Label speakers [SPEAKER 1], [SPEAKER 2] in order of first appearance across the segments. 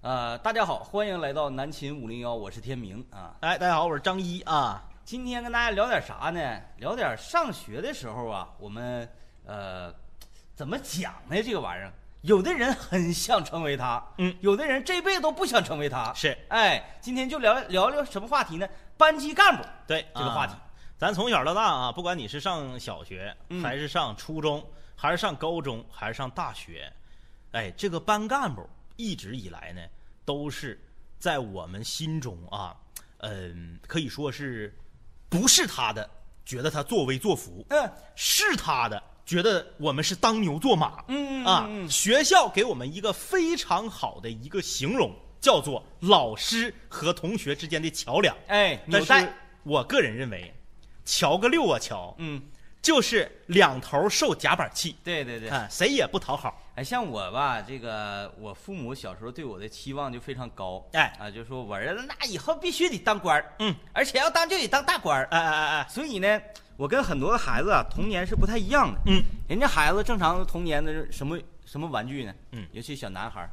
[SPEAKER 1] 呃，大家好，欢迎来到南秦五零幺，我是天明啊。
[SPEAKER 2] 哎，大家好，我是张一啊。
[SPEAKER 1] 今天跟大家聊点啥呢？聊点上学的时候啊，我们呃怎么讲呢？这个玩意儿，有的人很想成为他，
[SPEAKER 2] 嗯
[SPEAKER 1] 有的人这辈子都不想成为他。
[SPEAKER 2] 是，
[SPEAKER 1] 哎，今天就聊聊聊什么话题呢？班级干部。
[SPEAKER 2] 对
[SPEAKER 1] 这个话题
[SPEAKER 2] 啊咱从小到大啊，不管你是上小学，
[SPEAKER 1] 嗯
[SPEAKER 2] 还是上初中，还是上高中，还是上大学，哎，这个班干部一直以来呢，都是在我们心中啊，嗯、可以说是不是他的，觉得他作威作福；
[SPEAKER 1] 嗯
[SPEAKER 2] 是他的，觉得我们是当牛做马。
[SPEAKER 1] 嗯
[SPEAKER 2] 啊
[SPEAKER 1] 嗯，
[SPEAKER 2] 学校给我们一个非常好的一个形容，叫做老师和同学之间的桥梁。
[SPEAKER 1] 哎，
[SPEAKER 2] 但
[SPEAKER 1] 纽
[SPEAKER 2] 是
[SPEAKER 1] 带。
[SPEAKER 2] 我个人认为，桥个六啊桥，
[SPEAKER 1] 嗯，
[SPEAKER 2] 就是两头受夹板气，
[SPEAKER 1] 对对对。
[SPEAKER 2] 看谁也不讨好。
[SPEAKER 1] 哎，像我吧，这个我父母小时候对我的期望就非常高，
[SPEAKER 2] 哎
[SPEAKER 1] 啊，就说我儿子那以后必须得当官儿，
[SPEAKER 2] 嗯，
[SPEAKER 1] 而且要当就得当大官儿。
[SPEAKER 2] 哎哎哎哎，
[SPEAKER 1] 所以呢，我跟很多的孩子啊，童年是不太一样的。
[SPEAKER 2] 嗯，
[SPEAKER 1] 人家孩子正常的童年的是什么什么玩具呢？
[SPEAKER 2] 嗯
[SPEAKER 1] 尤其小男孩儿，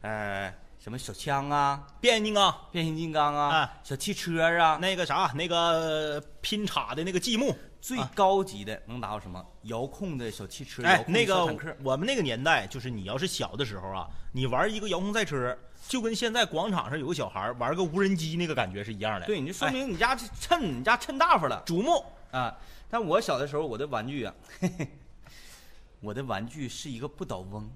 [SPEAKER 1] 呃，什么小枪啊、
[SPEAKER 2] 变形金刚
[SPEAKER 1] 变形金刚啊、
[SPEAKER 2] 啊
[SPEAKER 1] 小汽车啊，
[SPEAKER 2] 那个啥，那个拼插的那个积木，
[SPEAKER 1] 最
[SPEAKER 2] 啊
[SPEAKER 1] 高级的能达到什么？遥控的小汽车，遥
[SPEAKER 2] 哎，
[SPEAKER 1] 控的
[SPEAKER 2] 那
[SPEAKER 1] 小
[SPEAKER 2] 个
[SPEAKER 1] 坦克。
[SPEAKER 2] 我们那个年代，就是你要是小的时候啊，你玩一个遥控赛车，就跟现在广场上有个小孩玩个无人机那个感觉是一样的。
[SPEAKER 1] 对，你就说
[SPEAKER 2] 哎
[SPEAKER 1] 明你家是趁你家趁大发了。
[SPEAKER 2] 瞩目，
[SPEAKER 1] 啊，但我小的时候，我的玩具啊，嘿嘿，我的玩具是一个不倒翁，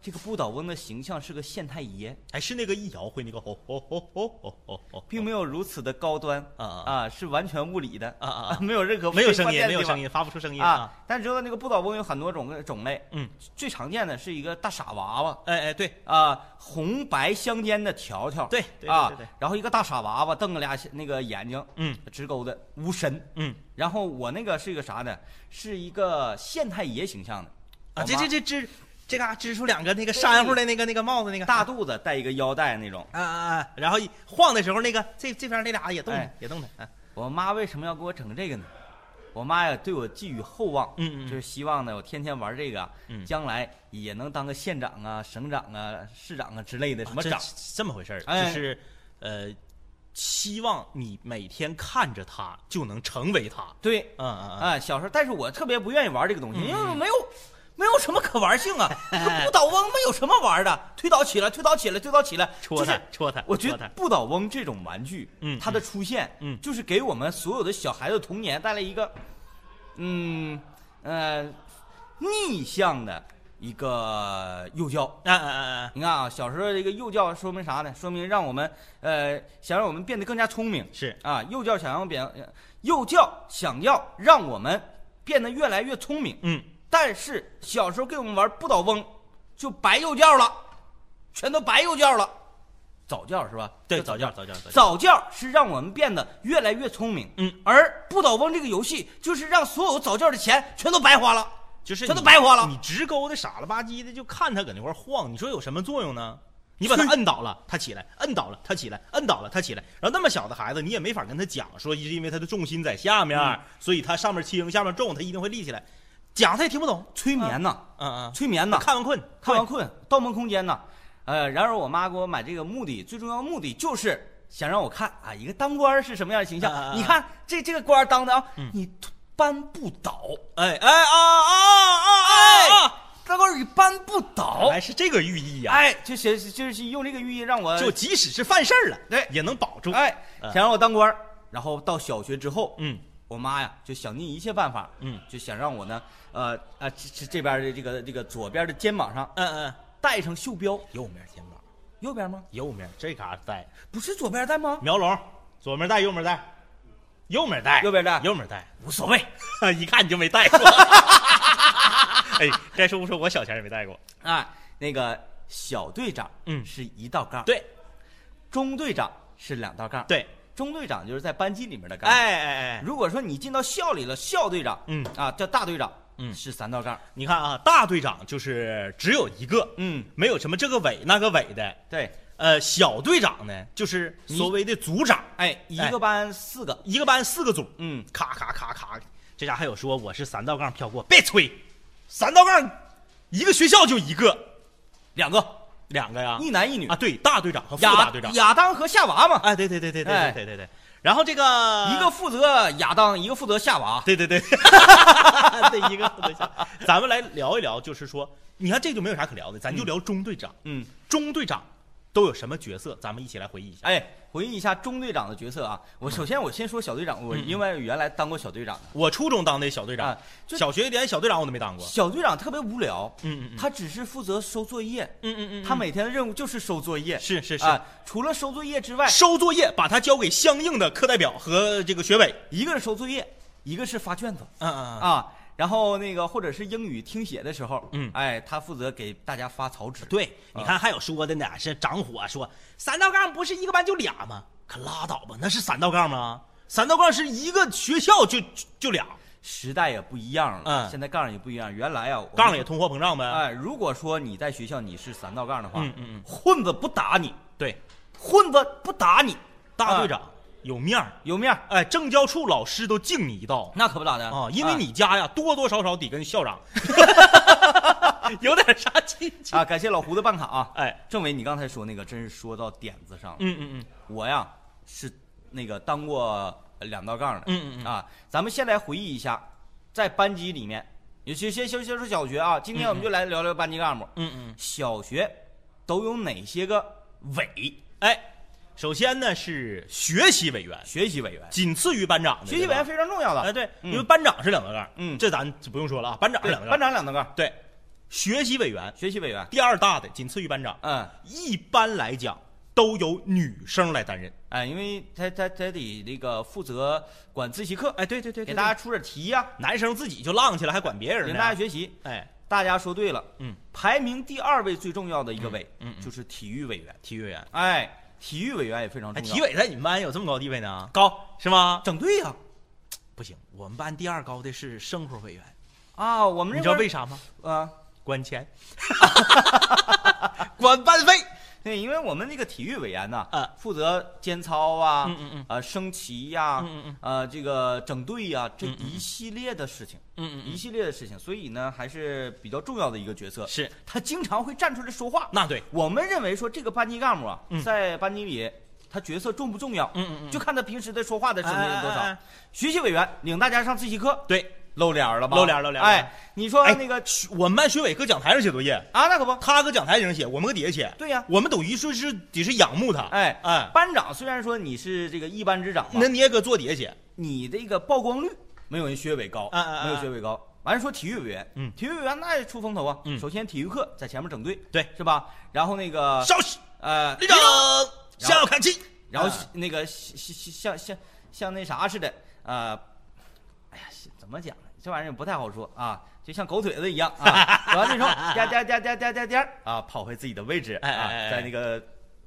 [SPEAKER 1] 这个不倒翁的形象是个县太爷，
[SPEAKER 2] 还哎是那个一摇会那个吼吼吼吼吼吼吼，
[SPEAKER 1] 并没有如此的高端
[SPEAKER 2] 啊啊
[SPEAKER 1] 啊，是完全物理的
[SPEAKER 2] 啊啊啊
[SPEAKER 1] 没有任何
[SPEAKER 2] 没有声
[SPEAKER 1] 关
[SPEAKER 2] 音，
[SPEAKER 1] 键
[SPEAKER 2] 没有
[SPEAKER 1] 的地方
[SPEAKER 2] 声音，发不出声音啊。
[SPEAKER 1] 啊。但知道那个不倒翁有很多种个种类，
[SPEAKER 2] 嗯，
[SPEAKER 1] 最常见的是一个大傻娃娃。
[SPEAKER 2] 哎哎，对
[SPEAKER 1] 啊，红白相间的条条，
[SPEAKER 2] 对对对
[SPEAKER 1] 啊
[SPEAKER 2] 对对，
[SPEAKER 1] 然后一个大傻娃娃瞪个俩那个眼睛，
[SPEAKER 2] 嗯
[SPEAKER 1] 直勾的无神，
[SPEAKER 2] 嗯。
[SPEAKER 1] 然后我那个是一个啥呢？是一个县太爷形象的
[SPEAKER 2] 啊，
[SPEAKER 1] 好
[SPEAKER 2] 这
[SPEAKER 1] 吗
[SPEAKER 2] 这这支这嘎支出两个那个珊瑚的那个那个帽子那个
[SPEAKER 1] 大肚子带一个腰带那种。
[SPEAKER 2] 啊啊，啊！然后一晃的时候那个这这边那俩也动弹
[SPEAKER 1] 哎
[SPEAKER 2] 也动弹，啊
[SPEAKER 1] 我妈为什么要给我整这个呢？我妈呀，对我寄予厚望，
[SPEAKER 2] 嗯嗯嗯
[SPEAKER 1] 就是希望呢，我天天玩这个啊，
[SPEAKER 2] 嗯
[SPEAKER 1] 将来也能当个县长啊、省长啊、市长啊之类的什么
[SPEAKER 2] 这
[SPEAKER 1] 长。
[SPEAKER 2] 这么回事儿，
[SPEAKER 1] 哎
[SPEAKER 2] 就是呃，希望你每天看着他就能成为他，
[SPEAKER 1] 对，
[SPEAKER 2] 嗯嗯嗯，
[SPEAKER 1] 啊，小时候，但是我特别不愿意玩这个东西，
[SPEAKER 2] 嗯
[SPEAKER 1] 因为没有没有什么可玩 性啊。不倒翁没有什么玩的，推倒起来，推倒起来，推倒起来，
[SPEAKER 2] 戳
[SPEAKER 1] 就是
[SPEAKER 2] 他戳他，
[SPEAKER 1] 我觉
[SPEAKER 2] 戳
[SPEAKER 1] 得
[SPEAKER 2] 他
[SPEAKER 1] 不倒翁这种玩具，
[SPEAKER 2] 嗯
[SPEAKER 1] 它的出现，
[SPEAKER 2] 嗯
[SPEAKER 1] 就是给我们所有的小孩子童年带来一个，嗯，呃，逆向的一个幼教。
[SPEAKER 2] 哎哎哎哎，
[SPEAKER 1] 你看啊，小时候这个幼教说明啥呢？说明让我们呃，想让我们变得更加聪明
[SPEAKER 2] 是
[SPEAKER 1] 啊。幼教想让我们变，呃幼教想要让我们变得越来越聪明，
[SPEAKER 2] 嗯，
[SPEAKER 1] 但是小时候给我们玩不倒翁，就白幼教了，全都白幼教了，早教是吧？
[SPEAKER 2] 对，
[SPEAKER 1] 叫
[SPEAKER 2] 早教早教早教，
[SPEAKER 1] 早教是让我们变得越来越聪明，
[SPEAKER 2] 嗯，
[SPEAKER 1] 而不倒翁这个游戏就是让所有早教的钱全都白花了，
[SPEAKER 2] 就是
[SPEAKER 1] 全
[SPEAKER 2] 你
[SPEAKER 1] 都白花了
[SPEAKER 2] 你直勾的傻了吧唧的就看他搁那块儿晃，你说有什么作用呢？你把他摁倒了，他起来；摁倒了，他起来；摁倒了，他起来。然后那么小的孩子，你也没法跟他讲说，是因为他的重心在下面，
[SPEAKER 1] 嗯
[SPEAKER 2] 所以他上面轻，下面重，他一定会立起来。讲他也听不懂，
[SPEAKER 1] 催眠呐，
[SPEAKER 2] 嗯
[SPEAKER 1] 催眠
[SPEAKER 2] 嗯，
[SPEAKER 1] 呐，
[SPEAKER 2] 看完困，
[SPEAKER 1] 看完困，《盗梦空间》呐，呃，然而我妈给我买这个目的，最重要的目的就是想让我看啊，一个当官儿是什么样的形象。
[SPEAKER 2] 啊啊啊
[SPEAKER 1] 你看这这个官儿当的啊，
[SPEAKER 2] 嗯
[SPEAKER 1] 你搬不倒，哎
[SPEAKER 2] 哎哎啊啊啊啊啊！哎
[SPEAKER 1] 当官儿你搬不
[SPEAKER 2] 原
[SPEAKER 1] 倒，
[SPEAKER 2] 来是这个寓意呀、
[SPEAKER 1] 哎，就写就是用这个寓意让我
[SPEAKER 2] 就即使是犯事儿了，
[SPEAKER 1] 对
[SPEAKER 2] 也能保住。
[SPEAKER 1] 哎，
[SPEAKER 2] 嗯
[SPEAKER 1] 想让我当官儿。然后到小学之后，
[SPEAKER 2] 嗯
[SPEAKER 1] 我妈呀就想尽一切办法，
[SPEAKER 2] 嗯
[SPEAKER 1] 就想让我呢，呃啊这这这边的这个这个左边的肩膀上
[SPEAKER 2] 嗯嗯，
[SPEAKER 1] 带上袖标，
[SPEAKER 2] 右面肩膀，
[SPEAKER 1] 右边吗？
[SPEAKER 2] 右面这嘎带
[SPEAKER 1] 不是左边带吗？
[SPEAKER 2] 苗龙，左面带，右面带，右面带，
[SPEAKER 1] 右边带
[SPEAKER 2] 右面带，
[SPEAKER 1] 无所谓。
[SPEAKER 2] 一看你就没带过。 哎，该说不说，我小前也没带过。
[SPEAKER 1] 啊，那个小队长，
[SPEAKER 2] 嗯
[SPEAKER 1] 是一道杠，，
[SPEAKER 2] 对
[SPEAKER 1] 中队长是两道杠，，
[SPEAKER 2] 对，
[SPEAKER 1] 中队长就是在班级里面的杠，，
[SPEAKER 2] 哎哎哎，
[SPEAKER 1] 如果说你进到校里了，校队长，
[SPEAKER 2] 嗯
[SPEAKER 1] 啊，叫大队长，
[SPEAKER 2] 嗯
[SPEAKER 1] 是三道杠，
[SPEAKER 2] 你看啊，大队长就是只有一个，
[SPEAKER 1] 嗯，
[SPEAKER 2] 没有什么这个委那个委的。
[SPEAKER 1] 对，
[SPEAKER 2] 呃，小队长呢，就是所谓的组长，
[SPEAKER 1] 哎，一
[SPEAKER 2] 哎
[SPEAKER 1] 个班四个，
[SPEAKER 2] 一个班四个组，
[SPEAKER 1] 嗯，
[SPEAKER 2] 咔咔咔咔，这家还有说我是三道杠飘过，别吹，三道杠一个学校就一个，
[SPEAKER 1] 两个，
[SPEAKER 2] 两个呀，
[SPEAKER 1] 一男一女
[SPEAKER 2] 啊，对，大队长和副大
[SPEAKER 1] 亚
[SPEAKER 2] 队长。
[SPEAKER 1] 亚当和夏娃嘛，
[SPEAKER 2] 哎，对对对对对
[SPEAKER 1] 哎
[SPEAKER 2] 对对对对。然后这个
[SPEAKER 1] 一个负责亚当，一个负责夏娃。
[SPEAKER 2] 啊对对 对，对一个等一下，咱们来聊一聊，就是说，你看这就没有啥可聊的，咱就聊中队长。
[SPEAKER 1] 嗯，
[SPEAKER 2] 中队长都有什么角色？咱们一起来回忆一下。
[SPEAKER 1] 哎，回忆一下中队长的角色啊。我
[SPEAKER 2] 嗯
[SPEAKER 1] 首先我先说小队长，我因为原来当过小队长，
[SPEAKER 2] 我初中当的小队长
[SPEAKER 1] 啊，就
[SPEAKER 2] 小学连小队长我都没当过。
[SPEAKER 1] 小队长特别无聊，
[SPEAKER 2] 嗯嗯
[SPEAKER 1] 他只是负责收作业，
[SPEAKER 2] 嗯嗯嗯，
[SPEAKER 1] 他每天的任务就是收作业。
[SPEAKER 2] 是是是，
[SPEAKER 1] 啊，除了收作业之外，
[SPEAKER 2] 收作业，把它交给相应的课代表和这个学委。
[SPEAKER 1] 一个是收作业，一个是发卷子
[SPEAKER 2] 嗯嗯嗯，
[SPEAKER 1] 啊。然后那个或者是英语听写的时候，
[SPEAKER 2] 嗯
[SPEAKER 1] 哎，他负责给大家发草纸。
[SPEAKER 2] 对，你看还有说的呢，是长火说三道杠不是一个班就俩吗？可拉倒吧，那是三道杠吗？三道杠是一个学校就就就俩，
[SPEAKER 1] 时代也不一样了，
[SPEAKER 2] 嗯
[SPEAKER 1] 现在杠也不一样。原来啊，我们
[SPEAKER 2] 杠也通货膨胀呗。
[SPEAKER 1] 哎，如果说你在学校你是三道杠的话，
[SPEAKER 2] 嗯嗯嗯
[SPEAKER 1] 混子不打你，
[SPEAKER 2] 对，
[SPEAKER 1] 混子不打你，
[SPEAKER 2] 大队
[SPEAKER 1] 啊
[SPEAKER 2] 长有面儿，
[SPEAKER 1] 有面儿，
[SPEAKER 2] 哎，政教处老师都敬你一道
[SPEAKER 1] 那可不咋的
[SPEAKER 2] 啊，因为你家呀多多少少得 跟校长 有点啥亲戚。
[SPEAKER 1] 啊，感谢老胡的办卡啊。
[SPEAKER 2] 哎，
[SPEAKER 1] 政委，你刚才说那个真是说到点子上了。
[SPEAKER 2] 嗯嗯嗯，
[SPEAKER 1] 我呀是那个当过两道杠的，
[SPEAKER 2] 嗯嗯嗯
[SPEAKER 1] 啊，咱们先来回忆一下，在班级里面，尤其先先先说小学啊，今天我们就来聊聊班级干部，
[SPEAKER 2] 嗯嗯，
[SPEAKER 1] 小学都有哪些个委？
[SPEAKER 2] 哎，首先呢是学习委员，
[SPEAKER 1] 学习委员，
[SPEAKER 2] 仅次于班长的。
[SPEAKER 1] 学习委员
[SPEAKER 2] 对吧
[SPEAKER 1] 非常重要
[SPEAKER 2] 哎
[SPEAKER 1] 的，
[SPEAKER 2] 对，
[SPEAKER 1] 嗯
[SPEAKER 2] 因为班长是两道杠，
[SPEAKER 1] 嗯
[SPEAKER 2] 这咱就不用说了啊，班长是
[SPEAKER 1] 对
[SPEAKER 2] 两道杠。
[SPEAKER 1] 哎班长两道杠，
[SPEAKER 2] 对，学习委员
[SPEAKER 1] 学习委员，
[SPEAKER 2] 第二大的，仅次于班长，
[SPEAKER 1] 嗯，
[SPEAKER 2] 一般来讲都由女生来担任。
[SPEAKER 1] 哎，因为他他他得那个负责管自习课，
[SPEAKER 2] 哎，对对对
[SPEAKER 1] 给
[SPEAKER 2] 给
[SPEAKER 1] 大
[SPEAKER 2] 大
[SPEAKER 1] 家
[SPEAKER 2] 家
[SPEAKER 1] 出点题呀、
[SPEAKER 2] 男生自己就浪去了，还管别人
[SPEAKER 1] 领
[SPEAKER 2] 呢。
[SPEAKER 1] 大家学习。
[SPEAKER 2] 哎，
[SPEAKER 1] 大家说对了，
[SPEAKER 2] 嗯，
[SPEAKER 1] 排名第二位最重要的一个委，
[SPEAKER 2] 嗯嗯嗯
[SPEAKER 1] 就是体育委员。
[SPEAKER 2] 体育委员，
[SPEAKER 1] 哎，体育委员也非常
[SPEAKER 2] 哎，
[SPEAKER 1] 重要。
[SPEAKER 2] 体委在你们班有这么高地位呢？
[SPEAKER 1] 高
[SPEAKER 2] 是吗？
[SPEAKER 1] 整队呀、
[SPEAKER 2] 不行，我们班第二高的是生活委员，
[SPEAKER 1] 啊！我们
[SPEAKER 2] 你
[SPEAKER 1] 这
[SPEAKER 2] 知道
[SPEAKER 1] 边
[SPEAKER 2] 为啥吗？
[SPEAKER 1] 啊，
[SPEAKER 2] 管钱， 管班费。
[SPEAKER 1] 对，因为我们那个体育委员呢，
[SPEAKER 2] 啊
[SPEAKER 1] 负责监操啊，
[SPEAKER 2] 嗯嗯嗯
[SPEAKER 1] 呃，升旗呀、
[SPEAKER 2] 嗯嗯嗯
[SPEAKER 1] 呃，这个整队呀、这一系列的事情，
[SPEAKER 2] 嗯
[SPEAKER 1] 一系列的事情，所以呢，还是比较重要的一个角色。
[SPEAKER 2] 是，
[SPEAKER 1] 他经常会站出来说话。
[SPEAKER 2] 那对，
[SPEAKER 1] 我们认为说这个班级干部啊，
[SPEAKER 2] 嗯
[SPEAKER 1] 在班级里他角色重不重要，
[SPEAKER 2] 嗯嗯嗯
[SPEAKER 1] 就看他平时的说话的声音有多少。
[SPEAKER 2] 哎哎哎
[SPEAKER 1] 学习委员领大家上自习课，
[SPEAKER 2] 对，
[SPEAKER 1] 露脸儿了吧？
[SPEAKER 2] 露脸儿露脸儿
[SPEAKER 1] 哎，你说
[SPEAKER 2] 哎
[SPEAKER 1] 那个、
[SPEAKER 2] 学我们班学委搁讲台上写作业，
[SPEAKER 1] 啊，那可不，
[SPEAKER 2] 他搁讲台上写，我们搁底下写。
[SPEAKER 1] 对呀
[SPEAKER 2] 我们等于说是得是仰慕他。
[SPEAKER 1] 哎
[SPEAKER 2] 哎，
[SPEAKER 1] 班长虽然说你是这个一班之长嘛
[SPEAKER 2] 那，你也搁坐底下写。
[SPEAKER 1] 你这个曝光率没有人学委高，
[SPEAKER 2] 啊啊啊
[SPEAKER 1] 没有学委高。完了说体育委员，
[SPEAKER 2] 嗯
[SPEAKER 1] 体育委员那也出风头啊。
[SPEAKER 2] 嗯
[SPEAKER 1] 首先体育课在前面整队，
[SPEAKER 2] 对
[SPEAKER 1] 是吧？然后那个
[SPEAKER 2] 稍息，
[SPEAKER 1] 呃，
[SPEAKER 2] 立正，向右看齐。
[SPEAKER 1] 然后
[SPEAKER 2] 啊
[SPEAKER 1] 那个像像像像那啥似的，呃，哎呀，怎么讲呢？这玩意儿也不太好说啊，就像狗腿子一样啊，完 了之后颠颠颠颠颠颠颠啊，跑回自己的位置啊，
[SPEAKER 2] 哎哎哎
[SPEAKER 1] 在那个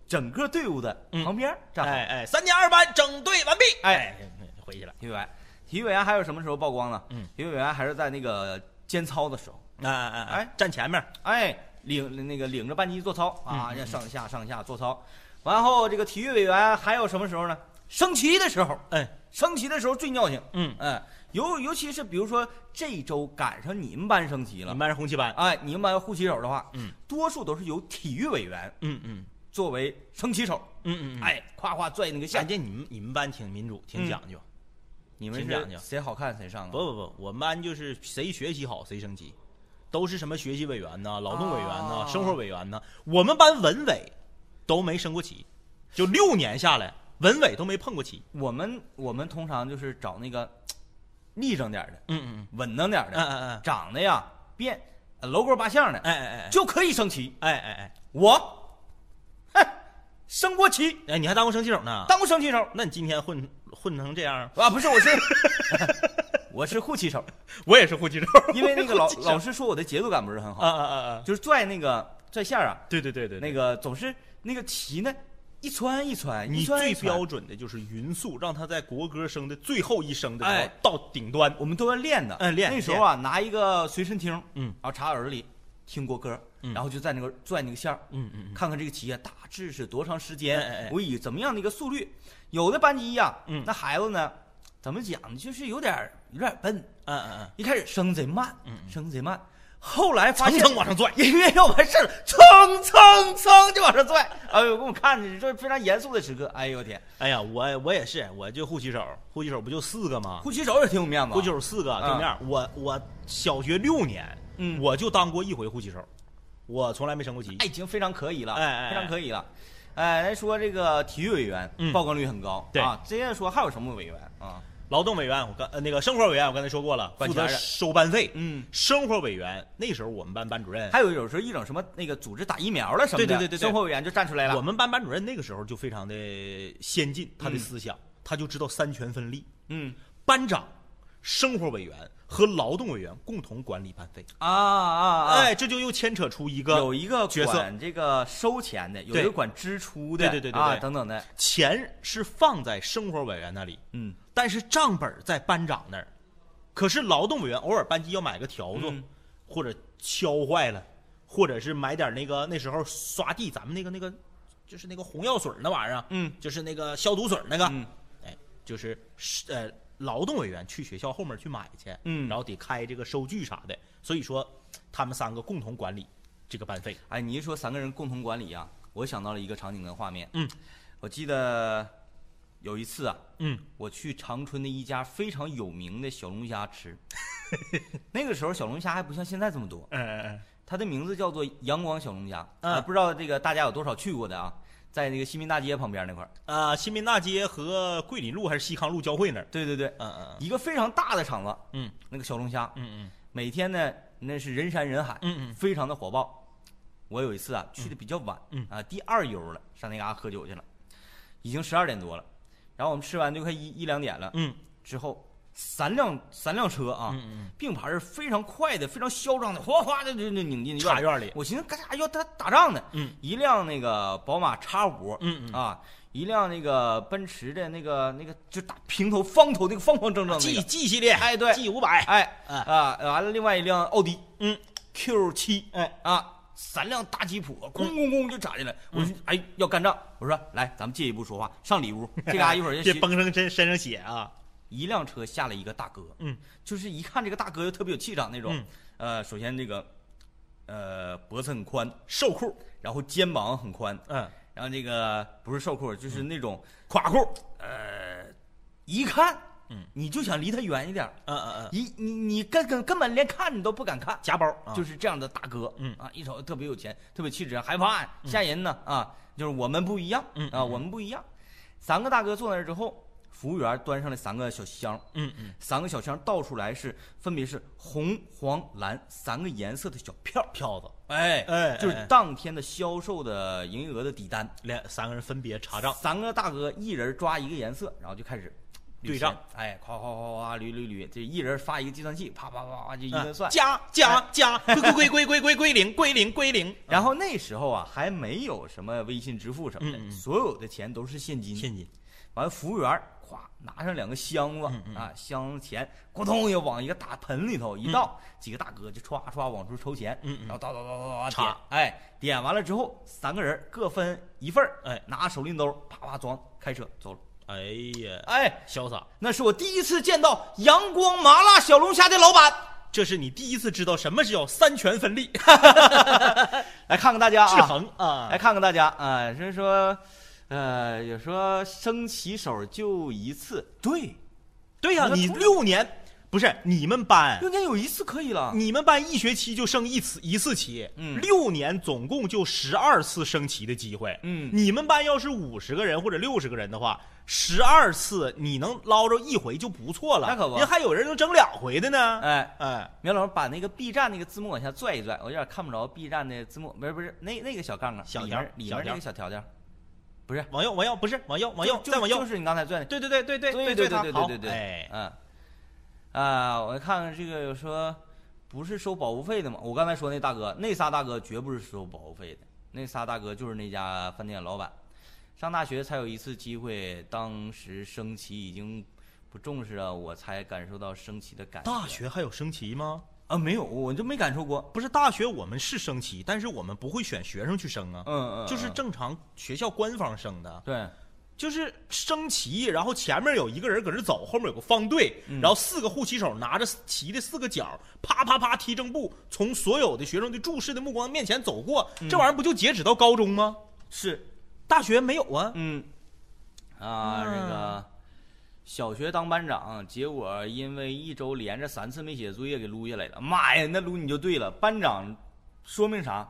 [SPEAKER 1] 整个队伍的
[SPEAKER 2] 嗯
[SPEAKER 1] 旁边儿站好。
[SPEAKER 2] 哎哎，三年二班整队完毕。
[SPEAKER 1] 哎，
[SPEAKER 2] 回去了。
[SPEAKER 1] 体育委员，体育委员还有什么时候曝光呢？
[SPEAKER 2] 嗯，
[SPEAKER 1] 体育委员还是在那个监操的时候，
[SPEAKER 2] 哎哎
[SPEAKER 1] 哎
[SPEAKER 2] 哎，站前面。
[SPEAKER 1] 哎，领那个领着班级做操啊，
[SPEAKER 2] 嗯
[SPEAKER 1] 要上下上下做操。然后这个体育委员还有什么时候呢？升旗的时候，
[SPEAKER 2] 嗯
[SPEAKER 1] 升旗的时候最尿性。
[SPEAKER 2] 嗯，
[SPEAKER 1] 嗯，尤尤其是比如说这周赶上你们班升旗
[SPEAKER 2] 你
[SPEAKER 1] 了
[SPEAKER 2] 们，班是红旗班。
[SPEAKER 1] 哎，你们班护旗手的话，
[SPEAKER 2] 嗯，
[SPEAKER 1] 多数都是由体育委员
[SPEAKER 2] 嗯嗯
[SPEAKER 1] 作为升旗手，
[SPEAKER 2] 嗯嗯哎，嗯
[SPEAKER 1] 哎，夸夸拽那个
[SPEAKER 2] 人
[SPEAKER 1] 线。
[SPEAKER 2] 家你们你们班挺民主，挺讲究。
[SPEAKER 1] 你们
[SPEAKER 2] 挺讲
[SPEAKER 1] 是
[SPEAKER 2] 究
[SPEAKER 1] 谁好看谁上啊？
[SPEAKER 2] 不不不，我们班就是谁学习好谁升级，都是什么学习委员呐、劳动委员呐、
[SPEAKER 1] 啊
[SPEAKER 2] 生活委员呐。我们班文委都没升过旗，就六年下来，文委都没碰过旗。
[SPEAKER 1] 我们我们通常就是找那个立正点儿的、
[SPEAKER 2] 嗯
[SPEAKER 1] 稳当点儿
[SPEAKER 2] 嗯嗯
[SPEAKER 1] 的，
[SPEAKER 2] 嗯
[SPEAKER 1] 长得呀变呃楼锅八相的，
[SPEAKER 2] 嗯，哎哎哎
[SPEAKER 1] 就可以升旗。
[SPEAKER 2] 哎哎哎
[SPEAKER 1] 我，哼，升过旗，
[SPEAKER 2] 哎，你还当过升旗手呢？
[SPEAKER 1] 当过升旗手
[SPEAKER 2] 那你今天混混成这样，
[SPEAKER 1] 啊？不是， 我是我是护旗手，
[SPEAKER 2] 我也是护旗手，
[SPEAKER 1] 因为那个老
[SPEAKER 2] 护旗手
[SPEAKER 1] 老师说我的节奏感不是很好，
[SPEAKER 2] 啊啊啊啊！
[SPEAKER 1] 就是拽那个拽线儿啊，
[SPEAKER 2] 对对对对，
[SPEAKER 1] 那个总是那个旗呢一穿一穿，
[SPEAKER 2] 你
[SPEAKER 1] 一穿
[SPEAKER 2] 最
[SPEAKER 1] 一穿
[SPEAKER 2] 标，准的就是匀速，让他在国歌声的最后一声的时候、
[SPEAKER 1] 哎
[SPEAKER 2] 到顶端。
[SPEAKER 1] 我们都要练的。
[SPEAKER 2] 嗯练
[SPEAKER 1] 那时候啊，拿一个随身听，
[SPEAKER 2] 嗯
[SPEAKER 1] 然后插耳朵里听国歌，
[SPEAKER 2] 嗯
[SPEAKER 1] 然后就在那个拽那个线儿。
[SPEAKER 2] 嗯嗯
[SPEAKER 1] 看看这个题啊，大致是多长时
[SPEAKER 2] 哎哎
[SPEAKER 1] 间
[SPEAKER 2] 哎，
[SPEAKER 1] 我以怎么样的一个速率？有的班级呀、
[SPEAKER 2] 嗯
[SPEAKER 1] 那孩子呢，怎么讲呢？就是有点儿有点儿笨，
[SPEAKER 2] 嗯嗯嗯
[SPEAKER 1] 一开始升贼慢
[SPEAKER 2] 嗯，
[SPEAKER 1] 升贼慢，后来发
[SPEAKER 2] 蹭
[SPEAKER 1] 现
[SPEAKER 2] 蹭往 上拽，
[SPEAKER 1] 音乐要完事儿了，蹭蹭蹭就往上拽。哎呦，给我看着这非常严肃的时刻。哎呦我天，
[SPEAKER 2] 哎呀，我我也是，我就护旗手，护旗手不就四个吗？
[SPEAKER 1] 护旗手也挺有面子啊，
[SPEAKER 2] 护旗手四个对面儿，我我小学六年，
[SPEAKER 1] 嗯
[SPEAKER 2] 我就当过一回护旗手，我从来没升过旗。
[SPEAKER 1] 哎已经非常可以了，
[SPEAKER 2] 哎哎哎
[SPEAKER 1] 非常可以了。哎，咱说这个体育委员
[SPEAKER 2] 嗯
[SPEAKER 1] 曝光率很高，
[SPEAKER 2] 对
[SPEAKER 1] 啊。接着说还有什么委员啊？
[SPEAKER 2] 劳动委员，我刚呃那个生活委员，我刚才说过了，
[SPEAKER 1] 管
[SPEAKER 2] 负
[SPEAKER 1] 钱
[SPEAKER 2] 责
[SPEAKER 1] 的
[SPEAKER 2] 收班费。
[SPEAKER 1] 嗯，
[SPEAKER 2] 生活委员那时候我们班班主任，
[SPEAKER 1] 还有有时候一整什么那个组织打疫苗了什么的，
[SPEAKER 2] 对对对对对
[SPEAKER 1] 生活委员就站出来
[SPEAKER 2] 我
[SPEAKER 1] 了。
[SPEAKER 2] 们班班主任那个时候就非常的先进，他的
[SPEAKER 1] 嗯
[SPEAKER 2] 思想，他就知道三权分立，
[SPEAKER 1] 嗯
[SPEAKER 2] 班长、生活委员和劳动委员共同管理班费。
[SPEAKER 1] 啊啊啊！
[SPEAKER 2] 哎，这就又牵扯出一个
[SPEAKER 1] 有一个
[SPEAKER 2] 角色
[SPEAKER 1] 管这个收钱的，有一
[SPEAKER 2] 对
[SPEAKER 1] 个管支出的，
[SPEAKER 2] 对对对对
[SPEAKER 1] 啊
[SPEAKER 2] 对
[SPEAKER 1] 等等的，
[SPEAKER 2] 钱是放在生活委员那里，
[SPEAKER 1] 嗯，
[SPEAKER 2] 但是账本在班长那儿。可是劳动委员偶尔班级要买个笤帚，
[SPEAKER 1] 嗯
[SPEAKER 2] 或者敲坏了，或者是买点那个那时候刷地咱们那个那个就是那个红药水儿那玩意儿啊，
[SPEAKER 1] 嗯
[SPEAKER 2] 就是那个消毒水儿那个，
[SPEAKER 1] 嗯
[SPEAKER 2] 哎，就是是呃劳动委员去学校后面去买去，
[SPEAKER 1] 嗯
[SPEAKER 2] 然后得开这个收据啥的，所以说他们三个共同管理这个班费。
[SPEAKER 1] 哎，你一说三个人共同管理啊，我想到了一个场景跟画面。
[SPEAKER 2] 嗯，
[SPEAKER 1] 我记得有一次啊，
[SPEAKER 2] 嗯，
[SPEAKER 1] 我去长春的一家非常有名的小龙虾 吃，那个时候小龙虾还不像现在这么多，
[SPEAKER 2] 呃，
[SPEAKER 1] 它的名字叫做阳光小龙虾。
[SPEAKER 2] 嗯
[SPEAKER 1] 啊，不知道这个大家有多少去过的啊？在那个新民大街旁边那块儿。
[SPEAKER 2] 啊，新民大街和桂林路还是西康路交汇那儿。
[SPEAKER 1] 对对对，
[SPEAKER 2] 嗯嗯
[SPEAKER 1] 一个非常大的场子，
[SPEAKER 2] 嗯
[SPEAKER 1] 那个小龙虾，
[SPEAKER 2] 嗯
[SPEAKER 1] 每天呢那是人山人海，
[SPEAKER 2] 嗯嗯
[SPEAKER 1] 非常的火爆。我有一次啊去的比较晚，
[SPEAKER 2] 嗯
[SPEAKER 1] 啊第二游了，上那嘎达喝酒去了，已经十二点多了。然后我们吃完就快一一两点了，
[SPEAKER 2] 嗯
[SPEAKER 1] 之后三辆三辆车啊，
[SPEAKER 2] 嗯嗯，
[SPEAKER 1] 并排是非常快的，非常嚣张的，哗哗的就就拧进
[SPEAKER 2] 插
[SPEAKER 1] 院里。
[SPEAKER 2] 院里。
[SPEAKER 1] 我寻思干啥要他打仗呢？
[SPEAKER 2] 嗯，
[SPEAKER 1] 一辆那个宝马叉五，
[SPEAKER 2] 嗯嗯，
[SPEAKER 1] 啊，一辆那个奔驰的那个那个就大平头方头那个方方正正的、那
[SPEAKER 2] G
[SPEAKER 1] 嗯个，
[SPEAKER 2] G 系列，
[SPEAKER 1] 哎对
[SPEAKER 2] ，G 五百，
[SPEAKER 1] 哎
[SPEAKER 2] 哎
[SPEAKER 1] 啊，完了另外一辆奥迪，
[SPEAKER 2] 嗯
[SPEAKER 1] ，Q 七
[SPEAKER 2] 哎
[SPEAKER 1] 啊，三辆大吉普，咣咣咣就插进来。我说哎要干仗，我说来咱们进一步说话，上里屋， 这嘎一 会儿
[SPEAKER 2] 别
[SPEAKER 1] 就
[SPEAKER 2] 崩成身身上血啊！
[SPEAKER 1] 一辆车下来一个大哥，
[SPEAKER 2] 嗯，
[SPEAKER 1] 就是一看这个大哥就特别有气场那种
[SPEAKER 2] 嗯。
[SPEAKER 1] 呃，首先这个呃脖子很宽，
[SPEAKER 2] 瘦裤，
[SPEAKER 1] 然后肩膀很宽，
[SPEAKER 2] 嗯，
[SPEAKER 1] 然后这个不是瘦裤，就是那种。
[SPEAKER 2] 垮裤，
[SPEAKER 1] 呃，一看，
[SPEAKER 2] 嗯，
[SPEAKER 1] 你就想离他远一点儿，
[SPEAKER 2] 嗯嗯嗯，
[SPEAKER 1] 一你你根根根本连看你都不敢看，
[SPEAKER 2] 夹包，
[SPEAKER 1] 就是是这样的大哥，
[SPEAKER 2] 啊嗯
[SPEAKER 1] 啊，一瞅特别有钱，特别气质，害怕呀吓人呢啊，就是我们不一样，
[SPEAKER 2] 嗯
[SPEAKER 1] 啊，我们不一样。三个大哥坐那儿之后，服务员端上来三个小箱，
[SPEAKER 2] 嗯嗯，
[SPEAKER 1] 三个小箱倒出来是分别是红、黄、蓝三个颜色的小票儿，
[SPEAKER 2] 票子，
[SPEAKER 1] 哎
[SPEAKER 2] 哎
[SPEAKER 1] 就是
[SPEAKER 2] 哎哎
[SPEAKER 1] 当天的销售的营业额的底单。
[SPEAKER 2] 两三个人分别查账，
[SPEAKER 1] 三个大哥一人抓一个颜色，然后就开始捋
[SPEAKER 2] 对账
[SPEAKER 1] 钱，哎，夸夸夸夸捋捋捋，这一人发一个计算器，啪啪啪啪就一
[SPEAKER 2] 嗯
[SPEAKER 1] 顿算。
[SPEAKER 2] 加加加， 归归归归归归零归零归零，
[SPEAKER 1] 然后那时候啊，还没有什么微信支付什么的，
[SPEAKER 2] 嗯嗯嗯
[SPEAKER 1] 所有的钱都是现金。
[SPEAKER 2] 现金，
[SPEAKER 1] 完，服务员儿咵拿上两个箱子、
[SPEAKER 2] 嗯嗯
[SPEAKER 1] 啊，箱子钱咕咚也往一个大盆里头一倒，几个大哥就歘歘往出抽钱，
[SPEAKER 2] 嗯嗯
[SPEAKER 1] 然后叨叨叨叨叨
[SPEAKER 2] 插
[SPEAKER 1] 点，哎，点完了之后，三个人各分一份儿
[SPEAKER 2] 哎
[SPEAKER 1] 拿手拎兜啪啪装，开车走了。
[SPEAKER 2] 哎呀，
[SPEAKER 1] 哎，
[SPEAKER 2] 潇洒，
[SPEAKER 1] 那是我第一次见到阳光麻辣小龙虾的老板。
[SPEAKER 2] 这是你第一次知道什么是叫三权分立，
[SPEAKER 1] 来看看大家
[SPEAKER 2] 制
[SPEAKER 1] 啊，
[SPEAKER 2] 衡啊
[SPEAKER 1] 来，看看大家啊，就是说，呃，有说升旗手就一次，
[SPEAKER 2] 对，对呀，
[SPEAKER 1] 那
[SPEAKER 2] 你
[SPEAKER 1] 除了
[SPEAKER 2] 六年不是你们班
[SPEAKER 1] 六。年有一次可以了。
[SPEAKER 2] 你们班一学期就升一次一次旗，
[SPEAKER 1] 嗯
[SPEAKER 2] 六年总共就十二次升旗的机会，
[SPEAKER 1] 嗯
[SPEAKER 2] 你们班要是五十个人或者六十个人的话，十二次你能捞着一回就不错了，
[SPEAKER 1] 那可不
[SPEAKER 2] 人还有人能整两回的呢，
[SPEAKER 1] 哎，
[SPEAKER 2] 哎，
[SPEAKER 1] 苗老师把那个 B 站那个字幕往下拽一拽，我有点看不着 B 站的字幕，不是不是，那那个小杠杠，
[SPEAKER 2] 小
[SPEAKER 1] 里
[SPEAKER 2] 条
[SPEAKER 1] 面里
[SPEAKER 2] 小
[SPEAKER 1] 面
[SPEAKER 2] 条
[SPEAKER 1] 那个小条条，不是，
[SPEAKER 2] 往右往右不是往右往右
[SPEAKER 1] 就
[SPEAKER 2] 再往右
[SPEAKER 1] 就，是你刚才拽的，
[SPEAKER 2] 对对对对对
[SPEAKER 1] 对
[SPEAKER 2] 对
[SPEAKER 1] 对对
[SPEAKER 2] 好
[SPEAKER 1] 对对对，
[SPEAKER 2] 哎，
[SPEAKER 1] 嗯，啊，我看看这个有说不是收保护费的吗？我刚才说那大哥，那仨大哥绝不是收保护费的，那仨大哥就是那家饭店老板。上大学才有一次机会，当时升旗已经不重视了，我才感受到升旗的感觉。
[SPEAKER 2] 大学还有升旗吗？
[SPEAKER 1] 啊，没有，我就没感受过。
[SPEAKER 2] 不是大学我们是升旗，但是我们不会选学生去升啊，
[SPEAKER 1] 嗯嗯，
[SPEAKER 2] 就是
[SPEAKER 1] 嗯
[SPEAKER 2] 正常学校官方升的，
[SPEAKER 1] 对，
[SPEAKER 2] 就是升旗，然后前面有一个人搁这走，后面有个方队，然后四个护旗手拿着旗的四个角，啪啪啪踢正步，从所有的学生的注视的目光面前走过，这玩意儿不就截止到高中吗？
[SPEAKER 1] 是，
[SPEAKER 2] 大学没有啊？
[SPEAKER 1] 嗯，啊，这个小学当班长，结果因为一周连着三次没写作业给撸下来了。妈呀，那撸你就对了。班长说明啥？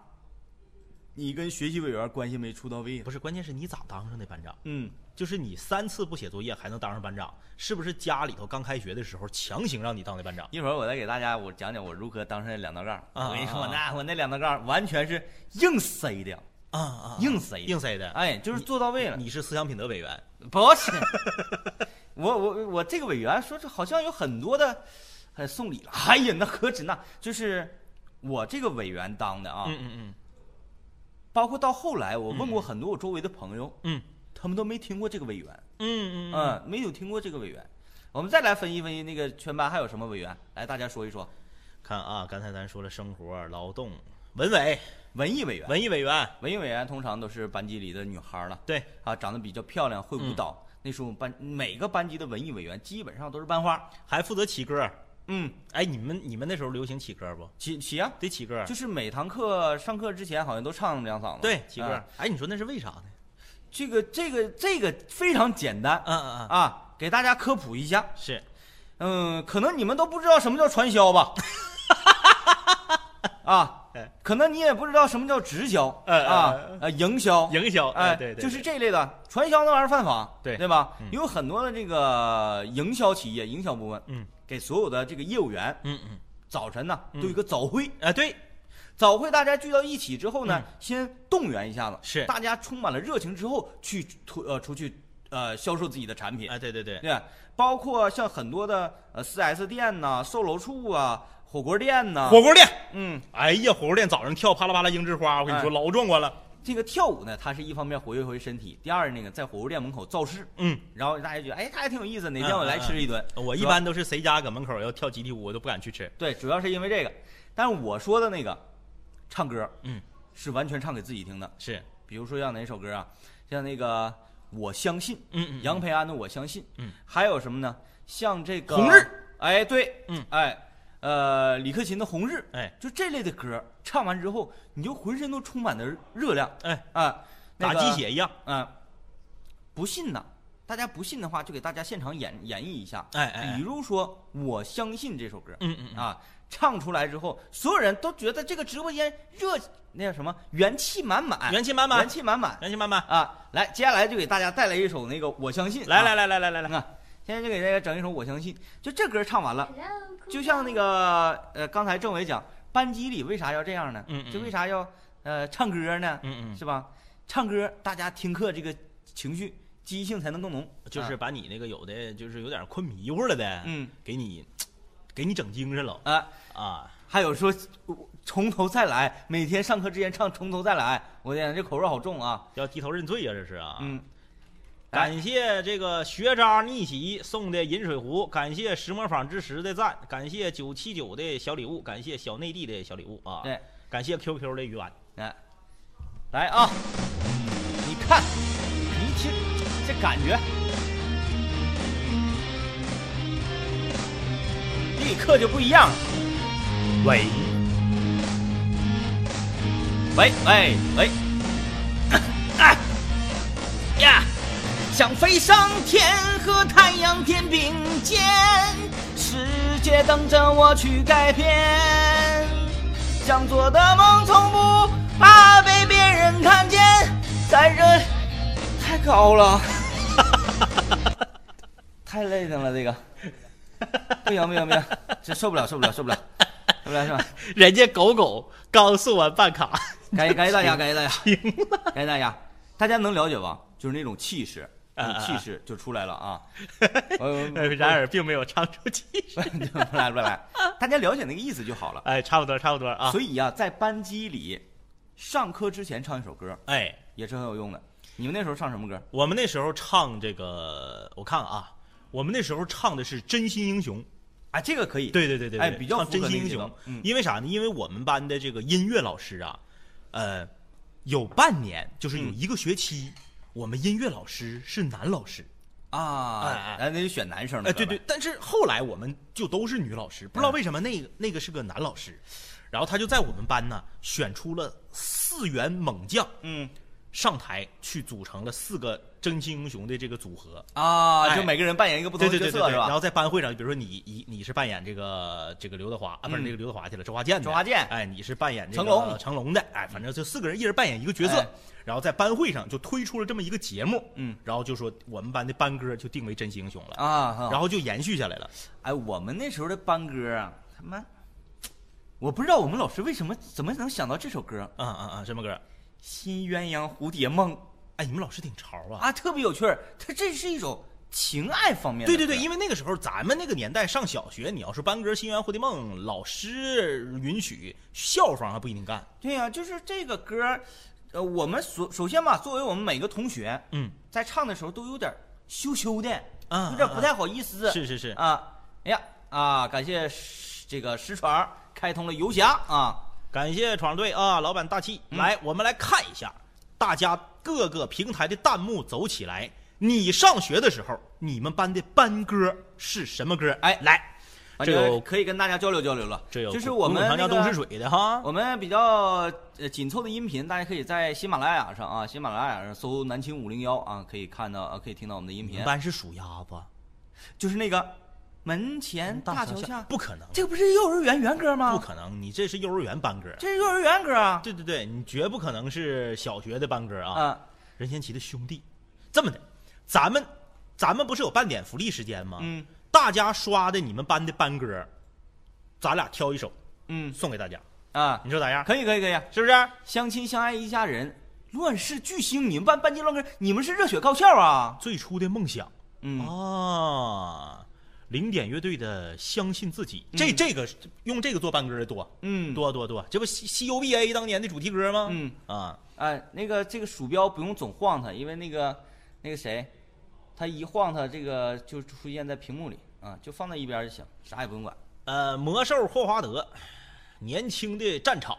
[SPEAKER 1] 你跟学习委员关系没处到位。
[SPEAKER 2] 不是，关键是你咋当上的班长？
[SPEAKER 1] 嗯，
[SPEAKER 2] 就是你三次不写作业还能当上班长，是不是家里头刚开学的时候强行让你当的班长？
[SPEAKER 1] 一会儿我再给大家我讲讲我如何当上的两道杠。
[SPEAKER 2] 啊
[SPEAKER 1] 我跟你说，
[SPEAKER 2] 啊
[SPEAKER 1] 那我那两道杠完全是硬塞的，
[SPEAKER 2] 啊啊
[SPEAKER 1] 硬塞的，
[SPEAKER 2] 硬塞的，
[SPEAKER 1] 哎，就是做到位了。
[SPEAKER 2] 你是思想品德委员，
[SPEAKER 1] 不是，我我我这个委员说这好像有很多的，呃，送礼了。哎呀，那何止那，就是我这个委员当的啊，
[SPEAKER 2] 嗯嗯
[SPEAKER 1] 包括到后来，我问过很多我周围的朋友，
[SPEAKER 2] 嗯
[SPEAKER 1] 他们都没听过这个委员，
[SPEAKER 2] 嗯嗯嗯，
[SPEAKER 1] 嗯，没有听过这个委员。我们再来分析分析那个全班还有什么委员，来大家说一说。
[SPEAKER 2] 看啊，刚才咱说了生活、劳动、文委、
[SPEAKER 1] 文艺委员，
[SPEAKER 2] 文艺委员，
[SPEAKER 1] 文艺委员通常都是班级里的女孩了，
[SPEAKER 2] 对，
[SPEAKER 1] 啊，长得比较漂亮，会舞
[SPEAKER 2] 嗯
[SPEAKER 1] 蹈。那时候我们班每个班级的文艺委员基本上都是班花，
[SPEAKER 2] 还负责起歌。
[SPEAKER 1] 嗯，
[SPEAKER 2] 哎，你们你们那时候流行起歌不？
[SPEAKER 1] 起起啊呀、
[SPEAKER 2] 得起歌。啊
[SPEAKER 1] 就是每堂课上课之前好像都唱两嗓子。
[SPEAKER 2] 哎对，起歌。
[SPEAKER 1] 啊
[SPEAKER 2] 哎，你说那是为啥呢？
[SPEAKER 1] 这个这个这个非常简单
[SPEAKER 2] 嗯嗯嗯，
[SPEAKER 1] 啊，给大家科普一下。
[SPEAKER 2] 是
[SPEAKER 1] 嗯，可能你们都不知道什么叫传销 吧？啊
[SPEAKER 2] 哎，
[SPEAKER 1] 可能你也不知道什么叫直销
[SPEAKER 2] 哎
[SPEAKER 1] 啊
[SPEAKER 2] 哎哎，
[SPEAKER 1] 呃，营销。
[SPEAKER 2] 营销。
[SPEAKER 1] 哎，
[SPEAKER 2] 对对，
[SPEAKER 1] 就是这类的传销那玩意儿犯法，
[SPEAKER 2] 对
[SPEAKER 1] 对吧
[SPEAKER 2] 嗯？
[SPEAKER 1] 有很多的这个营销企业、营销部门，
[SPEAKER 2] 嗯
[SPEAKER 1] 给所有的这个业务员
[SPEAKER 2] 嗯嗯，
[SPEAKER 1] 早晨呢
[SPEAKER 2] 嗯
[SPEAKER 1] 都有一个早会，
[SPEAKER 2] 啊对，
[SPEAKER 1] 早会大家聚到一起之后呢，先动员一下子，
[SPEAKER 2] 嗯是
[SPEAKER 1] 大家充满了热情之后去出呃出去呃销售自己的产品，
[SPEAKER 2] 啊对对对，
[SPEAKER 1] 对吧，包括像很多的呃 4S 店呐、售楼处啊、火锅店呐、
[SPEAKER 2] 火锅店。
[SPEAKER 1] 嗯，
[SPEAKER 2] 哎呀，火锅店早上跳啪啦啪啦樱之花，我跟你说
[SPEAKER 1] 哎
[SPEAKER 2] 老壮观了。
[SPEAKER 1] 这个跳舞呢，它是一方面活跃活跃身体，第二那个在火锅店门口造势，
[SPEAKER 2] 嗯，
[SPEAKER 1] 然后大家觉得哎，它还挺有意思，哪天我来吃一顿。
[SPEAKER 2] 我一般都是谁家搁门口要跳集体舞，我都不敢去吃。
[SPEAKER 1] 对，主要是因为这个，但是我说的那个唱歌
[SPEAKER 2] 嗯，
[SPEAKER 1] 是完全唱给自己听的，
[SPEAKER 2] 是，
[SPEAKER 1] 比如说像哪首歌啊，像那个我相信。
[SPEAKER 2] 嗯嗯，
[SPEAKER 1] 杨培安的《我相信》，
[SPEAKER 2] 嗯，
[SPEAKER 1] 还有什么呢？像这个
[SPEAKER 2] 红日，
[SPEAKER 1] 哎，对，
[SPEAKER 2] 嗯，
[SPEAKER 1] 哎，呃，李克勤的《红日》，
[SPEAKER 2] 哎
[SPEAKER 1] 就这类的歌，唱完之后，你就浑身都充满了热量，
[SPEAKER 2] 哎
[SPEAKER 1] 啊，那
[SPEAKER 2] 打
[SPEAKER 1] 个
[SPEAKER 2] 鸡，血一样。
[SPEAKER 1] 嗯，不信呐，大家不信的话，就给大家现场演演绎一下，
[SPEAKER 2] 哎哎哎
[SPEAKER 1] 比如说《我相信》这首歌，
[SPEAKER 2] 嗯嗯嗯
[SPEAKER 1] 啊，唱出来之后，所有人都觉得这个直播间热，那叫什么，元气满满，
[SPEAKER 2] 哎元气满满
[SPEAKER 1] 元气满满。
[SPEAKER 2] 杨鑫妈妈，
[SPEAKER 1] 啊，来，接下来就给大家带来一首那个《我相 信》
[SPEAKER 2] 来
[SPEAKER 1] 啊
[SPEAKER 2] 来来来来来来，
[SPEAKER 1] 啊，现在就给大家整一首《我相信》，就这歌唱完了，就
[SPEAKER 3] 就
[SPEAKER 1] 像
[SPEAKER 3] 像
[SPEAKER 1] 那
[SPEAKER 3] 那个
[SPEAKER 1] 个呃，刚才政委讲，班级里为啥要这样呢？
[SPEAKER 2] 嗯嗯
[SPEAKER 1] 就为啥要呃唱歌呢？
[SPEAKER 2] 嗯嗯，
[SPEAKER 1] 是吧？唱歌，大家听课这个情绪积极性才能更浓，
[SPEAKER 2] 就是
[SPEAKER 1] 啊
[SPEAKER 2] 把你那个有的就是有点困迷糊了的，
[SPEAKER 1] 嗯
[SPEAKER 2] 给你给你整精神了
[SPEAKER 1] 啊，
[SPEAKER 2] 啊！
[SPEAKER 1] 还有说我从头再来，每天上课之前唱从头再来，我天，这口味好重啊！
[SPEAKER 2] 要低头认罪呀、这是啊！
[SPEAKER 1] 嗯，
[SPEAKER 2] 感谢这个学渣逆袭送的饮水壶，感谢石磨坊之石的赞，感谢九七九的小礼物，感谢小内地的小礼物啊！
[SPEAKER 1] 对，
[SPEAKER 2] 感谢 QQ 的鱼丸。
[SPEAKER 1] 来，来啊！你看，你一听这感觉，立刻就不一样了。
[SPEAKER 2] 喂，
[SPEAKER 1] 喂喂喂！哎呀，想飞上天，和太阳天并肩，世界等着我去改变。想做的梦从不怕被别人看见，在这太高了，太累了这个，不行不行不行，这受不了受不了受不了，受不了是吧？
[SPEAKER 2] 人家狗狗刚送完办卡，
[SPEAKER 1] 感谢感谢大家，感谢大家， 感谢大家，大家能了解吧？就是那种气势，
[SPEAKER 2] 啊
[SPEAKER 1] 那种气势就出来了 啊！我我
[SPEAKER 2] 呃然而并没有唱出气势。
[SPEAKER 1] 不来不来，大家了解那个意思就好了。
[SPEAKER 2] 哎，差不多差不多啊！
[SPEAKER 1] 所以呀、在班级里上课之前唱一首歌
[SPEAKER 2] 哎，
[SPEAKER 1] 也是很有用的。你们那时候唱什么歌？
[SPEAKER 2] 我们那时候唱这个，我看看啊，我们那时候唱的是《真心英雄》。
[SPEAKER 1] 啊，这个可以。
[SPEAKER 2] 对对对对，
[SPEAKER 1] 哎
[SPEAKER 2] 对
[SPEAKER 1] 比较
[SPEAKER 2] 唱
[SPEAKER 1] 符合
[SPEAKER 2] 真心
[SPEAKER 1] 那个
[SPEAKER 2] 英
[SPEAKER 1] 节
[SPEAKER 2] 雄
[SPEAKER 1] 奏嗯，
[SPEAKER 2] 因为啥呢？因为我们班的这个音乐老师啊，呃，有半年就是有
[SPEAKER 1] 嗯
[SPEAKER 2] 一个学期，我们音乐老师是男老师，
[SPEAKER 1] 啊，
[SPEAKER 2] 哎哎
[SPEAKER 1] 然后那就选男生的，
[SPEAKER 2] 哎，对对，，但是后来我们就都是女老师，不知道为什么那个那个是个男老师，然后他就在我们班呢选出了四员猛将
[SPEAKER 1] 嗯
[SPEAKER 2] 上台去组成了四个真心英雄的这个组合。
[SPEAKER 1] 啊，
[SPEAKER 2] 哎
[SPEAKER 1] 就每个人扮演一个不同
[SPEAKER 2] 对
[SPEAKER 1] 的角
[SPEAKER 2] 对对对
[SPEAKER 1] 色
[SPEAKER 2] 对，
[SPEAKER 1] 是
[SPEAKER 2] 然
[SPEAKER 1] 吧？
[SPEAKER 2] 后在班会上，比如说你你你是扮演这个这个刘德华啊，不是
[SPEAKER 1] 嗯
[SPEAKER 2] 那个刘德华去了，周华健的，
[SPEAKER 1] 周华健
[SPEAKER 2] 哎，你是扮演这个
[SPEAKER 1] 成龙嗯
[SPEAKER 2] 成龙的，哎，反正就四个人一人扮演一个角色
[SPEAKER 1] 哎，
[SPEAKER 2] 然后在班会上就推出了这么一个节目，
[SPEAKER 1] 嗯，
[SPEAKER 2] 然后就说我们班的班歌就定为真心英雄了，
[SPEAKER 1] 啊，哈
[SPEAKER 2] 然后就延续下来了，
[SPEAKER 1] 哎，我们那时候的班歌啊，他妈，我不知道我们老师为什么怎么能想到这首歌
[SPEAKER 2] 啊啊啊，什么歌？
[SPEAKER 1] 《新鸳鸯蝴蝶梦》
[SPEAKER 2] 哎，你们老师挺潮啊！
[SPEAKER 1] 啊，特别有趣儿。它这是一首情爱方面的
[SPEAKER 2] 对
[SPEAKER 1] 歌，
[SPEAKER 2] 对对，因
[SPEAKER 1] 为
[SPEAKER 2] 为那个时候咱们那个年代上小学，你要是班歌《新鸳鸯蝴蝶梦》，老师允许，校方还不一定干。
[SPEAKER 1] 对呀、就是这个歌儿，呃，我们所首先吧，作为我们每个同学
[SPEAKER 2] 嗯，
[SPEAKER 1] 在唱的时候都有点儿羞羞的，
[SPEAKER 2] 啊
[SPEAKER 1] 有点不太好意思，
[SPEAKER 2] 是是是，
[SPEAKER 1] 啊，哎呀啊，感谢石这个石床开通了游侠啊，
[SPEAKER 2] 感谢闯队啊，老板大气。
[SPEAKER 1] 嗯
[SPEAKER 2] 来，我们来看一下大家各个平台的弹幕走起来。你上学的时候，你们班的班歌是什么歌？
[SPEAKER 1] 哎
[SPEAKER 2] 来，
[SPEAKER 1] 反
[SPEAKER 2] 这有
[SPEAKER 1] 正可以跟大家交流交流了。
[SPEAKER 2] 这有
[SPEAKER 1] 就是我们
[SPEAKER 2] 长
[SPEAKER 1] 那
[SPEAKER 2] 江
[SPEAKER 1] 个
[SPEAKER 2] 东逝水的哈，
[SPEAKER 1] 我们比较呃紧凑的音频，大家可以在喜马拉雅上啊，喜马拉雅上搜“南青五零幺”啊，可以看到啊，可以听到我们的音
[SPEAKER 2] 你
[SPEAKER 1] 频
[SPEAKER 2] 们，班是数鸭吧？
[SPEAKER 1] 就是那个门前大桥下，
[SPEAKER 2] 不可能，
[SPEAKER 1] 这个不是幼儿园园歌吗？
[SPEAKER 2] 不，可能，你这是幼儿园班歌。
[SPEAKER 1] 这是幼儿园歌啊。
[SPEAKER 2] 对对对，你绝不可能是小学的班歌啊！
[SPEAKER 1] 啊，
[SPEAKER 2] 任贤齐的兄弟，这么的，咱们咱们不是有半点福利时间吗？
[SPEAKER 1] 嗯
[SPEAKER 2] 大家刷的你们班的班歌，咱俩挑一首
[SPEAKER 1] 嗯
[SPEAKER 2] 送给大家，
[SPEAKER 1] 啊，
[SPEAKER 2] 你说咋样？
[SPEAKER 1] 可以可以可以，
[SPEAKER 2] 是不是？
[SPEAKER 1] 相亲相爱一家人，乱世巨星，你们办班级乱歌，你们是热血高校啊？
[SPEAKER 2] 最初的梦想
[SPEAKER 1] 嗯，
[SPEAKER 2] 啊，零点乐队的《相信自己》，这这个用这个做班歌的多，
[SPEAKER 1] 嗯
[SPEAKER 2] 多多多，这不 C C U B A 当年的主题歌吗？
[SPEAKER 1] 嗯
[SPEAKER 2] 啊，
[SPEAKER 1] 哎，那个这个鼠标不用总晃它，因为那个那个谁，它一晃它这个就出现在屏幕里啊，就放在一边就行，啥也不用管。
[SPEAKER 2] 呃，魔兽霍华德，年轻的战场。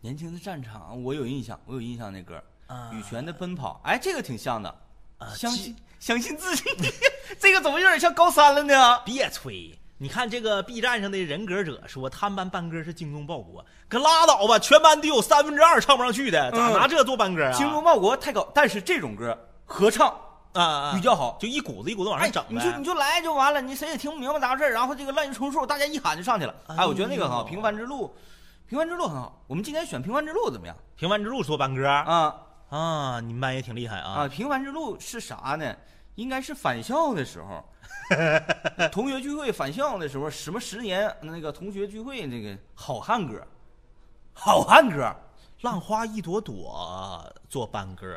[SPEAKER 1] 年轻的战场，我有印象，我有印象那歌，
[SPEAKER 2] 啊
[SPEAKER 1] 羽泉的奔跑，哎，这个挺像的，
[SPEAKER 2] 啊
[SPEAKER 1] 相
[SPEAKER 2] 基
[SPEAKER 1] 信相信自己， 这个怎么有点像高三了呢？
[SPEAKER 2] 别吹！你看这个 B 站上的人格者说，他们班班歌是精忠报国，可拉倒吧！全班得有三分之二唱不上去的，咋
[SPEAKER 1] 嗯
[SPEAKER 2] 拿这做班歌啊？
[SPEAKER 1] 精忠报国太高，但是这种歌合唱
[SPEAKER 2] 啊啊，
[SPEAKER 1] 比较好。
[SPEAKER 2] 就一股子一股子往
[SPEAKER 1] 哎
[SPEAKER 2] 上，整
[SPEAKER 1] 你就你
[SPEAKER 2] 呗。
[SPEAKER 1] 就来就完了，你谁也听不明白咋回事儿然后这个滥竽充数，大家一喊就上去了。哎，我觉得那个很好，
[SPEAKER 2] 哎呦
[SPEAKER 1] 平凡之路》，《平凡之路》很好。我们今天选《平凡之路》怎么样？
[SPEAKER 2] 平凡之路做班歌
[SPEAKER 1] 啊
[SPEAKER 2] 啊，你们班也挺厉害
[SPEAKER 1] 啊，
[SPEAKER 2] 啊
[SPEAKER 1] 《平凡之路》是啥呢？应该是返校的时候，同学聚会返校的时候，什么十年那个同学聚会那个好汉歌，好汉歌，
[SPEAKER 2] 浪花一朵朵做班歌，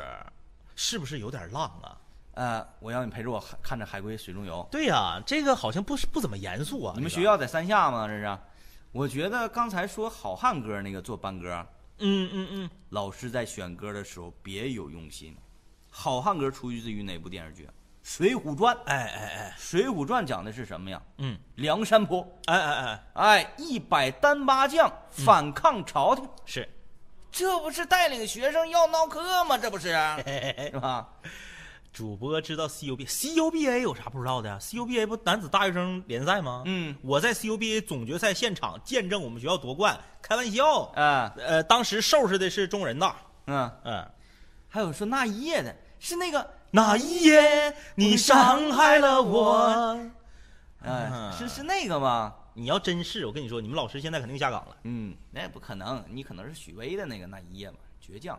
[SPEAKER 2] 是不是有点浪啊？
[SPEAKER 1] 呃，我要你陪着我看着海龟水中游。
[SPEAKER 2] 对呀、这个好像不是不怎么严肃啊。
[SPEAKER 1] 你们
[SPEAKER 2] 这个
[SPEAKER 1] 学校在三亚吗？这是？我觉得刚才说好汉歌那个做班歌，
[SPEAKER 2] 嗯嗯嗯，
[SPEAKER 1] 老师在选歌的时候别有用心。好汉歌出自于哪部电视剧？《水浒传》。《
[SPEAKER 2] 哎哎哎，
[SPEAKER 1] 水浒传》讲的是什么呀？
[SPEAKER 2] 嗯，
[SPEAKER 1] 梁山泊，
[SPEAKER 2] 哎哎哎，
[SPEAKER 1] 哎，一百单八将反抗朝廷，
[SPEAKER 2] 是。
[SPEAKER 1] 这不是带领学生要闹课吗？这不是， 是吧？
[SPEAKER 2] 主播知道 CUBA，CUBA 有啥不知道的呀、c u b a 不男子大学生联赛吗？
[SPEAKER 1] 嗯，
[SPEAKER 2] 我在 CUBA 总决赛现场见证我们学校夺冠，开玩笑。
[SPEAKER 1] 啊，
[SPEAKER 2] 呃，当时收拾的是中人大，
[SPEAKER 1] 嗯，
[SPEAKER 2] 嗯，
[SPEAKER 1] 还有说那一夜的是那个，
[SPEAKER 2] 那一夜你伤害了我。
[SPEAKER 1] 哎，
[SPEAKER 2] 嗯
[SPEAKER 1] 是是那个吗？
[SPEAKER 2] 你要真是，我跟你说，你们老师现在肯定下岗了。
[SPEAKER 1] 嗯，那也不可能，你可能是许巍的那个那一夜嘛，倔强。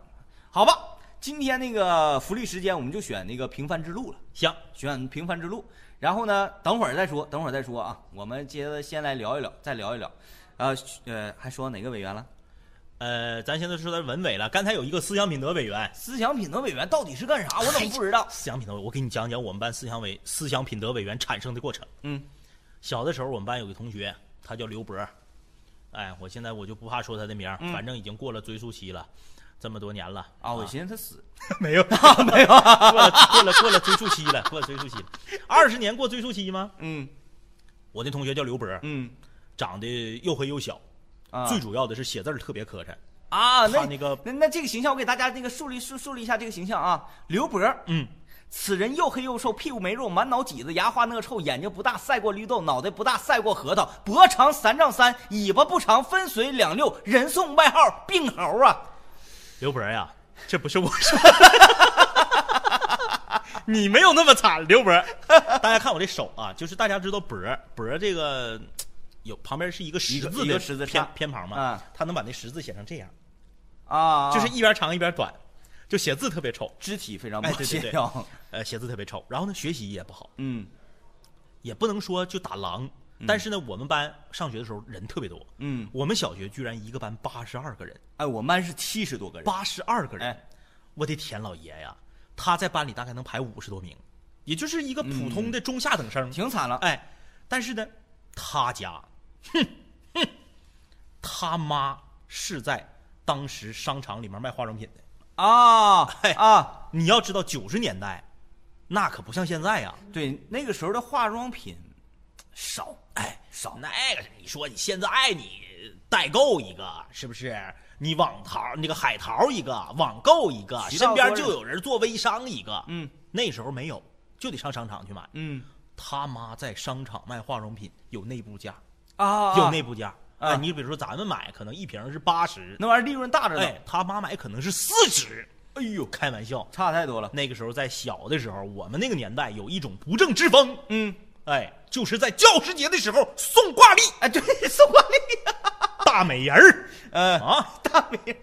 [SPEAKER 1] 好吧，今天那个福利时间我们就选那个平凡之路了，
[SPEAKER 2] 行，
[SPEAKER 1] 选平凡之路。然后呢，等会儿再说，等会儿再说啊。我们接着先来聊一聊，再聊一聊。呃呃，还说哪个委员了？
[SPEAKER 2] 呃，咱现在说到文委了，刚才有一个思想品德委员。
[SPEAKER 1] 思想品德委员到底是干啥？我怎么不知道？
[SPEAKER 2] 思想品德，我给你讲讲我们班思想委思想品德委员产生的过程。
[SPEAKER 1] 嗯
[SPEAKER 2] 小的时候，我们班有个同学，他叫刘博儿，哎，我现在我就不怕说他的名儿，
[SPEAKER 1] 嗯
[SPEAKER 2] 反正已经过了追溯期了，这么多年了
[SPEAKER 1] 啊，我寻思他死，
[SPEAKER 2] 没有没有，过了过了过了追溯期了，过了追溯期了，二十年过追溯期吗？
[SPEAKER 1] 嗯
[SPEAKER 2] 我那同学叫刘博儿，
[SPEAKER 1] 嗯
[SPEAKER 2] 长得又黑又小，
[SPEAKER 1] 啊，
[SPEAKER 2] 最主要的是写字儿特别磕碜，
[SPEAKER 1] 啊，
[SPEAKER 2] 他
[SPEAKER 1] 那
[SPEAKER 2] 那个
[SPEAKER 1] 那那这个形象，我给大家那个树立树树立一下这个形象啊。刘伯，
[SPEAKER 2] 嗯，
[SPEAKER 1] 此人又黑又瘦，屁股没肉，满脑挤子，牙花那臭，眼睛不大赛过绿豆，脑袋不大赛过核桃，脖长三丈三，尾巴不长，分随两六，人送外号病猴啊。
[SPEAKER 2] 刘伯呀，这不是我说的， 你没有那么惨，刘伯。大家看我这手啊，就是大家知道伯伯这个有旁边是一个
[SPEAKER 1] 一
[SPEAKER 2] 十
[SPEAKER 1] 个
[SPEAKER 2] 字
[SPEAKER 1] 一
[SPEAKER 2] 的
[SPEAKER 1] 个十字
[SPEAKER 2] 偏
[SPEAKER 1] 叉
[SPEAKER 2] 偏旁嘛
[SPEAKER 1] 啊，
[SPEAKER 2] 他能把那十字写成这样，
[SPEAKER 1] 啊，
[SPEAKER 2] 就是一边长一边短，就写字特别丑，
[SPEAKER 1] 肢体非常
[SPEAKER 2] 哎
[SPEAKER 1] 不
[SPEAKER 2] 对对
[SPEAKER 1] 协
[SPEAKER 2] 对
[SPEAKER 1] 调。
[SPEAKER 2] 呃，写字特别丑。然后呢，学习也不好，
[SPEAKER 1] 嗯
[SPEAKER 2] 也不能说就打狼，但是呢，我们班上学的时候人特别多，
[SPEAKER 1] 嗯，
[SPEAKER 2] 我们小学居然一个班八十二个人，
[SPEAKER 1] 哎，我们班是七十多个人。
[SPEAKER 2] 八十二个人，
[SPEAKER 1] 哎
[SPEAKER 2] 我的天老爷呀，他在班里大概能排五十多名，也就是一个普通的中下等生。
[SPEAKER 1] 挺惨了，
[SPEAKER 2] 哎，但是呢，他家，哼哼，他妈是在当时商场里面卖化妆品的。
[SPEAKER 1] 啊啊！
[SPEAKER 2] 你要知道，九十年代，那可不像现在呀。
[SPEAKER 1] 对，那个时候的化妆品少，哎，少。
[SPEAKER 2] 那个，你说你现在你代购一个是不是？你网淘那个海淘一个，网购一个，
[SPEAKER 1] 渠道
[SPEAKER 2] 身边
[SPEAKER 1] 多着
[SPEAKER 2] 就有人做微商一个。
[SPEAKER 1] 嗯，
[SPEAKER 2] 那时候没有，就得上商场去买。
[SPEAKER 1] 嗯
[SPEAKER 2] 他妈在商场卖化妆品有内部价，
[SPEAKER 1] 啊，
[SPEAKER 2] 有内部价
[SPEAKER 1] 啊
[SPEAKER 2] 哎你比如说咱们买可能一瓶是八十，
[SPEAKER 1] 那玩意儿利润大着呢。
[SPEAKER 2] 哎，他妈买可能是四十。哎呦，开玩笑！
[SPEAKER 1] 差太多了。
[SPEAKER 2] 那个时候在小的时候，我们那个年代有一种不正之风，
[SPEAKER 1] 嗯，
[SPEAKER 2] 哎，就是在教师节的时候送挂历，
[SPEAKER 1] 哎，对， 送花丽，
[SPEAKER 2] 大美人 儿
[SPEAKER 1] 呃，
[SPEAKER 2] 啊，
[SPEAKER 1] 大美，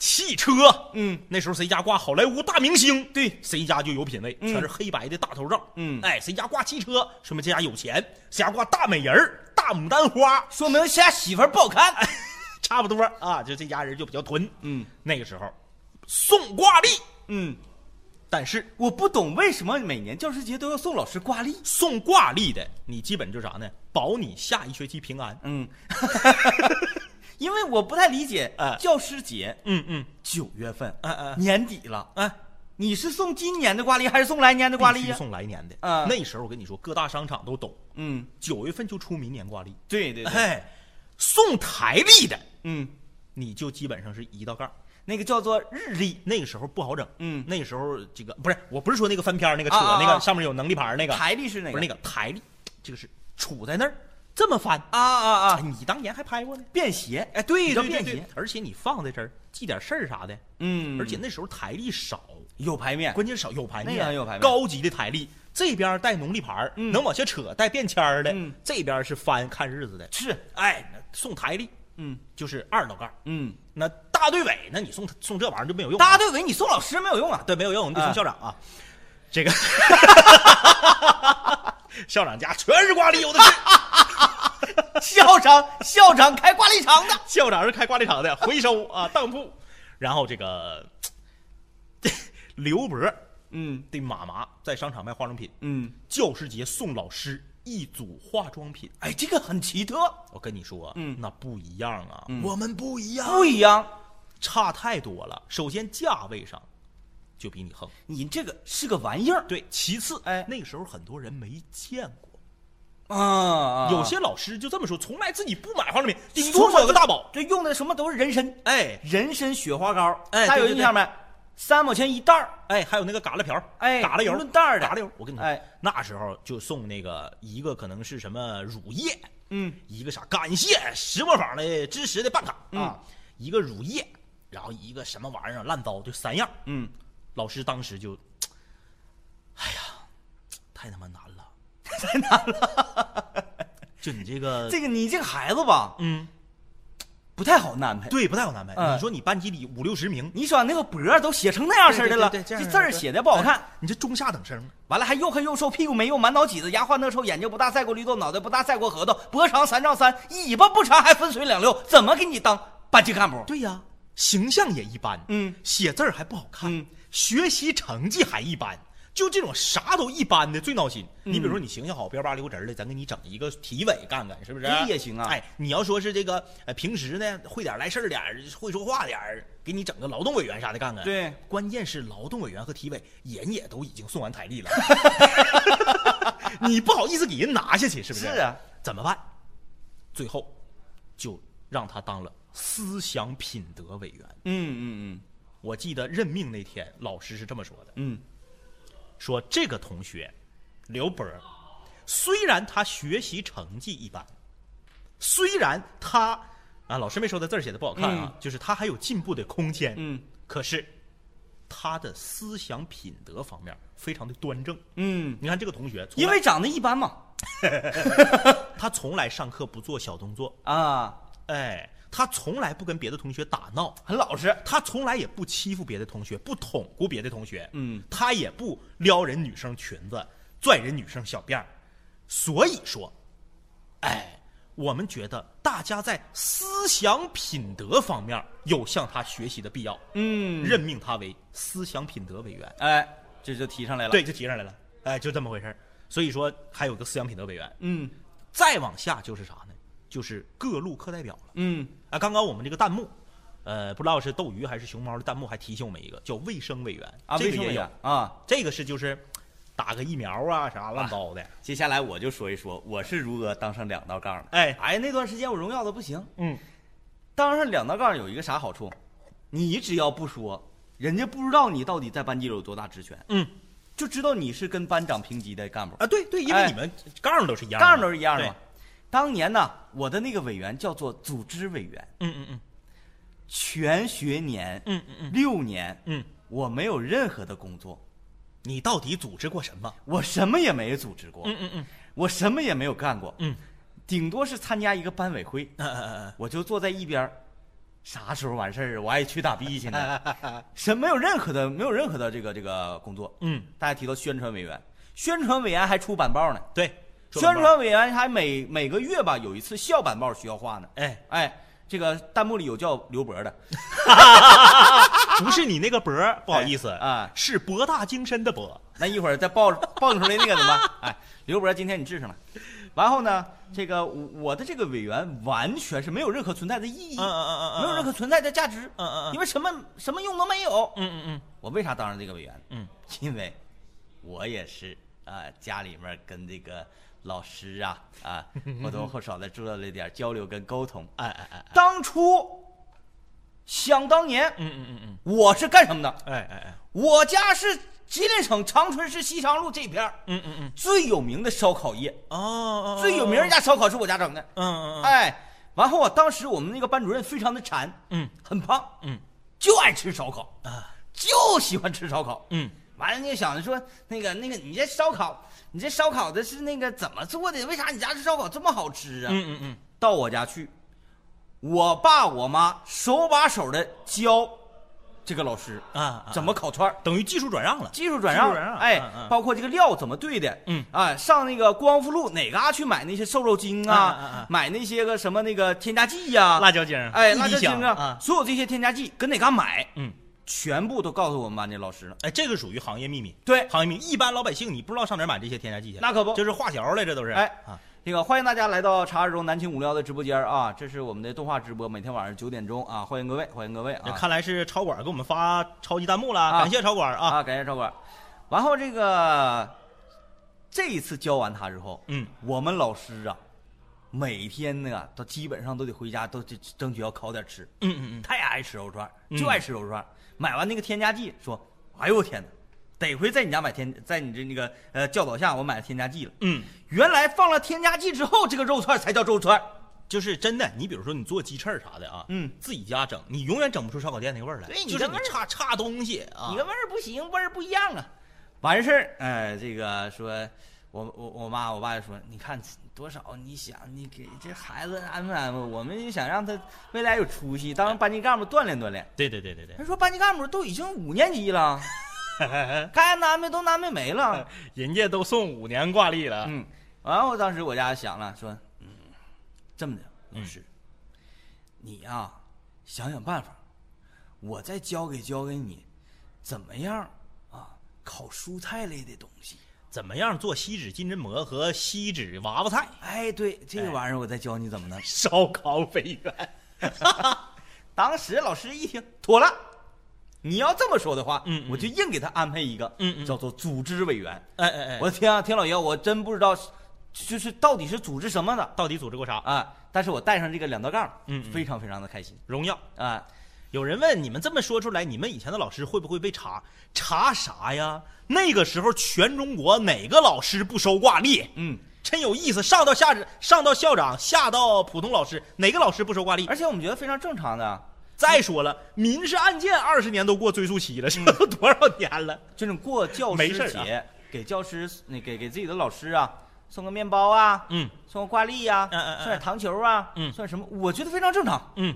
[SPEAKER 2] 汽车，
[SPEAKER 1] 嗯，
[SPEAKER 2] 那时候谁家挂好莱坞大明星，对，谁家就有品位，全是黑白的大头照，
[SPEAKER 1] 嗯
[SPEAKER 2] 哎，谁家挂汽车，说明这家有钱，谁家挂大美人儿、大牡丹花，
[SPEAKER 1] 说明现在媳妇儿不好看。
[SPEAKER 2] 差不多啊，就这家人就比较囤。
[SPEAKER 1] 嗯
[SPEAKER 2] 那个时候送挂历，
[SPEAKER 1] 嗯，
[SPEAKER 2] 但是
[SPEAKER 1] 我不懂为什么每年教师节都要送老师挂历。
[SPEAKER 2] 送挂历的你基本就啥呢？保你下一学期平安。
[SPEAKER 1] 嗯， 因为我不太理解，
[SPEAKER 2] 哎
[SPEAKER 1] 教师节
[SPEAKER 2] 嗯嗯，
[SPEAKER 1] 九月份，
[SPEAKER 2] 哎哎
[SPEAKER 1] 年底了，
[SPEAKER 2] 哎，
[SPEAKER 1] 你是送今年的挂历还是送来年的挂
[SPEAKER 2] 必
[SPEAKER 1] 历
[SPEAKER 2] 须
[SPEAKER 1] 呀？
[SPEAKER 2] 送来年的。
[SPEAKER 1] 嗯
[SPEAKER 2] 那时候我跟你说，各大商场都懂，
[SPEAKER 1] 嗯，
[SPEAKER 2] 九月份就出明年挂历。
[SPEAKER 1] 对对对，
[SPEAKER 2] 哎，送台历的
[SPEAKER 1] 嗯，
[SPEAKER 2] 你就基本上是一道杠。
[SPEAKER 1] 那个叫做日历，
[SPEAKER 2] 那个时候不好整，
[SPEAKER 1] 嗯
[SPEAKER 2] 那个时候这个不是，我不是说那个翻篇儿那个扯、
[SPEAKER 1] 啊啊啊
[SPEAKER 2] 那个上面有能力牌儿那个，
[SPEAKER 1] 台历是哪
[SPEAKER 2] 不是那
[SPEAKER 1] 个
[SPEAKER 2] 个台历，这个是杵在那儿这么翻
[SPEAKER 1] 啊啊
[SPEAKER 2] 啊！
[SPEAKER 1] 啊，
[SPEAKER 2] 你当年还拍过呢。
[SPEAKER 1] 便携，
[SPEAKER 2] 哎，对
[SPEAKER 1] 比较
[SPEAKER 2] 对
[SPEAKER 1] 便
[SPEAKER 2] 对对
[SPEAKER 1] 携，
[SPEAKER 2] 而且你放在这儿记点事儿啥的，
[SPEAKER 1] 嗯，
[SPEAKER 2] 而且那时候台历少，
[SPEAKER 1] 有牌面，
[SPEAKER 2] 关键少有排面，
[SPEAKER 1] 那样有排面
[SPEAKER 2] 高级的台历这边带农历牌儿，能往下扯带便签儿的
[SPEAKER 1] 嗯，
[SPEAKER 2] 这边是翻看日子的。
[SPEAKER 1] 是，
[SPEAKER 2] 哎，那送台历
[SPEAKER 1] 嗯
[SPEAKER 2] 就是二道杠，
[SPEAKER 1] 嗯。
[SPEAKER 2] 那大队委那你送送这玩意儿就没有用，
[SPEAKER 1] 大家都以为你送老师没有用啊。
[SPEAKER 2] 对没有用，你得
[SPEAKER 1] 哎
[SPEAKER 2] 送校长啊。这个 校长家全是挂历，有的 是。
[SPEAKER 1] 校长，校长开挂历厂的，
[SPEAKER 2] 校长是开挂历厂的，回收啊当铺。然后这个刘伯
[SPEAKER 1] 嗯
[SPEAKER 2] 的妈妈在商场卖化妆品，
[SPEAKER 1] 嗯，
[SPEAKER 2] 教师节送老师一组化妆品。
[SPEAKER 1] 哎，这个很奇特，
[SPEAKER 2] 我跟你说，
[SPEAKER 1] 嗯
[SPEAKER 2] 那不一样啊，我们不一样，
[SPEAKER 1] 不一样。
[SPEAKER 2] 差太多了。首先价位上就比你横，
[SPEAKER 1] 你这个是个玩意儿
[SPEAKER 2] 对。其次，
[SPEAKER 1] 哎
[SPEAKER 2] 那个时候很多人没见过，
[SPEAKER 1] 啊啊，
[SPEAKER 2] 有些老师就这么说，从来自己不买化妆品，顶
[SPEAKER 1] 从
[SPEAKER 2] 多
[SPEAKER 1] 小
[SPEAKER 2] 买个大宝。
[SPEAKER 1] 这用的什么都是人参，
[SPEAKER 2] 哎
[SPEAKER 1] 人参雪花膏，
[SPEAKER 2] 哎
[SPEAKER 1] 大家有
[SPEAKER 2] 对对
[SPEAKER 1] 印象没？三毛钱一袋儿，
[SPEAKER 2] 哎，还有那个嘎啦瓢儿，
[SPEAKER 1] 哎
[SPEAKER 2] 嘎啦油，
[SPEAKER 1] 润袋儿的
[SPEAKER 2] 嘎啦油。我跟你说
[SPEAKER 1] 哎，
[SPEAKER 2] 那时候就送那个一个可能是什么乳液，
[SPEAKER 1] 嗯，
[SPEAKER 2] 一个啥感谢石磨坊的支持的办卡
[SPEAKER 1] 嗯
[SPEAKER 2] 啊，一个乳液，然后一个什么玩意儿烂糟，就三样。
[SPEAKER 1] 嗯，
[SPEAKER 2] 老师当时就，哎呀，太他妈难 了，太难了。 就你这个，
[SPEAKER 1] 这个你这个孩子吧，
[SPEAKER 2] 嗯，
[SPEAKER 1] 不太好安排。
[SPEAKER 2] 对，不太好安排。
[SPEAKER 1] 哎
[SPEAKER 2] 你说你班级里五六十名，
[SPEAKER 1] 你说那个脖都写成那样式儿的了，
[SPEAKER 2] 对对对对这样
[SPEAKER 1] 字儿
[SPEAKER 2] 对
[SPEAKER 1] 写的不好看。
[SPEAKER 2] 哎你这中下等生，
[SPEAKER 1] 完了还又黑又瘦，屁股没肉，满脑挤子，牙花那臭，眼睛不大赛过绿豆，脑袋不大赛过核桃，脖长三丈三，尾巴不长还分水两溜，怎么给你当班级干部？
[SPEAKER 2] 对呀、形象也一般，
[SPEAKER 1] 嗯
[SPEAKER 2] 写字儿还不好看，
[SPEAKER 1] 嗯
[SPEAKER 2] 学习成绩还一般，就这种啥都一般的最闹心。
[SPEAKER 1] 嗯
[SPEAKER 2] 你比如说你形象好，膘吧溜直儿的，咱给你整一个体委干干，是不是？
[SPEAKER 1] 哎也行啊
[SPEAKER 2] 哎，你要说是这个，呃，平时呢会点儿来事儿点儿，会说话点儿，给你整个劳动委员啥的干干。
[SPEAKER 1] 对，
[SPEAKER 2] 关键是劳动委员和体委人也都已经送完 台历了，你不好意思给人拿下去，是不
[SPEAKER 1] 是啊
[SPEAKER 2] 怎么办？最后就让他当了思想品德委员。
[SPEAKER 1] 嗯嗯
[SPEAKER 2] 我记得任命那天，老师是这么说的：
[SPEAKER 1] 嗯
[SPEAKER 2] 说这个同学刘博儿，虽然他学习成绩一般，虽然他啊，老师没说他字儿写的不好看啊，就是他还有进步的空间，
[SPEAKER 1] 嗯
[SPEAKER 2] 可是他的思想品德方面非常的端正。
[SPEAKER 1] 嗯，
[SPEAKER 2] 你看这个同学，从
[SPEAKER 1] 因
[SPEAKER 2] 来
[SPEAKER 1] 为长得一般嘛
[SPEAKER 2] 他从来上课不做小动作，
[SPEAKER 1] 啊，
[SPEAKER 2] 哎，他从来不跟别的同学打闹，
[SPEAKER 1] 很老实。
[SPEAKER 2] 他从来也不欺负别的同学，不捅咕别的同学，
[SPEAKER 1] 嗯，
[SPEAKER 2] 他也不撩人女生裙子，拽人女生小辫儿，所以说，哎，我们觉得大家在思想品德方面有向他学习的必要，
[SPEAKER 1] 嗯，
[SPEAKER 2] 任命他为思想品德委员，
[SPEAKER 1] 哎，这就提上来了。，
[SPEAKER 2] 对，就提上来了，哎，就这么回事儿所以说，还有个思想品德委员，
[SPEAKER 1] 嗯
[SPEAKER 2] 再往下就是啥呢？就是各路课代表了。
[SPEAKER 1] 嗯
[SPEAKER 2] 啊，刚刚我们这个弹幕，呃，不知道是斗鱼还是熊猫的弹幕还提醒我们一个叫卫生委员
[SPEAKER 1] 啊，
[SPEAKER 2] 这
[SPEAKER 1] 卫
[SPEAKER 2] 个
[SPEAKER 1] 生
[SPEAKER 2] 也
[SPEAKER 1] 委
[SPEAKER 2] 有
[SPEAKER 1] 员，啊。
[SPEAKER 2] 这个是就是打个疫苗啊啥乱糟的，
[SPEAKER 1] 接下来我就说一说，我是如何当上两道杠的。
[SPEAKER 2] 哎，
[SPEAKER 1] 哎，那段时间我荣耀的不行，
[SPEAKER 2] 嗯，
[SPEAKER 1] 当上两道杠有一个啥好处？你只要不说，人家不知道你到底在班级里有多大职权，
[SPEAKER 2] 嗯，
[SPEAKER 1] 就知道你是跟班长平级的干部，
[SPEAKER 2] 啊对对，因为
[SPEAKER 1] 哎
[SPEAKER 2] 你们杠都是一样的，
[SPEAKER 1] 杠都是一样的
[SPEAKER 2] 对
[SPEAKER 1] 嘛。当年呢，我的那个委员叫做组织委员，
[SPEAKER 2] 嗯嗯嗯
[SPEAKER 1] 全学年
[SPEAKER 2] 嗯嗯嗯
[SPEAKER 1] 六年，
[SPEAKER 2] 嗯，
[SPEAKER 1] 我没有任何的工作，
[SPEAKER 2] 你到底组织过什么？
[SPEAKER 1] 我什么也没组织过，
[SPEAKER 2] 嗯嗯嗯
[SPEAKER 1] 我什么也没有干过，
[SPEAKER 2] 嗯，
[SPEAKER 1] 顶多是参加一个班委会，
[SPEAKER 2] 呃呃
[SPEAKER 1] 我就坐在一边儿，啥时候完事儿啊？我爱去打 B 去 呢，什没有任何的没有任何的这个这个工作。
[SPEAKER 2] 嗯，
[SPEAKER 1] 大家提到宣传委员，宣传委员还出版报呢，
[SPEAKER 2] 对，说
[SPEAKER 1] 宣
[SPEAKER 2] 吧吧，
[SPEAKER 1] 传委员还每每个月吧有一次校版报需要画呢。
[SPEAKER 2] 哎，
[SPEAKER 1] 哎，这个弹幕里有叫刘博的，
[SPEAKER 2] 不是你那个博儿，不好意思
[SPEAKER 1] 哎啊
[SPEAKER 2] 是博大精深的博，
[SPEAKER 1] 那一会儿再报报出来那个怎么办？哎，刘博今天你治上了。完后呢，这个我我的这个委员完全是没有任何存在的意义，
[SPEAKER 2] 嗯嗯嗯嗯嗯，
[SPEAKER 1] 没有任何存在的价值，
[SPEAKER 2] 嗯嗯嗯
[SPEAKER 1] 因为什么什么用都没有。
[SPEAKER 2] 嗯嗯嗯
[SPEAKER 1] 我为啥当上这个委员？
[SPEAKER 2] 嗯，
[SPEAKER 1] 因为我也是啊、家里面跟这个老师啊啊，或多或少的做了点交流跟沟通。
[SPEAKER 2] 哎哎哎，
[SPEAKER 1] 当初，想当年，
[SPEAKER 2] 嗯嗯嗯嗯，
[SPEAKER 1] 我是干什么的？
[SPEAKER 2] 哎哎哎，
[SPEAKER 1] 我家是吉林省长春市西昌路这边儿
[SPEAKER 2] 嗯嗯嗯，
[SPEAKER 1] 最有名的烧烤业，
[SPEAKER 2] 哦哦，哦
[SPEAKER 1] 最有名儿一，家烧烤是我家整的。
[SPEAKER 2] 嗯嗯嗯，
[SPEAKER 1] 哎，完后啊，当时我们那个班主任非常的馋，
[SPEAKER 2] 嗯
[SPEAKER 1] 很胖，
[SPEAKER 2] 嗯
[SPEAKER 1] 就爱吃烧烤，
[SPEAKER 2] 啊，
[SPEAKER 1] 就喜欢吃烧烤。
[SPEAKER 2] 嗯
[SPEAKER 1] 完了，你就想着说，那个那个，你这烧烤，你这烧烤的是那个怎么做的？为啥你家这烧烤这么好吃啊？
[SPEAKER 2] 嗯嗯嗯，
[SPEAKER 1] 到我家去，我爸我妈手把手的教这个老师
[SPEAKER 2] 啊啊
[SPEAKER 1] 怎么烤串儿
[SPEAKER 2] 等于技术转让了，
[SPEAKER 1] 技术转让，
[SPEAKER 2] 技术转让
[SPEAKER 1] 哎，
[SPEAKER 2] 嗯嗯
[SPEAKER 1] 包括这个料怎么兑的，
[SPEAKER 2] 嗯
[SPEAKER 1] 啊，上那个光复路哪嘎去买那些瘦肉精
[SPEAKER 2] 嗯嗯嗯
[SPEAKER 1] 啊，
[SPEAKER 2] 嗯
[SPEAKER 1] 买那些个什么那个添加剂呀、
[SPEAKER 2] 辣椒精儿，
[SPEAKER 1] 哎，
[SPEAKER 2] 一滴
[SPEAKER 1] 辣椒精
[SPEAKER 2] 香啊，
[SPEAKER 1] 所有这些添加剂跟哪嘎买，
[SPEAKER 2] 嗯，
[SPEAKER 1] 全部都告诉我们班这老师了。
[SPEAKER 2] 哎，这个属于行业秘密，
[SPEAKER 1] 对，
[SPEAKER 2] 行业秘密，一般老百姓你不知道上哪儿买这些添加剂去，
[SPEAKER 1] 那可不，
[SPEAKER 2] 这是化学来，这都是，
[SPEAKER 1] 哎
[SPEAKER 2] 啊，
[SPEAKER 1] 这个欢迎大家来到茶二中南青五零幺的直播间啊，这是我们的动画直播，每天晚上九点钟啊，欢迎各位，欢迎各位
[SPEAKER 2] 那
[SPEAKER 1] 啊
[SPEAKER 2] 看来是超管给我们发超级弹幕了，
[SPEAKER 1] 啊
[SPEAKER 2] 感谢超管啊，
[SPEAKER 1] 啊，感谢超管。然后这个这一次教完他之后，
[SPEAKER 2] 嗯，
[SPEAKER 1] 我们老师啊，每天呢都基本上都得回家，都得争取要烤点吃，
[SPEAKER 2] 嗯嗯嗯，
[SPEAKER 1] 太爱吃肉串，
[SPEAKER 2] 嗯
[SPEAKER 1] 就爱吃肉串。买完那个添加剂，说，哎呦我天哪，得亏在你家买添，在你这那个呃教导下，我买了添加剂了。
[SPEAKER 2] 嗯，
[SPEAKER 1] 原来放了添加剂之后，这个肉串才叫肉串。
[SPEAKER 2] 就是真的，你比如说你做鸡翅儿啥的啊，
[SPEAKER 1] 嗯，
[SPEAKER 2] 自己家整，你永远整不出烧烤店那个味儿来，
[SPEAKER 1] 对你
[SPEAKER 2] 就是
[SPEAKER 1] 那
[SPEAKER 2] 你
[SPEAKER 1] 味儿
[SPEAKER 2] 差差东西啊
[SPEAKER 1] 你，个味儿不行，味儿不一样啊。完事儿，呃，这个说，我我我妈我爸就说，你看多少，你想你给这孩子安排安排，我们就想让他未来有出息，当班级干部锻炼锻炼。
[SPEAKER 2] 对对对 对对，
[SPEAKER 1] 人说班级干部都已经五年级 了，该安排都安排没了。
[SPEAKER 2] 人家都送五年挂历了，
[SPEAKER 1] 嗯，完后当时我家想了，说，嗯，这么的，老师，你呀、想想办法，我再教给教给你，怎么样啊，烤蔬菜类的东西。
[SPEAKER 2] 怎么样做锡纸金针蘑和锡纸娃娃菜？
[SPEAKER 1] 哎，对，这
[SPEAKER 2] 哎
[SPEAKER 1] 个玩意儿我再教你怎么弄。
[SPEAKER 2] 烧烤委员，
[SPEAKER 1] 当时老师一听，妥了。你要这么说的话，
[SPEAKER 2] 嗯嗯
[SPEAKER 1] 我就硬给他安排一个，
[SPEAKER 2] 嗯嗯
[SPEAKER 1] 叫做组织委员。
[SPEAKER 2] 哎哎哎，
[SPEAKER 1] 我的天啊，天老爷，我真不知道，就是到底是组织什么的
[SPEAKER 2] 到底组织过啥？
[SPEAKER 1] 啊！但是我带上这个两道杠，
[SPEAKER 2] 嗯嗯
[SPEAKER 1] 非常非常的开心
[SPEAKER 2] 荣耀。
[SPEAKER 1] 啊。
[SPEAKER 2] 有人问你们这么说出来，你们以前的老师会不会被查？查啥呀？那个时候全中国哪个老师不收挂历？
[SPEAKER 1] 嗯，
[SPEAKER 2] 真有意思，上到下上到校长，下到普通老师，哪个老师不收挂历？
[SPEAKER 1] 而且我们觉得非常正常的
[SPEAKER 2] 再说了，民事案件二十年都过追诉期了，这都多少年了？
[SPEAKER 1] 这种过教
[SPEAKER 2] 没事
[SPEAKER 1] 师
[SPEAKER 2] 儿啊
[SPEAKER 1] 节，给教师那给给自己的老师啊送个面包啊，
[SPEAKER 2] 嗯
[SPEAKER 1] 送个挂历呀、
[SPEAKER 2] 嗯嗯嗯
[SPEAKER 1] 送点糖球啊，
[SPEAKER 2] 嗯
[SPEAKER 1] 送点什么，我觉得非常正常，
[SPEAKER 2] 嗯，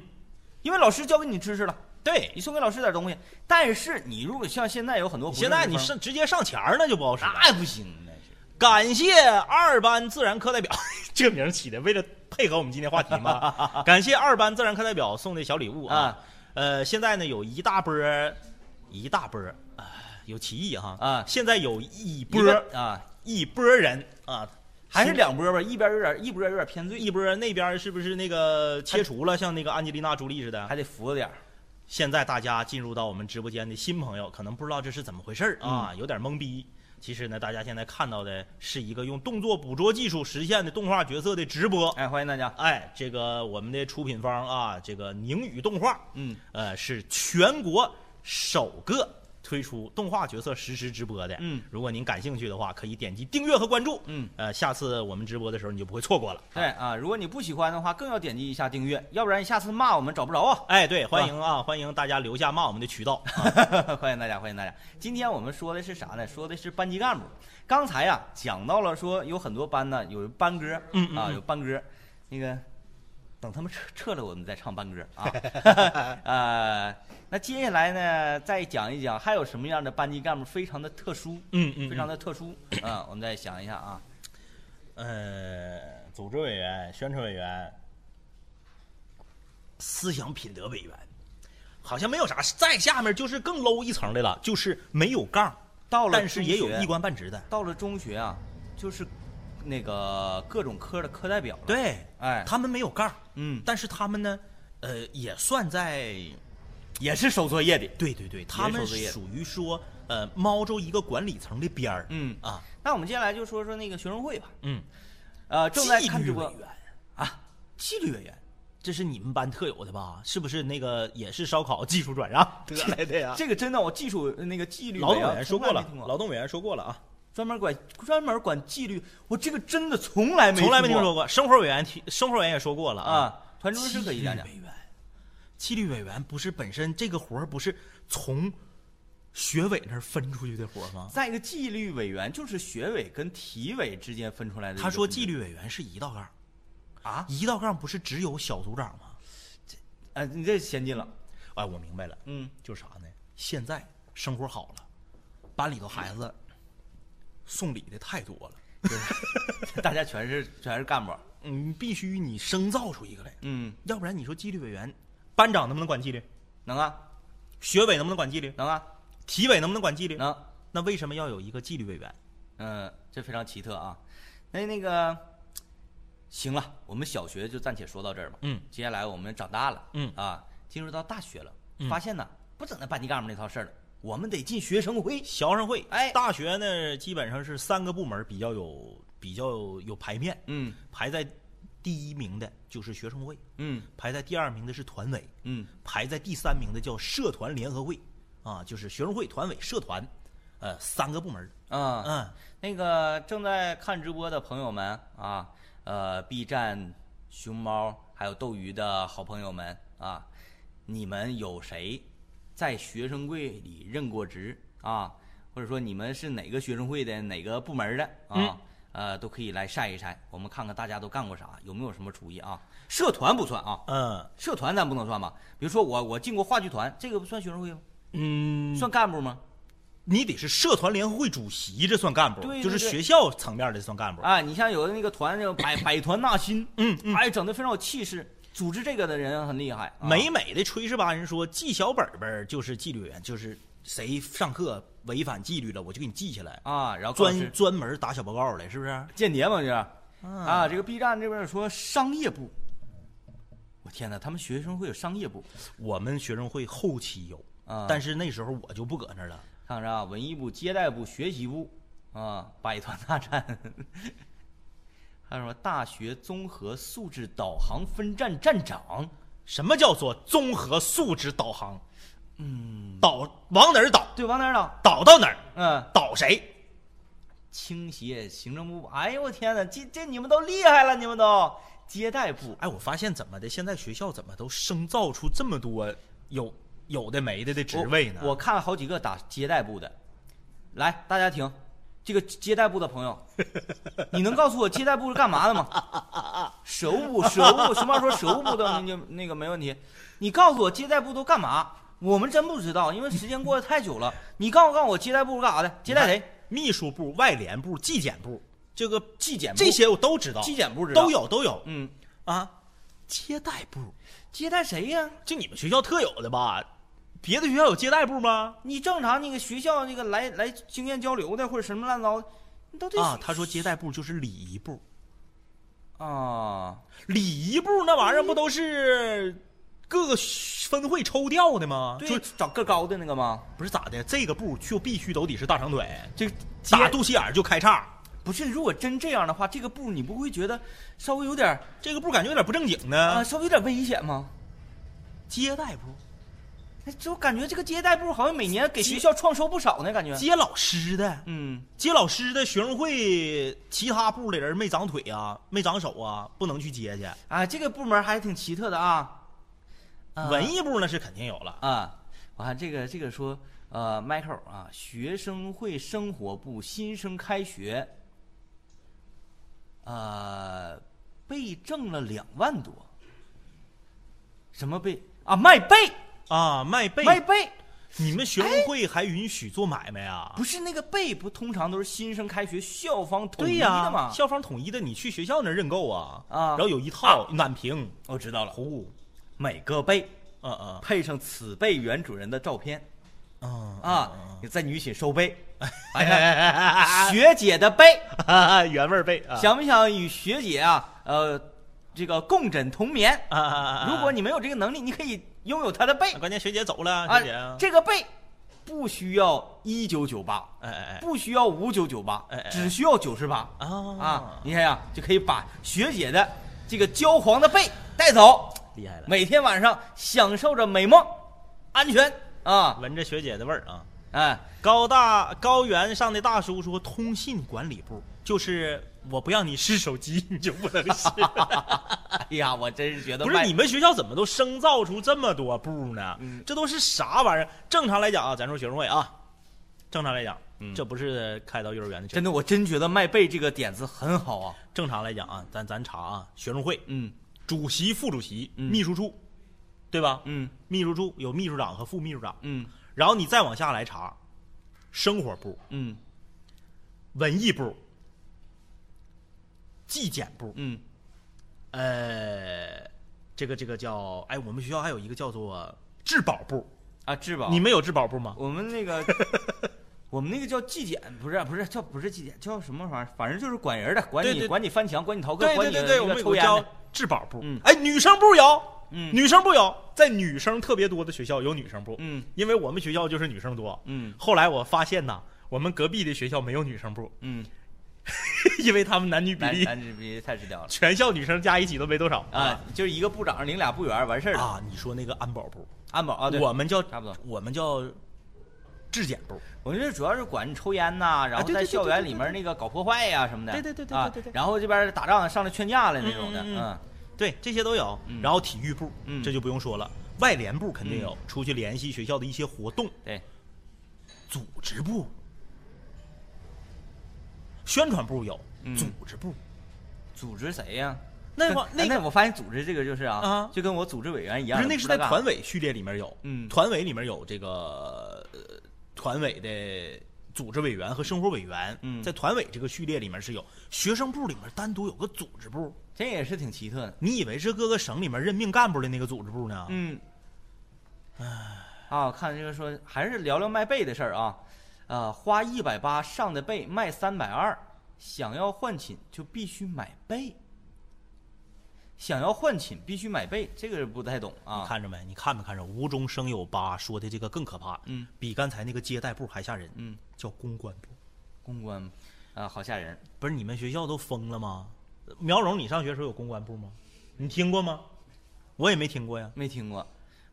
[SPEAKER 1] 因为老师教给你知识了，
[SPEAKER 2] 对，
[SPEAKER 1] 你送给老师点东西。但是你如果像现在有很多
[SPEAKER 2] 你
[SPEAKER 1] 不
[SPEAKER 2] 现
[SPEAKER 1] 正
[SPEAKER 2] 在
[SPEAKER 1] 之
[SPEAKER 2] 你
[SPEAKER 1] 风
[SPEAKER 2] 上直接上前儿那就不好使了。
[SPEAKER 1] 那不行，那是
[SPEAKER 2] 感谢二班自然课代表，这个名儿起的，为了配合我们今天话题 嘛。感谢二班自然课代表送的小礼物啊。
[SPEAKER 1] 啊
[SPEAKER 2] 呃，现在呢有一大波儿，一大波儿啊，有歧义哈
[SPEAKER 1] 啊
[SPEAKER 2] 现在有一波
[SPEAKER 1] 一
[SPEAKER 2] 儿
[SPEAKER 1] 个啊，
[SPEAKER 2] 一波儿人啊，
[SPEAKER 1] 还是
[SPEAKER 2] 说
[SPEAKER 1] 两波吧，一边有点一波有点偏最，
[SPEAKER 2] 一波儿那边儿是不是那个切除了，像那个安吉丽娜朱莉似的？
[SPEAKER 1] 还得服着点儿
[SPEAKER 2] 现在大家进入到我们直播间的新朋友，可能不知道这是怎么回事儿啊，有点懵逼。其实呢，大家现在看到的是一个用动作捕捉技术实现的动画角色的直播。
[SPEAKER 1] 哎，欢迎大家，
[SPEAKER 2] 哎，这个我们的出品方啊，这个宁宇动画，
[SPEAKER 1] 嗯，
[SPEAKER 2] 呃，是全国首个推出动画角色实时直播的。
[SPEAKER 1] 嗯，
[SPEAKER 2] 如果您感兴趣的话，可以点击订阅和关注。
[SPEAKER 1] 嗯，
[SPEAKER 2] 呃，下次我们直播的时候你就不会错过了。
[SPEAKER 1] 对啊，如果你不喜欢的话，更要点击一下订阅，要不然你下次骂我们找不着啊。
[SPEAKER 2] 哎，对，欢迎啊，欢迎大家留下骂我们的渠道。
[SPEAKER 1] 欢迎大家，欢迎大家。今天我们说的是啥呢？说的是班级干部。刚才呀、讲到了说有很多班呢，有班歌，
[SPEAKER 2] 嗯嗯
[SPEAKER 1] 啊，
[SPEAKER 2] 嗯
[SPEAKER 1] 有班歌，那个等他们撤撤了，我们再唱班歌 啊。呃，那接下来呢，再讲一讲还有什么样的班级干部非常的特殊，
[SPEAKER 2] 嗯嗯，
[SPEAKER 1] 非常的特殊啊、我们再想一下啊。
[SPEAKER 2] 呃，组织委员、宣传委员、思想品德委员，好像没有啥。再下面就是更 low 一层的了，就是没有杠，
[SPEAKER 1] 到了
[SPEAKER 2] 但是也有
[SPEAKER 1] 中学
[SPEAKER 2] 一官半职的。
[SPEAKER 1] 到了中学啊，就是那个各种科的科代表了，
[SPEAKER 2] 对，
[SPEAKER 1] 哎，
[SPEAKER 2] 他们没有杠，
[SPEAKER 1] 嗯，
[SPEAKER 2] 但是他们呢，呃，也算在，
[SPEAKER 1] 也是收作业的。
[SPEAKER 2] 对对对，他们
[SPEAKER 1] 收作业
[SPEAKER 2] 属于说，呃，猫着一个管理层的边儿。
[SPEAKER 1] 嗯
[SPEAKER 2] 啊，
[SPEAKER 1] 那我们接下来就说说那个学生会吧。
[SPEAKER 2] 嗯，
[SPEAKER 1] 呃，正在
[SPEAKER 2] 纪
[SPEAKER 1] 看
[SPEAKER 2] 律
[SPEAKER 1] 直播
[SPEAKER 2] 委员
[SPEAKER 1] 啊，纪律委员，
[SPEAKER 2] 这是你们班特有的吧？是不是那个也是烧烤技术转让得来的呀？
[SPEAKER 1] 这个真的，我技术那个纪律
[SPEAKER 2] 劳动
[SPEAKER 1] 员
[SPEAKER 2] 委员说过
[SPEAKER 1] 从
[SPEAKER 2] 了
[SPEAKER 1] 来没听，
[SPEAKER 2] 劳动委员说过了啊，
[SPEAKER 1] 专门管专门管纪律，我这个真的从来没
[SPEAKER 2] 从来没
[SPEAKER 1] 没
[SPEAKER 2] 听说过。生活委员提，生活委员也说过了啊。
[SPEAKER 1] 啊。团支书可以讲讲
[SPEAKER 2] 纪律，委员，纪律委员不是本身这个活儿不是从学委那儿分出去的活儿吗？
[SPEAKER 1] 再一个纪律委员就是学委跟体委之间分出来的一个
[SPEAKER 2] 他
[SPEAKER 1] 分支。
[SPEAKER 2] 说纪律委员是一道杠，
[SPEAKER 1] 啊，
[SPEAKER 2] 一道杠不是只有小组长吗？
[SPEAKER 1] 呃，你这先进了，
[SPEAKER 2] 哎，我明白了，
[SPEAKER 1] 嗯，
[SPEAKER 2] 就是啥呢？现在生活好了，班里头孩子送礼的太多了，
[SPEAKER 1] 大家全是全是干部，
[SPEAKER 2] 嗯，必须你生造出一个来，
[SPEAKER 1] 嗯，
[SPEAKER 2] 要不然你说纪律委员，班长能不能管纪律？
[SPEAKER 1] 能啊，
[SPEAKER 2] 学委能不能管纪律？
[SPEAKER 1] 能啊，
[SPEAKER 2] 体委能不能管纪律？
[SPEAKER 1] 能，
[SPEAKER 2] 那为什么要有一个纪律委员？
[SPEAKER 1] 嗯、这非常奇特啊。那那个，行了，我们小学就暂且说到这儿吧。
[SPEAKER 2] 嗯，
[SPEAKER 1] 接下来我们长大了，
[SPEAKER 2] 嗯
[SPEAKER 1] 啊，进入到大学了，
[SPEAKER 2] 嗯
[SPEAKER 1] 发现呢不整那班级干部那套事儿了，我们得进学生会。
[SPEAKER 2] 学生会，
[SPEAKER 1] 哎
[SPEAKER 2] 大学呢基本上是三个部门比较有比较有排面，
[SPEAKER 1] 嗯
[SPEAKER 2] 排在第一名的就是学生会，
[SPEAKER 1] 嗯
[SPEAKER 2] 排在第二名的是团委，
[SPEAKER 1] 嗯，
[SPEAKER 2] 排在第三名的叫社团联合会，啊，就是学生会、团委、社团，呃，三个部门，
[SPEAKER 1] 啊、
[SPEAKER 2] 嗯，
[SPEAKER 1] 那个正在看直播的朋友们啊，呃，B 站、熊猫还有斗鱼的好朋友们啊，你们有谁在学生会里任过职啊？或者说你们是哪个学生会的哪个部门的啊？
[SPEAKER 2] 嗯
[SPEAKER 1] 呃，都可以来晒一晒，我们看看大家都干过啥，有没有什么厨艺啊？社团不算啊，
[SPEAKER 2] 嗯
[SPEAKER 1] 社团咱不能算吧？比如说我我进过话剧团，这个不算学生会吗？
[SPEAKER 2] 嗯，
[SPEAKER 1] 算干部吗？
[SPEAKER 2] 你得是社团联合会主席，这算干部，
[SPEAKER 1] 对对
[SPEAKER 2] 就是
[SPEAKER 1] 对
[SPEAKER 2] 学校层面的算干部，
[SPEAKER 1] 啊，你像有的那个团叫 百百团纳新，
[SPEAKER 2] 嗯嗯，
[SPEAKER 1] 哎，整的非常有气势，组织这个的人很厉害。啊
[SPEAKER 2] 美美的炊事班人说，记小本本儿就是纪律委员，就是谁上课违反纪律了，我就给你记下来，
[SPEAKER 1] 啊，然后高老师
[SPEAKER 2] 专专门打小报告来，是不是？
[SPEAKER 1] 间谍嘛，这是
[SPEAKER 2] 嗯
[SPEAKER 1] 啊，这个 B 站这边说商业部，我天哪，他们学生会有商业部，
[SPEAKER 2] 我们学生会后期有，
[SPEAKER 1] 啊
[SPEAKER 2] 但是那时候我就不搁那儿了。
[SPEAKER 1] 看看啊， 文艺部、接待部、学习部啊，百团大战，还有什么大学综合素质导航分站站长，
[SPEAKER 2] 什么叫做综合素质导航？嗯，导往哪儿导？
[SPEAKER 1] 对，往哪儿找？
[SPEAKER 2] 导到哪儿？
[SPEAKER 1] 嗯，
[SPEAKER 2] 导谁？
[SPEAKER 1] 倾斜行政部，哎呦我天哪，这这你们都厉害了，你们都接待部，
[SPEAKER 2] 哎，我发现怎么的，现在学校怎么都生造出这么多有有的没的的职位呢？
[SPEAKER 1] 我我看了好几个打接待部的，来，大家听，这个接待部的朋友， 你能告诉我接待部是干嘛的吗？ 舍务部，舍务部，熊猫说舍务部的，那就那个没问题。你告诉我接待部都干嘛？我们真不知道，因为时间过得太久了。你告诉告诉我接待部是干啥的？接待谁？
[SPEAKER 2] 秘书部、外联部、纪检部，这个
[SPEAKER 1] 纪检部
[SPEAKER 2] 这些我都知道，
[SPEAKER 1] 纪检部知道
[SPEAKER 2] 都有都有
[SPEAKER 1] 嗯，
[SPEAKER 2] 啊。接待部，
[SPEAKER 1] 接待谁呀、
[SPEAKER 2] 这你们学校特有的吧？别的学校有接待部吗？
[SPEAKER 1] 你正常那个学校那个来来经验交流的或者什么乱糟的，你到底
[SPEAKER 2] 啊，他说接待部就是礼仪部，
[SPEAKER 1] 啊，
[SPEAKER 2] 礼仪部那玩意儿不都是各个分会抽调的吗？
[SPEAKER 1] 对，
[SPEAKER 2] 就
[SPEAKER 1] 找个高的那个吗？
[SPEAKER 2] 不是咋的，这个部就必须都得是大长腿，
[SPEAKER 1] 这个接
[SPEAKER 2] 打肚脐眼儿就开叉。
[SPEAKER 1] 啊不是，如果真这样的话，这个步你不会觉得稍微有点儿
[SPEAKER 2] 这个部感觉有点不正经
[SPEAKER 1] 啊、
[SPEAKER 2] 呢。
[SPEAKER 1] 稍微有点危险吗？
[SPEAKER 2] 接待部
[SPEAKER 1] 那就感觉这个接待部好像每年给
[SPEAKER 2] 接
[SPEAKER 1] 学校创收不少呢，感觉。
[SPEAKER 2] 接老师的，
[SPEAKER 1] 嗯，
[SPEAKER 2] 接老师的学生会其他部的人没长腿啊，没长手啊，不能去接去。
[SPEAKER 1] 啊，这个部门还挺奇特的啊。啊
[SPEAKER 2] 文艺部那是肯定有了，
[SPEAKER 1] 啊，我看这个这个说，呃，Michael 啊，学生会生活部新生开学，呃，被挣了两万多，什么被啊卖被
[SPEAKER 2] 啊，卖被。
[SPEAKER 1] 卖被，
[SPEAKER 2] 你们学生会还允许做买卖啊？
[SPEAKER 1] 不是那个被不通常都是新生开学校方统
[SPEAKER 2] 对
[SPEAKER 1] 一
[SPEAKER 2] 呀、
[SPEAKER 1] 的吗？
[SPEAKER 2] 校方统一的，你去学校那儿认购啊，
[SPEAKER 1] 啊
[SPEAKER 2] 然后有一套暖瓶、
[SPEAKER 1] 我知道了，
[SPEAKER 2] 壶，
[SPEAKER 1] 每个被
[SPEAKER 2] 嗯嗯
[SPEAKER 1] 配上此被原主人的照片
[SPEAKER 2] 嗯
[SPEAKER 1] 啊，在女寝收被，
[SPEAKER 2] 哎哎哎哎
[SPEAKER 1] 学姐的被。
[SPEAKER 2] 哎，原味儿被啊，
[SPEAKER 1] 想不想与学姐啊，呃，这个共枕同眠？
[SPEAKER 2] 啊啊啊！
[SPEAKER 1] 如果你没有这个能力，你可以拥有她的被
[SPEAKER 2] 啊关键学姐走了，
[SPEAKER 1] 啊
[SPEAKER 2] 学姐啊，，
[SPEAKER 1] 这个被不需要一九九八，
[SPEAKER 2] 哎哎
[SPEAKER 1] 不需要五九九八
[SPEAKER 2] 哎哎，
[SPEAKER 1] 只需要九十八
[SPEAKER 2] 哎
[SPEAKER 1] 啊！你想想就可以把学姐的这个焦黄的被带走，
[SPEAKER 2] 厉害了，
[SPEAKER 1] 每天晚上享受着美梦，安全啊！
[SPEAKER 2] 闻着学姐的味儿啊。
[SPEAKER 1] 哎，
[SPEAKER 2] 高大高原上的大叔说，通信管理部就是我不让你试手机，你就不能试。
[SPEAKER 1] 哎呀，我真是觉得
[SPEAKER 2] 不是
[SPEAKER 1] 卖
[SPEAKER 2] 你们学校怎么都生造出这么多部呢？
[SPEAKER 1] 嗯
[SPEAKER 2] 这都是啥玩意儿？正常来讲啊，咱说学生会啊，正常来讲，这不是开到幼儿园的学
[SPEAKER 1] 真
[SPEAKER 2] 生。
[SPEAKER 1] 的，我真觉得卖被这个点子很好啊！
[SPEAKER 2] 正常来讲啊，咱咱查啊，学生会
[SPEAKER 1] 嗯
[SPEAKER 2] 主席、副主席、
[SPEAKER 1] 嗯
[SPEAKER 2] 秘书处，对吧？
[SPEAKER 1] 嗯
[SPEAKER 2] 秘书处有秘书长和副秘书长，
[SPEAKER 1] 嗯
[SPEAKER 2] 然后你再往下来查，生活部、
[SPEAKER 1] 嗯
[SPEAKER 2] 文艺部、纪检部，
[SPEAKER 1] 嗯
[SPEAKER 2] 呃，这个这个叫哎，我们学校还有一个叫做质保部，
[SPEAKER 1] 啊，质保
[SPEAKER 2] 你们有质保部吗？
[SPEAKER 1] 我们那 个，我们那个叫纪检，不是不是叫不是纪检，叫什么玩意儿？反正就是管人的，管你
[SPEAKER 2] 对对
[SPEAKER 1] 管你翻墙，管你逃课，
[SPEAKER 2] 对
[SPEAKER 1] 管
[SPEAKER 2] 对
[SPEAKER 1] 你那
[SPEAKER 2] 对对，
[SPEAKER 1] 个
[SPEAKER 2] 我们有
[SPEAKER 1] 抽
[SPEAKER 2] 个
[SPEAKER 1] 烟
[SPEAKER 2] 叫
[SPEAKER 1] 的。
[SPEAKER 2] 质保部，
[SPEAKER 1] 嗯
[SPEAKER 2] 哎，女生部有，
[SPEAKER 1] 嗯
[SPEAKER 2] 女生部有，在女生特别多的学校有女生部，
[SPEAKER 1] 嗯
[SPEAKER 2] 因为我们学校就是女生多。
[SPEAKER 1] 嗯
[SPEAKER 2] 后来我发现呐，我们隔壁的学校没有女生部，
[SPEAKER 1] 嗯，
[SPEAKER 2] 因为他们男女比
[SPEAKER 1] 男
[SPEAKER 2] 例，
[SPEAKER 1] 男女比例太失 调了
[SPEAKER 2] 全校女生加一起都没多少
[SPEAKER 1] 啊！就是一个部长领俩部员完事儿了。
[SPEAKER 2] 啊！你说那个安保部，
[SPEAKER 1] 安保啊，对，
[SPEAKER 2] 我们叫
[SPEAKER 1] 差不多
[SPEAKER 2] 我们叫质检部，
[SPEAKER 1] 我觉得主要是管抽烟呐，然后
[SPEAKER 2] 啊对对
[SPEAKER 1] 在
[SPEAKER 2] 对对
[SPEAKER 1] 校园里
[SPEAKER 2] 对对
[SPEAKER 1] 面那个搞破坏呀什么的。
[SPEAKER 2] 对对对对
[SPEAKER 1] 啊
[SPEAKER 2] 对对对
[SPEAKER 1] 然后这边打仗上来劝架了那种的，
[SPEAKER 2] 嗯嗯
[SPEAKER 1] 嗯
[SPEAKER 2] 嗯对，这些都有。
[SPEAKER 1] 嗯
[SPEAKER 2] 然后体育部，
[SPEAKER 1] 嗯
[SPEAKER 2] 这就不用说了。外联部肯定有，出去联系学校的一些活动。
[SPEAKER 1] 对，
[SPEAKER 2] 组织部、宣传部有，
[SPEAKER 1] 嗯
[SPEAKER 2] 组织部
[SPEAKER 1] 组织谁呀？
[SPEAKER 2] 那会儿
[SPEAKER 1] 跟
[SPEAKER 2] 那
[SPEAKER 1] 哎
[SPEAKER 2] 个
[SPEAKER 1] 那我发现组织这个就是啊
[SPEAKER 2] 啊，
[SPEAKER 1] 就跟我组织委员一
[SPEAKER 2] 不
[SPEAKER 1] 样，
[SPEAKER 2] 是那
[SPEAKER 1] 不
[SPEAKER 2] 是
[SPEAKER 1] 知
[SPEAKER 2] 在
[SPEAKER 1] 道干
[SPEAKER 2] 团委序列里面有，
[SPEAKER 1] 嗯
[SPEAKER 2] 团委里面有这个呃团委的组织委员和生活委员，
[SPEAKER 1] 嗯
[SPEAKER 2] 在团委这个序列里面是有，学生部里面单独有个组织部，
[SPEAKER 1] 这也是挺奇特的。
[SPEAKER 2] 你以为是各个省里面任命干部的那个组织部呢？
[SPEAKER 1] 嗯，唉，啊，我看这个说还是聊聊卖被的事儿啊，呃，花一百八上的被卖三百二，想要换寝就必须买被，想要换寝必须买被，这个不太懂
[SPEAKER 2] 你
[SPEAKER 1] 啊。
[SPEAKER 2] 看着没？你看没看着？无中生有八说的这个更可怕，
[SPEAKER 1] 嗯，
[SPEAKER 2] 比刚才那个接待部还吓人，
[SPEAKER 1] 嗯，
[SPEAKER 2] 叫公关部。
[SPEAKER 1] 公关，啊、好吓人。
[SPEAKER 2] 不是你们学校都疯了吗？苗荣，你上学时候有公关部吗？你听过吗？我也没听过呀。
[SPEAKER 1] 没听过，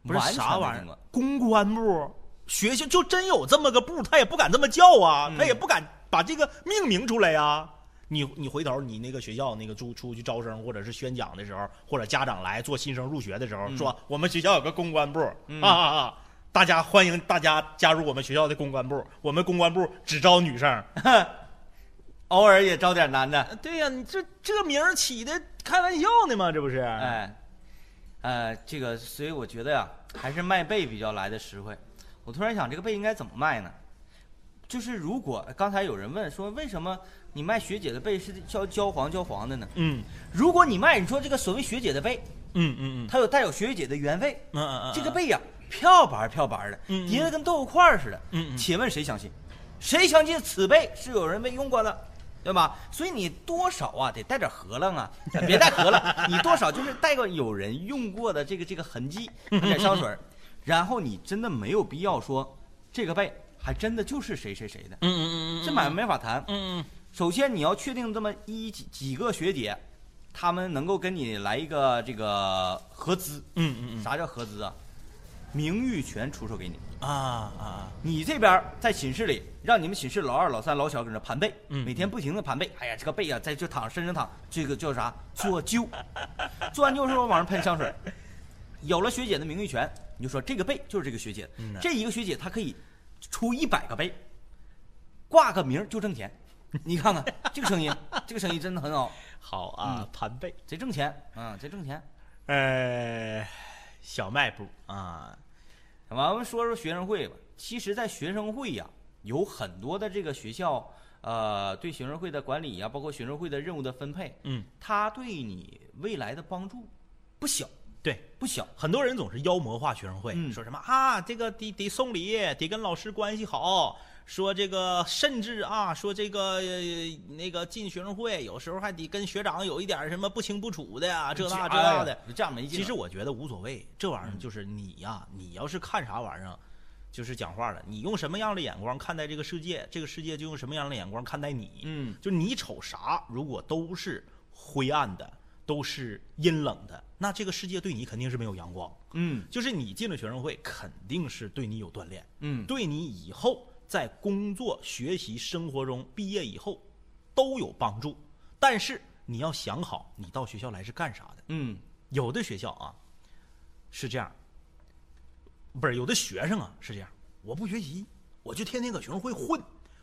[SPEAKER 2] 不是
[SPEAKER 1] 完全
[SPEAKER 2] 啥
[SPEAKER 1] 没
[SPEAKER 2] 玩
[SPEAKER 1] 听
[SPEAKER 2] 意儿
[SPEAKER 1] 过，
[SPEAKER 2] 公关部，学校就真有这么个部，他也不敢这么叫啊，他也不敢把这个命名出来呀、你你回头你那个学校那个出出去招生或者是宣讲的时候，或者家长来做新生入学的时候，说我们学校有个公关部、啊啊啊，大家欢迎大家加入我们学校的公关部，我们公关部只招女生。
[SPEAKER 1] 偶尔也招点男的。
[SPEAKER 2] 啊对呀、你这这名儿起的开玩笑呢吗？这不是？
[SPEAKER 1] 哎，呃，这个，所以我觉得呀、还是卖贝比较来的实惠。我突然想，这个贝应该怎么卖呢？就是如果刚才有人问说，为什么你卖学姐的贝是叫焦黄焦黄的呢？
[SPEAKER 2] 嗯
[SPEAKER 1] 如果你卖你说这个所谓学姐的贝，
[SPEAKER 2] 嗯嗯嗯
[SPEAKER 1] 它有带有学姐的原味，
[SPEAKER 2] 嗯嗯嗯，
[SPEAKER 1] 这个贝呀、漂白漂白的，
[SPEAKER 2] 嗯嗯
[SPEAKER 1] 叠的跟豆腐块儿似的。
[SPEAKER 2] 嗯嗯
[SPEAKER 1] 请问谁相信？谁相信此贝是有人被用过的？对吧？所以你多少啊，得带点荷浪啊， 别带荷浪，你多少就是带个有人用过的这个这个痕 迹，喷点香水儿，然后你真的没有必要说这个贝还真的就是谁谁谁的，
[SPEAKER 2] 嗯嗯嗯嗯，
[SPEAKER 1] 这买卖没法谈。
[SPEAKER 2] 嗯嗯
[SPEAKER 1] 首先你要确定这么一几几个学姐，她们能够跟你来一个这个合资，
[SPEAKER 2] 嗯嗯嗯。
[SPEAKER 1] 啥叫合资啊？名誉权出售给你，
[SPEAKER 2] 啊啊！
[SPEAKER 1] 你这边儿在寝室里，让你们寝室老二、老三、老小搁那盘背，
[SPEAKER 2] 嗯
[SPEAKER 1] 每天不停的盘背。哎呀，这个背呀、在就躺身上躺，这个叫 啥？做灸。做完灸之后往上喷香水儿，有了学姐的名誉权，你就说这个背就是这个学姐的，
[SPEAKER 2] 嗯呐
[SPEAKER 1] 这一个学姐她可以出一百个背，挂个名儿就挣钱。你看看这个生意，这个生意真的很好，
[SPEAKER 2] 好啊，盘贝，
[SPEAKER 1] 贼挣钱啊、嗯，贼挣钱。
[SPEAKER 2] 呃，小卖部啊，
[SPEAKER 1] 完，我们说说学生会吧。其实，在学生会呀、有很多的这个学校，呃，对学生会的管理呀、包括学生会的任务的分配，
[SPEAKER 2] 嗯，
[SPEAKER 1] 它对你未来的帮助不小，
[SPEAKER 2] 对，
[SPEAKER 1] 不小。
[SPEAKER 2] 很多人总是妖魔化学生会，
[SPEAKER 1] 嗯
[SPEAKER 2] 说什么啊，这个得得送礼，得跟老师关系好，说这个甚至啊，说这个、呃那个进学生会，有时候还得跟学长有一点什么不清不楚的啊，这那这那的。，
[SPEAKER 1] 这样没劲。
[SPEAKER 2] 其实，嗯我觉得无所谓，这玩意儿就是你呀、你要是看啥玩意儿，就是讲话了，你用什么样的眼光看待这个世界，这个世界就用什么样的眼光看待你。
[SPEAKER 1] 嗯，
[SPEAKER 2] 就你瞅啥，如果都是灰暗的，都是阴冷的，那这个世界对你肯定是没有阳光。
[SPEAKER 1] 嗯
[SPEAKER 2] 就是你进了学生会，肯定是对你有锻炼，
[SPEAKER 1] 嗯，
[SPEAKER 2] 对你以后在工作、学习、生活中，毕业以后都有帮助。但是你要想好，你到学校来是干啥的。
[SPEAKER 1] 嗯
[SPEAKER 2] 有的学校啊是这样，不是有的学生啊是这样，我不学习，我就天天搁学生会混，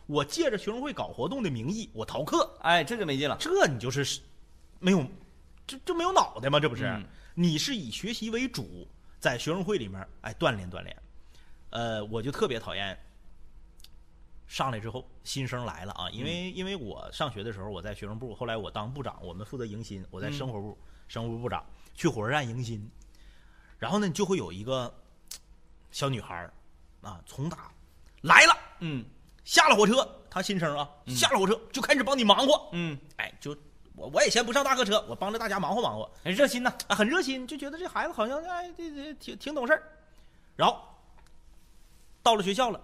[SPEAKER 2] 我借着学生会搞活动的名义我逃课，
[SPEAKER 1] 哎，这就没劲了。
[SPEAKER 2] 这你就是没有，这这没有脑袋吗？这不是？
[SPEAKER 1] 嗯
[SPEAKER 2] 你是以学习为主，在学生会里面，哎，锻炼锻炼。呃，我就特别讨厌上来之后新生来了啊，因为、因为我上学的时候我在学生部，后来我当部长，我们负责迎新，我在生活部、生活部部长去火车站迎新，然后呢就会有一个小女孩儿啊，从打来了。
[SPEAKER 1] 嗯
[SPEAKER 2] 下了火车，她新生啊，下了火车就开始帮你忙活，
[SPEAKER 1] 嗯，
[SPEAKER 2] 哎，就我我也先不上大客车，我帮着大家忙活忙活，
[SPEAKER 1] 很热心呐。
[SPEAKER 2] 啊，很热心，就觉得这孩子好像哎，这这挺挺懂事儿。然后到了学校了，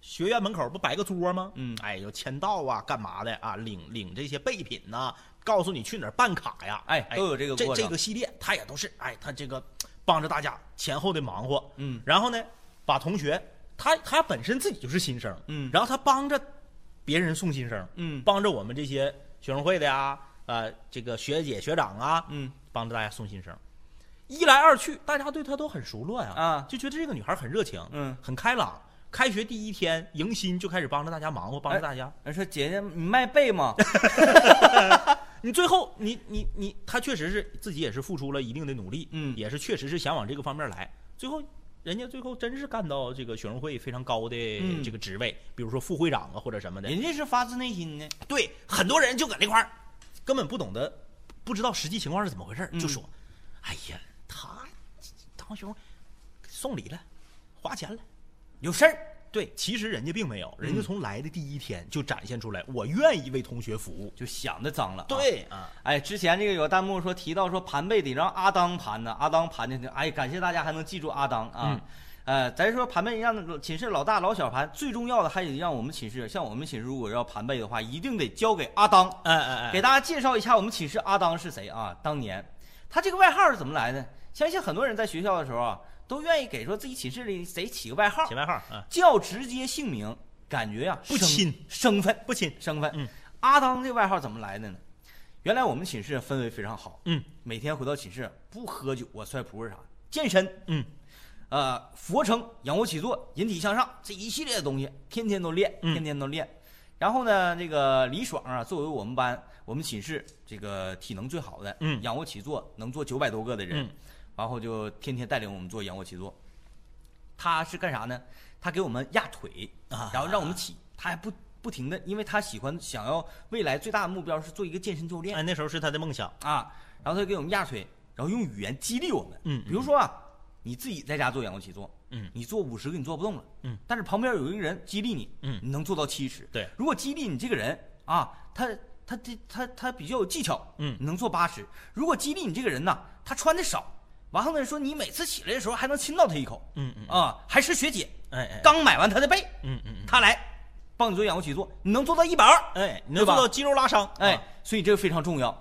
[SPEAKER 2] 学院门口不摆个桌吗？
[SPEAKER 1] 嗯
[SPEAKER 2] 哎，有签到啊，干嘛的啊？领领这些备品呐、告诉你去哪儿办卡呀，
[SPEAKER 1] 哎
[SPEAKER 2] 哎，
[SPEAKER 1] 都有这个
[SPEAKER 2] 这
[SPEAKER 1] 过程
[SPEAKER 2] 这个系列，他也都是哎，他这个帮着大家前后的忙活，
[SPEAKER 1] 嗯
[SPEAKER 2] 然后呢，把同学他他本身自己就是新生，
[SPEAKER 1] 嗯
[SPEAKER 2] 然后他帮着别人送新生，
[SPEAKER 1] 嗯
[SPEAKER 2] 帮着我们这些学生会的呀，呃，这个学姐学长啊，
[SPEAKER 1] 嗯
[SPEAKER 2] 帮着大家送新生。一来二去，大家对她都很熟络呀，
[SPEAKER 1] 啊
[SPEAKER 2] 就觉得这个女孩很热情，
[SPEAKER 1] 嗯
[SPEAKER 2] 很开朗。开学第一天迎新就开始帮着大家忙活，
[SPEAKER 1] 哎
[SPEAKER 2] 帮着大家。
[SPEAKER 1] 人说姐姐，你卖被吗？
[SPEAKER 2] 你最后，你你你，她确实是自己也是付出了一定的努力，
[SPEAKER 1] 嗯
[SPEAKER 2] 也是确实是想往这个方面来。最后，人家最后真是干到这个学生会非常高的
[SPEAKER 1] 嗯
[SPEAKER 2] 这个职位，比如说副会长啊或者什么的。
[SPEAKER 1] 人家是发自内心的。
[SPEAKER 2] 对，很多人就搁那块儿，根本不懂得，不知道实际情况是怎么回事儿，就说：“哎呀，他堂兄送礼了，花钱了，有事儿。”对，其实人家并没有，人家从来的第一天就展现出来，我愿意为同学服务。
[SPEAKER 1] 就想的脏了、啊，
[SPEAKER 2] 对啊，
[SPEAKER 1] 哎，之前这个有个弹幕
[SPEAKER 2] 嗯
[SPEAKER 1] 说提到说盘贝得让阿当盘呢，阿当盘进去。哎，感谢大家还能记住阿当啊。呃，咱说盘被让寝室老大老小盘，最重要的还得让我们寝室，像我们寝室如果要盘被的话，一定得交给阿当。
[SPEAKER 2] 哎哎
[SPEAKER 1] 给
[SPEAKER 2] 哎，
[SPEAKER 1] 大家介绍一下我们寝室阿当是谁啊？当年他这个外号是怎么来的？相信很多人在学校的时候啊，都愿意给说自己寝室里谁起个外号
[SPEAKER 2] 起，外号，嗯，
[SPEAKER 1] 叫直接姓名，感觉呀、
[SPEAKER 2] 不
[SPEAKER 1] 生
[SPEAKER 2] 亲
[SPEAKER 1] 生分
[SPEAKER 2] 不亲，
[SPEAKER 1] 生分。
[SPEAKER 2] 嗯
[SPEAKER 1] 阿当这个外号怎么来的呢？原来我们寝室氛围非常好，
[SPEAKER 2] 嗯
[SPEAKER 1] 每天回到寝室不喝酒啊、摔扑克啥，健身，
[SPEAKER 2] 嗯
[SPEAKER 1] 呃，俯卧撑、仰卧起坐、引体向上这一系列的东西，天天都练，
[SPEAKER 2] 嗯
[SPEAKER 1] 天天都练。然后呢，这个李爽啊，作为我们班、我们寝室这个体能最好的，
[SPEAKER 2] 嗯
[SPEAKER 1] 仰卧起坐能做九百多个的人，
[SPEAKER 2] 嗯
[SPEAKER 1] 然后就天天带领我们做仰卧起坐。他是干啥呢？他给我们压腿，
[SPEAKER 2] 啊
[SPEAKER 1] 然后让我们起，他还不不停的，因为他喜欢想要未来最大的目标是做一个健身教练
[SPEAKER 2] 哎，那时候是他的梦想，
[SPEAKER 1] 啊，然后他就给我们压腿，然后用语言激励我们，
[SPEAKER 2] 嗯
[SPEAKER 1] 比如说啊，你自己在家做仰卧起坐，
[SPEAKER 2] 嗯
[SPEAKER 1] 你做五十个你做不动了，
[SPEAKER 2] 嗯，
[SPEAKER 1] 但是旁边有一个人激励你，
[SPEAKER 2] 嗯
[SPEAKER 1] 你能做到七十，
[SPEAKER 2] 对
[SPEAKER 1] 如果激励你这个人啊，他他他他他比较有技巧，
[SPEAKER 2] 嗯
[SPEAKER 1] 你能做八十，如果激励你这个人呢，他穿的少，完后呢说你每次起来的时候还能亲到他一口，
[SPEAKER 2] 嗯嗯，
[SPEAKER 1] 啊，还是学姐，
[SPEAKER 2] 哎哎，
[SPEAKER 1] 刚买完他的被，
[SPEAKER 2] 嗯嗯
[SPEAKER 1] 他来帮你做仰卧起坐，你能做到一百二，
[SPEAKER 2] 嗯，哎，你能
[SPEAKER 1] 对吧
[SPEAKER 2] 做到肌肉拉伤，
[SPEAKER 1] 哎
[SPEAKER 2] 啊，，
[SPEAKER 1] 所以这个非常重要。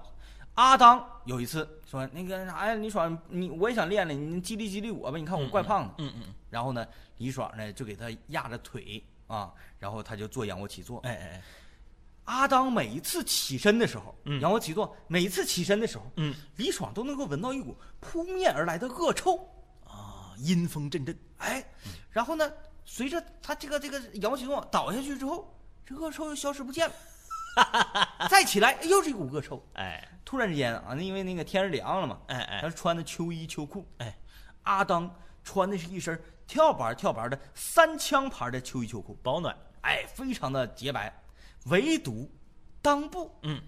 [SPEAKER 1] 阿当有一次说：“那个啥呀，李爽，你我也想练练，你激励激励我吧，你看我怪胖的。
[SPEAKER 2] 嗯嗯，
[SPEAKER 1] 然后呢，李爽呢就给他压着腿啊，然后他就做仰卧起坐。
[SPEAKER 2] 哎哎哎，
[SPEAKER 1] 阿当每一次起身的时候，
[SPEAKER 2] 嗯
[SPEAKER 1] 仰卧起坐，每一次起身的时候，
[SPEAKER 2] 嗯
[SPEAKER 1] 李爽都能够闻到一股扑面而来的恶臭。
[SPEAKER 2] 啊，阴风阵阵，
[SPEAKER 1] 哎，然后呢，随着他这个这个仰卧起坐倒下去之后，这恶臭又消失不 见了。再起来又是一股恶臭。
[SPEAKER 2] 哎
[SPEAKER 1] 突然之间啊，那因为那个天儿凉了嘛，
[SPEAKER 2] 哎哎
[SPEAKER 1] 他穿的秋衣秋裤，
[SPEAKER 2] 哎，
[SPEAKER 1] 阿当穿的是一身跳板跳板的三枪牌的秋衣秋裤，
[SPEAKER 2] 保暖，
[SPEAKER 1] 哎，非常的洁白，唯独裆部
[SPEAKER 2] 嗯，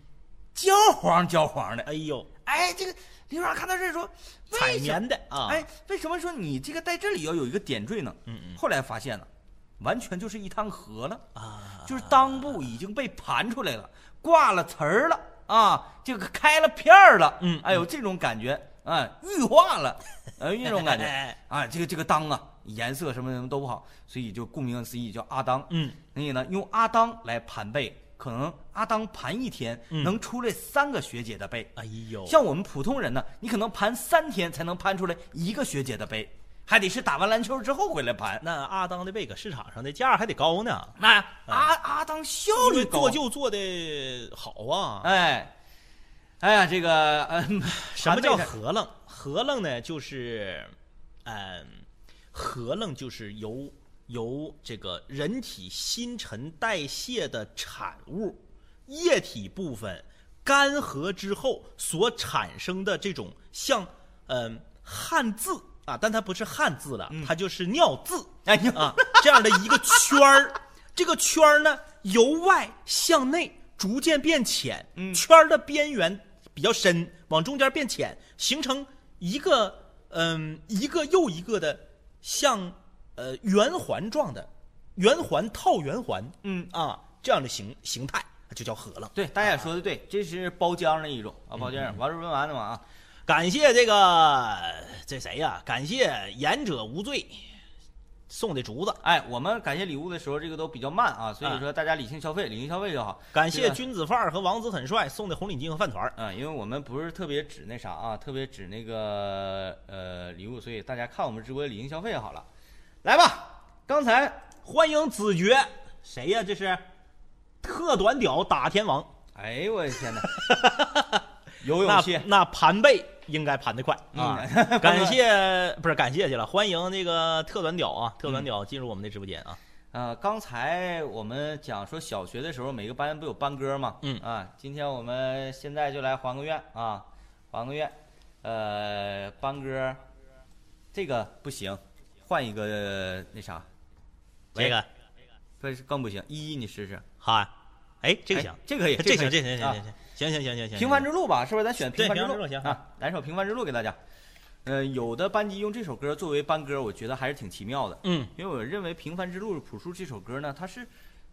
[SPEAKER 1] 焦黄焦黄的，
[SPEAKER 2] 哎呦，
[SPEAKER 1] 哎，这个李爽看到这儿说，
[SPEAKER 2] 海
[SPEAKER 1] 为什么？
[SPEAKER 2] 绵的啊，
[SPEAKER 1] 哎，为什么说你这个在这里要有一个点缀呢？
[SPEAKER 2] 嗯嗯
[SPEAKER 1] 后来发现了，完全就是一滩河了。
[SPEAKER 2] 啊，
[SPEAKER 1] 就是裆部已经被盘出来了，挂了词儿了啊，这个开了片儿了，
[SPEAKER 2] 嗯
[SPEAKER 1] 哎呦，这种感觉啊，玉化了，呃，那种感觉
[SPEAKER 2] 哎
[SPEAKER 1] 啊，这个这个裆啊，颜色什么什么都不好，所以就顾名思义叫阿当，
[SPEAKER 2] 嗯，
[SPEAKER 1] 所以呢，用阿当来盘背，可能阿当盘一天
[SPEAKER 2] 嗯
[SPEAKER 1] 能出来三个学姐的背，
[SPEAKER 2] 哎呦，
[SPEAKER 1] 像我们普通人呢，你可能盘三天才能盘出来一个学姐的背，还得是打完篮球之后回来盘。
[SPEAKER 2] 那阿当的贝搁市场上的价还得高呢，
[SPEAKER 1] 那阿阿啊当效率高啊
[SPEAKER 2] 做，就做的好啊。
[SPEAKER 1] 哎，哎呀，这个 嗯，
[SPEAKER 2] 什么叫
[SPEAKER 1] 盘贝
[SPEAKER 2] 合楞？合楞呢，就是，嗯，合楞就是由由这个人体新陈代谢的产物液体部分干合之后所产生的这种像嗯汗渍啊，但它不是汗渍了，它就是尿渍。
[SPEAKER 1] 哎你
[SPEAKER 2] 啊，这样的一个圈儿，这个圈儿呢由外向内逐渐变浅，
[SPEAKER 1] 嗯
[SPEAKER 2] 圈儿的边缘比较深，往中间变浅，形成一个嗯一个又一个的像呃圆环状的圆环套圆环，
[SPEAKER 1] 嗯
[SPEAKER 2] 啊这样的形形态就叫合楞。
[SPEAKER 1] 对，大家也说的对，这是包浆的一种啊，包浆。完事问完了嘛啊，
[SPEAKER 2] 感谢这个这谁呀、感谢言者无罪送的竹子，
[SPEAKER 1] 哎，我们感谢礼物的时候，这个都比较慢啊，所以说大家理性消费，理性消费就好。
[SPEAKER 2] 感
[SPEAKER 1] 这
[SPEAKER 2] 谢
[SPEAKER 1] 个
[SPEAKER 2] 君子范儿和王子很帅送的红领巾和饭团儿。
[SPEAKER 1] 啊，因为我们不是特别指那啥啊，特别指那个呃礼物，所以大家看我们直播理性消费好了。来吧，刚才
[SPEAKER 2] 欢迎子爵，谁呀、这是特短屌打天王，
[SPEAKER 1] 哎呦我的天哪，有勇
[SPEAKER 2] 那
[SPEAKER 1] 气，
[SPEAKER 2] 那盘背应该盘得快啊！
[SPEAKER 1] 嗯
[SPEAKER 2] 感谢不是感谢去了，欢迎那个特短屌啊，特短屌进入我们的直播间啊！
[SPEAKER 1] 呃，刚才我们讲说小学的时候每个班不有班歌嘛，
[SPEAKER 2] 嗯
[SPEAKER 1] 啊，今天我们现在就来还个愿啊，还个愿，呃，班歌，这个不行，换一个那啥，喂
[SPEAKER 2] 这个
[SPEAKER 1] 不是更不行，依依你试试，
[SPEAKER 2] 哈，哎，这个行
[SPEAKER 1] 哎，这个可以，
[SPEAKER 2] 这
[SPEAKER 1] 个
[SPEAKER 2] 行，
[SPEAKER 1] 可以
[SPEAKER 2] 这行，
[SPEAKER 1] 啊
[SPEAKER 2] 行行行行行行行，
[SPEAKER 1] 平凡之路吧，是不是？咱选
[SPEAKER 2] 对
[SPEAKER 1] 平凡之
[SPEAKER 2] 平凡
[SPEAKER 1] 路
[SPEAKER 2] 之路行
[SPEAKER 1] 啊，来首平凡之路给大家。呃，有的班级用这首歌作为班歌，我觉得还是挺奇妙的。
[SPEAKER 2] 嗯，
[SPEAKER 1] 因为我认为《平凡之路》朴树这首歌呢，它是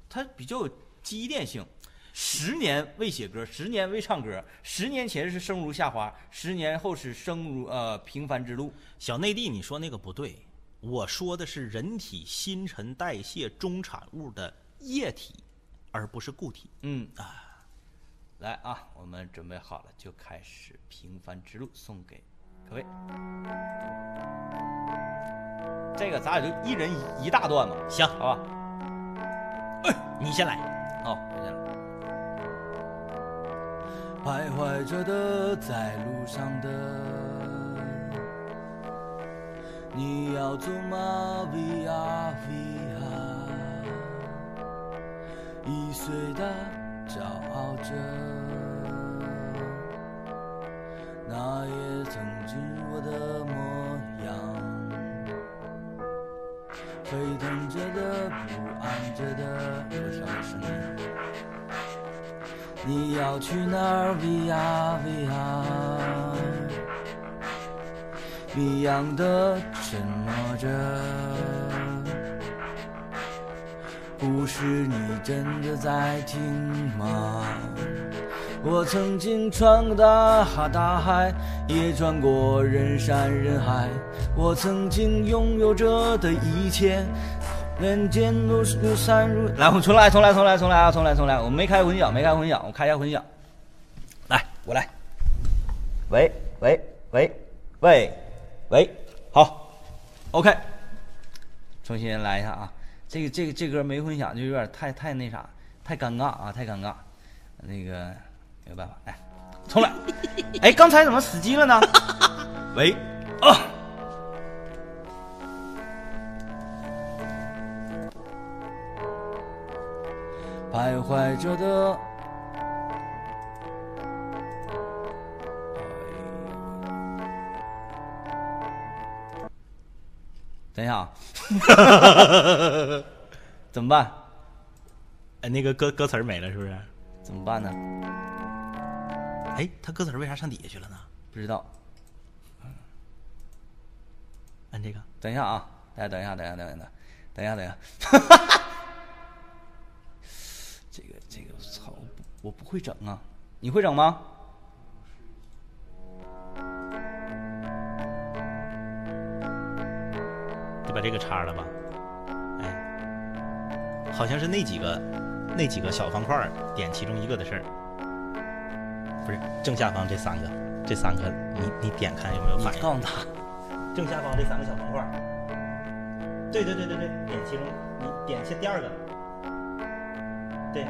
[SPEAKER 1] 它比较有积淀性。十年未写歌，十年未唱歌，十年前是生如夏花，十年后是生如呃平凡之路。
[SPEAKER 2] 小内地你说那个不对，我说的是人体新陈代谢中产物的液体，而不是固体。
[SPEAKER 1] 嗯啊，来啊，我们准备好了，就开始平凡之路，送给各位。这个咱俩就一人一一大段吧，
[SPEAKER 2] 行，
[SPEAKER 1] 好吧？
[SPEAKER 2] 你先来。
[SPEAKER 1] 好，再见了。
[SPEAKER 3] 徘徊着的，在路上的，你要走吗？Via Via，易碎的，骄傲着，那也曾经我的模样，沸腾着的，不安着的，有条声音。你要去哪儿？Via Via，谜样的沉默着。不是你真的在听吗？我曾经穿过大海，大海也穿过人山人海。我曾经拥有着的一切，人间如如散如
[SPEAKER 1] 来，我们重来，重来，重来，重来啊，重来，重来。我没开混响，没开混响，我开一下混响。来，我来。喂喂喂喂喂，好，OK，重新来一下啊。这个这个这歌没混响就有点太太那啥，太尴尬啊，太尴尬。那个没有办法，来，重来。哎，刚才怎么死机了呢？喂啊，
[SPEAKER 3] 徘徊着的。
[SPEAKER 1] 等一下，啊，怎么办？
[SPEAKER 2] 哎，那个歌歌词儿没了是不是？
[SPEAKER 1] 怎么办呢？
[SPEAKER 2] 哎，他歌词儿为啥上底下去了呢？
[SPEAKER 1] 不知道。
[SPEAKER 2] 按这个，
[SPEAKER 1] 等一下啊，大家等一下，等一下，等一下，等一下，等一下。 这个这个，我操，我不我不会整啊！你会整吗？
[SPEAKER 2] 就把这个叉了吧。哎，好像是那几个那几个小方块儿点其中一个的事儿，不是正下方这三个，这三个你你点看有没有
[SPEAKER 1] 你
[SPEAKER 2] 反应？
[SPEAKER 1] 告诉他，
[SPEAKER 2] 正下方这三个小方块儿。对对对对对，点其中，你点下第二个。对，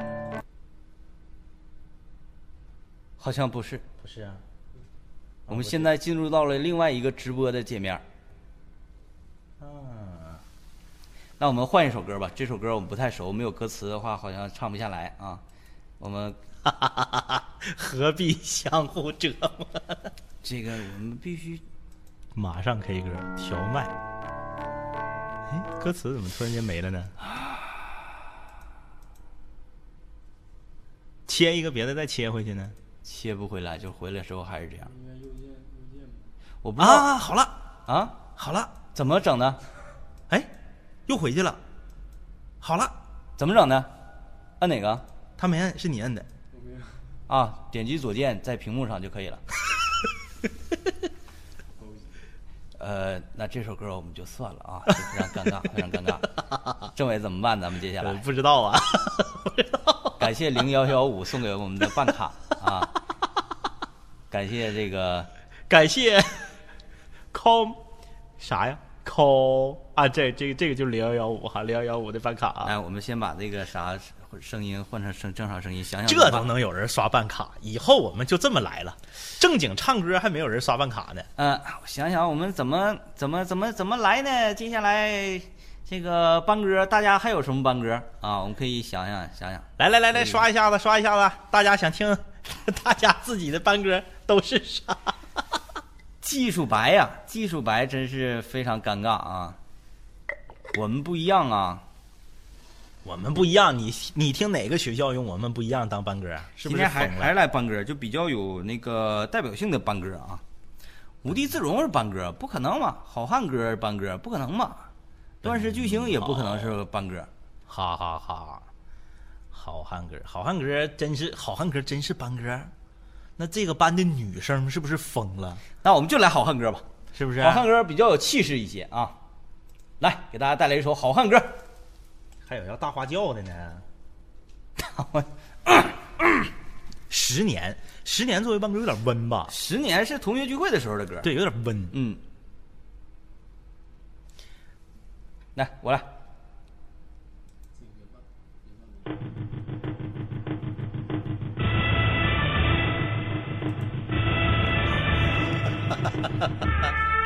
[SPEAKER 1] 好像不是。
[SPEAKER 2] 不是啊，
[SPEAKER 1] 我们现在进入到了另外一个直播的界面。
[SPEAKER 2] 啊，
[SPEAKER 1] 那我们换一首歌吧，这首歌我们不太熟，没有歌词的话好像唱不下来啊。我们
[SPEAKER 2] 何必相互折磨？
[SPEAKER 1] 这个我们必须
[SPEAKER 2] 马上 K 歌调麦。哎，歌词怎么突然间没了呢？切一个别的，再切回去呢？
[SPEAKER 1] 切不回来，就回来时候还是这样。我不知道
[SPEAKER 2] 啊，好了，
[SPEAKER 1] 啊，
[SPEAKER 2] 好了，
[SPEAKER 1] 怎么整的？
[SPEAKER 2] 哎，又回去了。好了，
[SPEAKER 1] 怎么整的？按哪个？
[SPEAKER 2] 他没摁，是你摁的。
[SPEAKER 1] 啊，点击左键在屏幕上就可 以了。呃，那这首歌我们就算了啊，这非常尴尬，非常尴尬。政委怎么办？咱们接下
[SPEAKER 2] 呃
[SPEAKER 1] 来
[SPEAKER 2] 不知道啊。
[SPEAKER 1] 感谢零幺幺五送给我们的办卡啊，感谢这个
[SPEAKER 2] 感谢 call 啥呀？call 啊，这这这个就是零幺幺五哈，零幺幺五的办卡啊。
[SPEAKER 1] 哎，我们先把这个啥声音换成声正常声音，想想
[SPEAKER 2] 这
[SPEAKER 1] 怎
[SPEAKER 2] 都
[SPEAKER 1] 么办
[SPEAKER 2] 能有人刷办卡，以后我们就这么来了。正经唱歌还没有人刷办卡呢。
[SPEAKER 1] 呃，我想想我们怎么怎么怎么怎么来呢？接下来这个班歌，大家还有什么班歌啊？我们可以想想想想。
[SPEAKER 2] 来来来来，刷一下子，刷一下子，大家想听 大家自己的班歌都是啥？
[SPEAKER 1] 技术白呀、技术白真是非常尴尬啊！我们不一样啊，
[SPEAKER 2] 我们不一样，你你听哪个学校用我们不一样当班歌啊？是不
[SPEAKER 1] 今天
[SPEAKER 2] 是
[SPEAKER 1] 还
[SPEAKER 2] 疯
[SPEAKER 1] 还
[SPEAKER 2] 了？
[SPEAKER 1] 是来班歌，就比较有那个代表性的班歌啊。无地自容是班歌，不可能嘛！好汉歌是班歌，不可能嘛！乱世巨星也不可能
[SPEAKER 2] 嗯
[SPEAKER 1] 是班歌，
[SPEAKER 2] 哈哈哈！好汉歌，好汉歌真是好汉歌真是班歌。那这个班的女生是不是疯了？
[SPEAKER 1] 那我们就来好汉歌吧。
[SPEAKER 2] 是不是？
[SPEAKER 1] 好汉歌比较有气势一些啊。来给大家带来一首好汉歌。
[SPEAKER 2] 还有要大花轿的 呢。十年，十年作为班歌有点温吧？
[SPEAKER 1] 十年是同学聚会的时候的歌。，
[SPEAKER 2] 对，有点温。
[SPEAKER 1] 嗯。来，我来。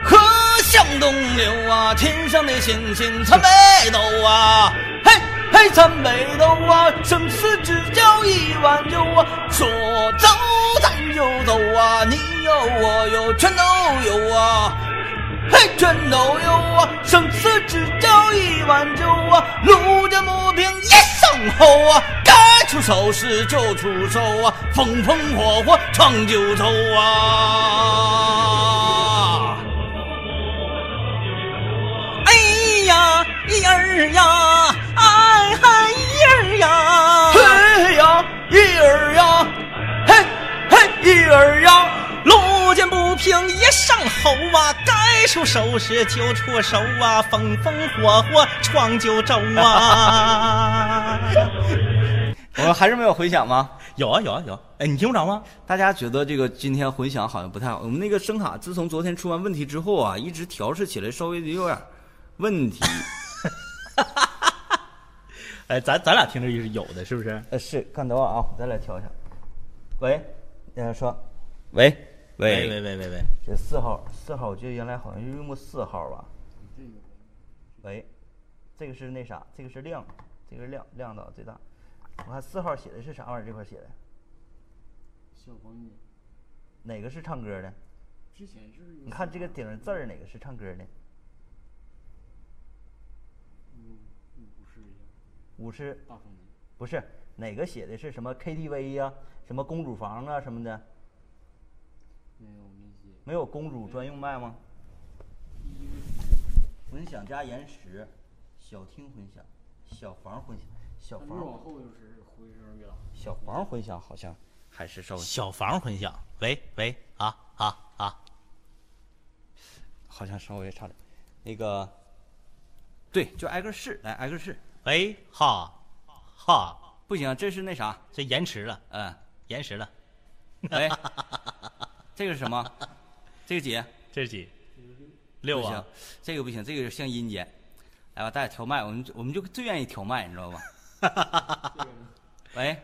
[SPEAKER 1] 河向东流啊，天上的星星参北斗啊，嘿嘿参北斗啊，生死只交一碗酒啊，说走咱就走啊，你有我有全都有啊，嘿全都有啊，生死只交一碗酒啊，路见不平一声吼啊，该出手时就出手啊，风风火火闯九州啊。
[SPEAKER 4] 哎呀，一儿呀，哎嗨一儿呀，
[SPEAKER 1] 嘿哎呀，一儿呀，嘿嘿一儿呀，
[SPEAKER 4] 路见不平一声吼啊，该出手时就出手啊，风风火火闯九州啊！
[SPEAKER 1] 我们还是没有回响吗？
[SPEAKER 2] 有啊有啊有啊，哎，你听不着吗？
[SPEAKER 1] 大家觉得这个今天混响好像不太好。我们那个声卡自从昨天出完问题之后啊，一直调试起来稍微有点问题。
[SPEAKER 2] 哎，咱咱俩听着也是有的，是不是？
[SPEAKER 1] 呃，是，看等会儿啊，我再来调一下。喂，呃，说，喂
[SPEAKER 2] 喂喂喂喂喂，
[SPEAKER 1] 这四号四号，我记得原来好像是用过四号吧。喂，这个是那啥，这个是亮，这个是亮亮到最大。我看四号写的是啥玩意儿？这块写的
[SPEAKER 5] 小黄鱼，
[SPEAKER 1] 哪个是唱歌的？
[SPEAKER 5] 之前就是有
[SPEAKER 1] 你看这个顶上字儿哪个是唱歌的？
[SPEAKER 5] 五五五十一样
[SPEAKER 1] 五是
[SPEAKER 5] 大风机，
[SPEAKER 1] 不是哪个写的是什么 KTV 呀、什么公主房啊什么的？
[SPEAKER 5] 没有没接，
[SPEAKER 1] 没有公主专用麦吗？混响加延时，小厅混响，小房混响，小
[SPEAKER 5] 但是往
[SPEAKER 1] 房
[SPEAKER 5] 后就是回声越大。
[SPEAKER 1] 小房混响好像还是稍微
[SPEAKER 2] 哦小房混响，喂喂啊啊啊！
[SPEAKER 1] 好像稍微差点。那个，对，就挨个试，来挨个试。
[SPEAKER 2] 喂哈哈，
[SPEAKER 1] 不行，这是那啥，
[SPEAKER 2] 这延迟了，
[SPEAKER 1] 嗯，
[SPEAKER 2] 延迟了，
[SPEAKER 1] 喂，这个是什么？这个姐
[SPEAKER 2] 这是几？六
[SPEAKER 1] 不
[SPEAKER 2] 啊
[SPEAKER 1] 行，，这个不行，这个像阴间。来吧，大家调麦，我们我们就最愿意调麦，你知 道吧？喂，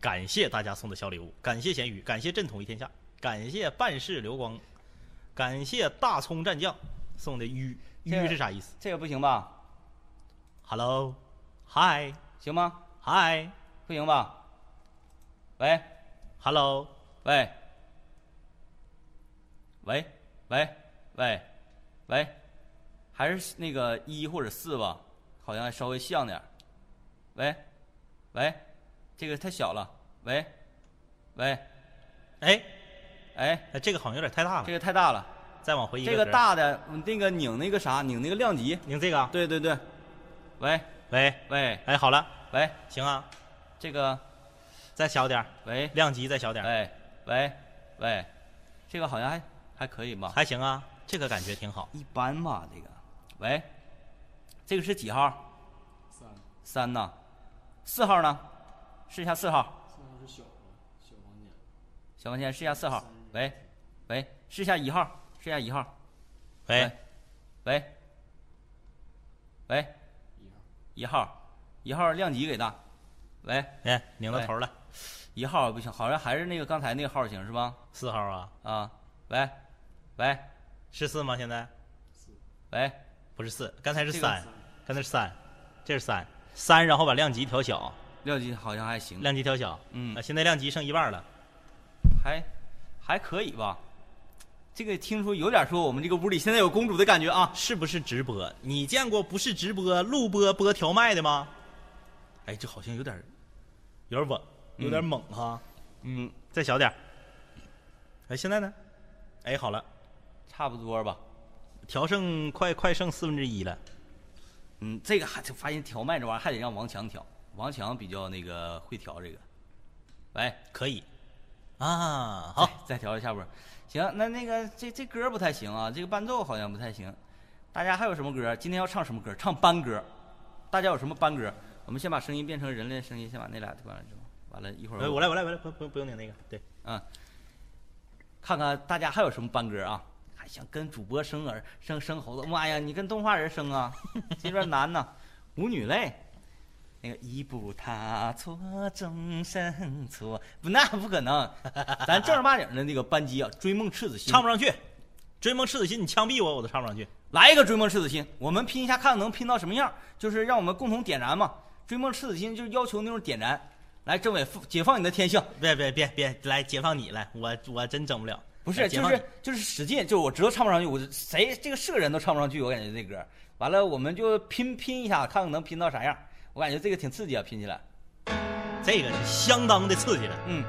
[SPEAKER 2] 感谢大家送的小礼物，感谢咸鱼，感谢朕统一天下，感谢半世流光，感谢大葱蘸酱送的吁
[SPEAKER 1] 这
[SPEAKER 2] 吁是啥意思
[SPEAKER 1] 这个不行吧？
[SPEAKER 2] ？Hello，嗨
[SPEAKER 1] 行吗？
[SPEAKER 2] 嗨
[SPEAKER 1] 不行吧？喂
[SPEAKER 2] ，Hello，
[SPEAKER 1] 喂喂喂喂喂，还是那个一或者四吧，好像稍微像点儿。喂喂，这个太小了。喂喂
[SPEAKER 2] 哎，
[SPEAKER 1] 哎，
[SPEAKER 2] 哎这个好像有点太大了
[SPEAKER 1] 这，个太大了。
[SPEAKER 2] 再往回一
[SPEAKER 1] 啊这个
[SPEAKER 2] 个格，
[SPEAKER 1] 大的，嗯那个拧那个啥，拧那个量级。
[SPEAKER 2] 您这个啊，
[SPEAKER 1] 对对对，喂
[SPEAKER 2] 喂，
[SPEAKER 1] 喂
[SPEAKER 2] 哎，好了，
[SPEAKER 1] 喂，
[SPEAKER 2] 行啊，
[SPEAKER 1] 这个
[SPEAKER 2] 再小点儿，
[SPEAKER 1] 喂
[SPEAKER 2] 量级再小点儿，
[SPEAKER 1] 喂喂喂，这个好像还还可以吧，
[SPEAKER 2] 还行啊，这个感觉挺好。
[SPEAKER 1] 一般吧，这个。喂，这个是几号？
[SPEAKER 5] 三，
[SPEAKER 1] 三呐，四号呢？试一下四号，
[SPEAKER 5] 现在是小了，小房间，
[SPEAKER 1] 小王先试一下四号。喂喂，试一下一号，试一下一号。
[SPEAKER 2] 喂，
[SPEAKER 1] 喂喂，一
[SPEAKER 5] 一号，
[SPEAKER 1] 号，一号量级给大。喂，
[SPEAKER 2] 哎，拧到头了，
[SPEAKER 1] 一号不行，好像还是那个刚才那个号行是吧？
[SPEAKER 2] 四号啊，
[SPEAKER 1] 啊，喂，喂，
[SPEAKER 2] 是四吗？现在
[SPEAKER 1] 喂，
[SPEAKER 2] 不是四，刚才是
[SPEAKER 1] 这个
[SPEAKER 2] 三，刚才是三，这是三，三，然后把量级调小，
[SPEAKER 1] 廖级好像还行，
[SPEAKER 2] 量级调小，
[SPEAKER 1] 嗯
[SPEAKER 2] 啊，现在量级剩一半了，
[SPEAKER 1] 还还可以吧。这个听说有点说我们这个屋里现在有公主的感觉啊。
[SPEAKER 2] 是不是直播？你见过不是直播录播播调麦的吗？哎，这好像有点儿，有点儿猛，有点儿猛哈，
[SPEAKER 1] 嗯，
[SPEAKER 2] 再小点儿。哎，现在呢？哎，好了，
[SPEAKER 1] 差不多吧。
[SPEAKER 2] 调剩快快剩四分之一了。
[SPEAKER 1] 嗯，这个还就发现调麦这玩意儿还得让王强调，王强比较那个会调这个。喂，
[SPEAKER 2] 可以啊，好，
[SPEAKER 1] 再，再调一下波。行，那那个这这歌不太行啊，这个伴奏好像不太行。大家还有什么歌？今天要唱什么歌？唱班歌。大家有什么班歌？我们先把声音变成人类的声音，先把那俩关了之后，完了一会
[SPEAKER 2] 哎，
[SPEAKER 1] 儿
[SPEAKER 2] 我来，我来，我来，不不不用你那个，对，
[SPEAKER 1] 嗯，看看大家还有什么班歌啊？还想跟主播生儿生生猴子？妈呀，你跟动画人生啊？这边难呐，舞女类。那个一步踏错，终身错，不那不可能。咱正儿八经的那个班级啊，追梦赤子心，
[SPEAKER 2] 唱不上去。追梦赤子心，你枪毙我，我都唱不上去。
[SPEAKER 1] 来一个追梦赤子心，我们拼一下，看看能拼到什么样，就是让我们共同点燃嘛。追梦赤子心就是要求那种点燃，来，政委复解放你的天性，
[SPEAKER 2] 别别别别，来解放你来，我我真整不了。
[SPEAKER 1] 不
[SPEAKER 2] 来
[SPEAKER 1] 是，
[SPEAKER 2] 解
[SPEAKER 1] 就
[SPEAKER 2] 放
[SPEAKER 1] 是就是使劲，就是我知道唱不上去，我就谁这个是个人都唱不上去，我感觉这歌。完了，我们就拼拼一下，看看能拼到啥样。我感觉这个挺刺激啊，拼起来。
[SPEAKER 2] 你这个是相当的刺激了。
[SPEAKER 1] 嗯。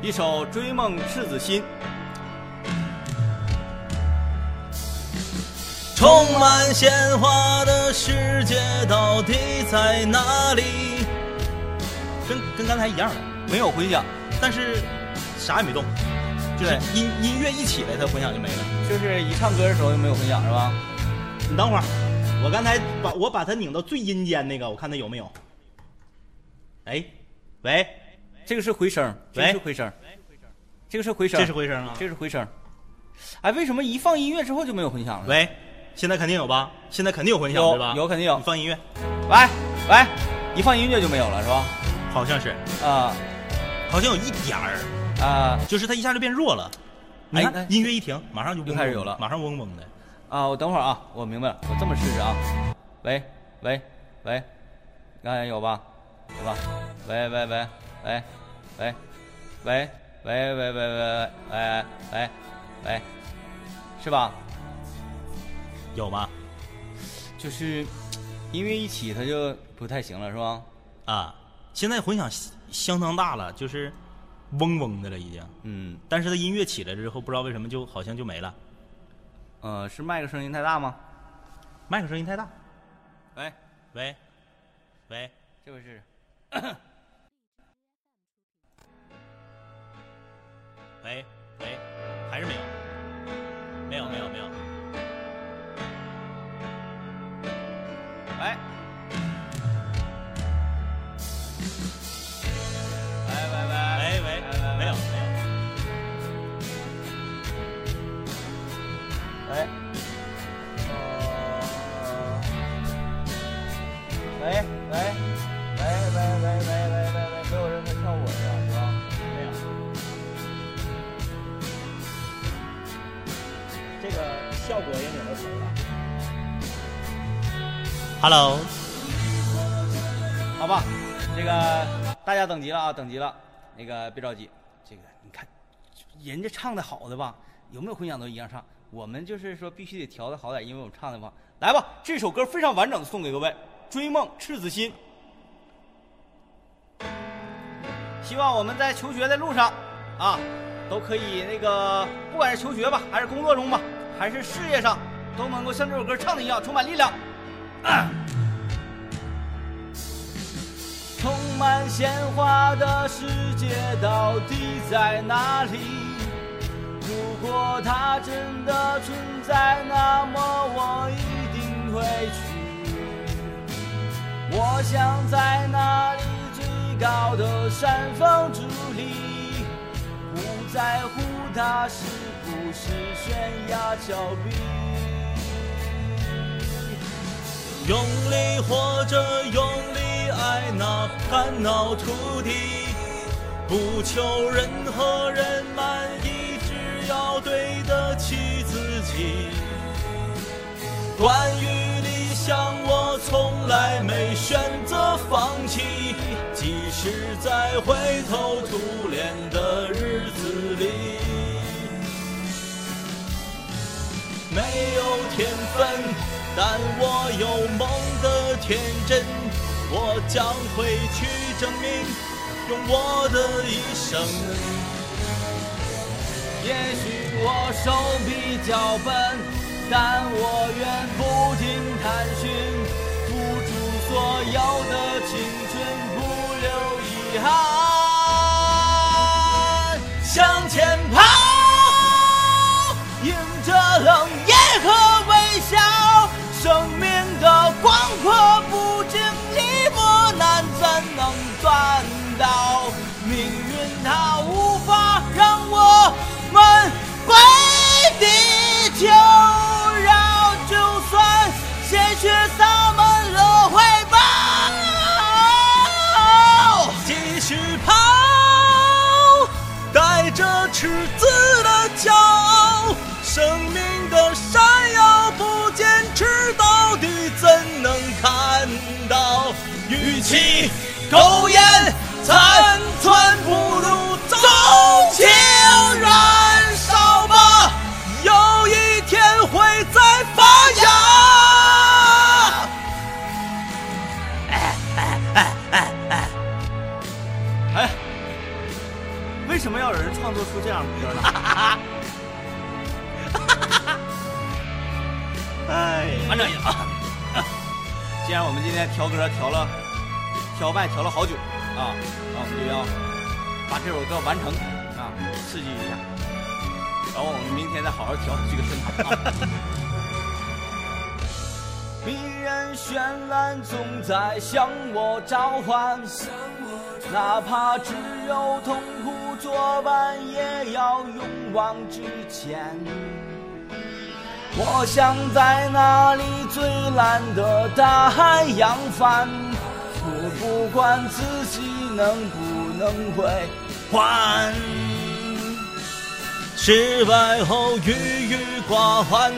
[SPEAKER 1] 一首《追梦赤子心》。
[SPEAKER 2] 充满鲜花的世界到底在哪里？跟跟刚才一样的，
[SPEAKER 1] 没有回响，
[SPEAKER 2] 但是啥也没动，就是
[SPEAKER 1] 对
[SPEAKER 2] 音音乐一起来，它混响就没了。
[SPEAKER 1] 就是一唱歌的时候就没有回响，是吧？
[SPEAKER 2] 你等会儿，我刚才把我把它拧到最阴间那个，我看它有没有。哎，喂，
[SPEAKER 1] 这个是回声，这个
[SPEAKER 2] 喂
[SPEAKER 1] 是回声，这个是回声，
[SPEAKER 2] 这是回声啊
[SPEAKER 1] 这。是回声。哎，为什么一放音乐之后就没有混响了？，
[SPEAKER 2] 喂，现在肯定有吧？现在肯定有混响
[SPEAKER 1] 有
[SPEAKER 2] 对吧？
[SPEAKER 1] 有肯定有
[SPEAKER 2] 你放音乐，
[SPEAKER 1] 喂喂，一放音乐就没有了，是吧？
[SPEAKER 2] 好像是，
[SPEAKER 1] 啊、
[SPEAKER 2] 好像有一点儿。
[SPEAKER 1] 啊
[SPEAKER 2] 就是它一下就变弱了。
[SPEAKER 1] 哎
[SPEAKER 2] 你看
[SPEAKER 1] 哎
[SPEAKER 2] 音乐一停，马上就嗡嗡
[SPEAKER 1] 又开始有了
[SPEAKER 2] 马上嗡嗡的。
[SPEAKER 1] 啊！我等会儿啊，我明白了，我这么试试啊。喂喂喂，刚才有吧？有吧？喂喂喂喂喂喂喂喂喂喂喂喂喂，是吧？
[SPEAKER 2] 有吗？
[SPEAKER 1] 就是音乐一起，它就不太行了，是吧？
[SPEAKER 2] 啊，现在混响相相当大了，就是嗡嗡的了已经。
[SPEAKER 1] 嗯，
[SPEAKER 2] 但是它音乐起来之后，不知道为什么就好像就没了。
[SPEAKER 1] 呃，是麦克声音太大吗？
[SPEAKER 2] 麦克声音太大。
[SPEAKER 1] 喂，
[SPEAKER 2] 喂，喂，
[SPEAKER 1] 这回试试。
[SPEAKER 2] 喂，喂，还是没有，没有，没有，没有。
[SPEAKER 1] 喂，喂喂喂，
[SPEAKER 2] 喂喂，没有，没有。
[SPEAKER 1] 喂，喂喂喂喂喂喂喂喂喂，没有任何跳舞的是吧？没有。
[SPEAKER 2] 这个效果也拧到头了。Hello，
[SPEAKER 1] 好吧，这个大家等级了啊，等级了，那个别着急，这个你看，人家唱的好的吧，有没有混响都一样唱，我们就是说必须得调的好点，因为我们唱的不好。来吧，这首歌非常完整的送给各位，《追梦赤子心》。希望我们在求学的路上啊，都可以那个，不管是求学吧，还是工作中吧，还是事业上，都能够像这首歌唱的一样，充满力量。充满鲜花的世界到底在哪里？如果它真的存在，那么我一定会去。我想在那里最高的山峰矗立，不在乎它是不是悬崖峭壁。
[SPEAKER 2] 用力活着，用力爱那干扰土地，不求任何人满意，只要对得起自己。关于理想，我从来没选择放弃，即使在灰头土脸的日子里。没有天分，但我有梦的天真，我将会去证明，用我的一生。
[SPEAKER 1] 也许我手比较笨，但我愿不停探寻，付出所有的青春，不留遗憾，向前跑。
[SPEAKER 2] 与其苟延残喘，不如纵情燃烧吧，有一天会再发芽。
[SPEAKER 1] 哎，为什么要有人创作出这样的歌呢？
[SPEAKER 2] 哎，
[SPEAKER 1] 完整一点啊！既然我们今天调歌调了，调麦调了好久啊，那我们就要把这首歌完成啊，刺激一下。然后我们明天再好好调这个声场啊。
[SPEAKER 3] 迷人绚烂总在向我召唤，哪怕只有痛苦作伴，也要勇往直前。我想在那里最蓝的大海扬帆，我不管自己能不能回还。
[SPEAKER 2] 失败后郁郁寡欢，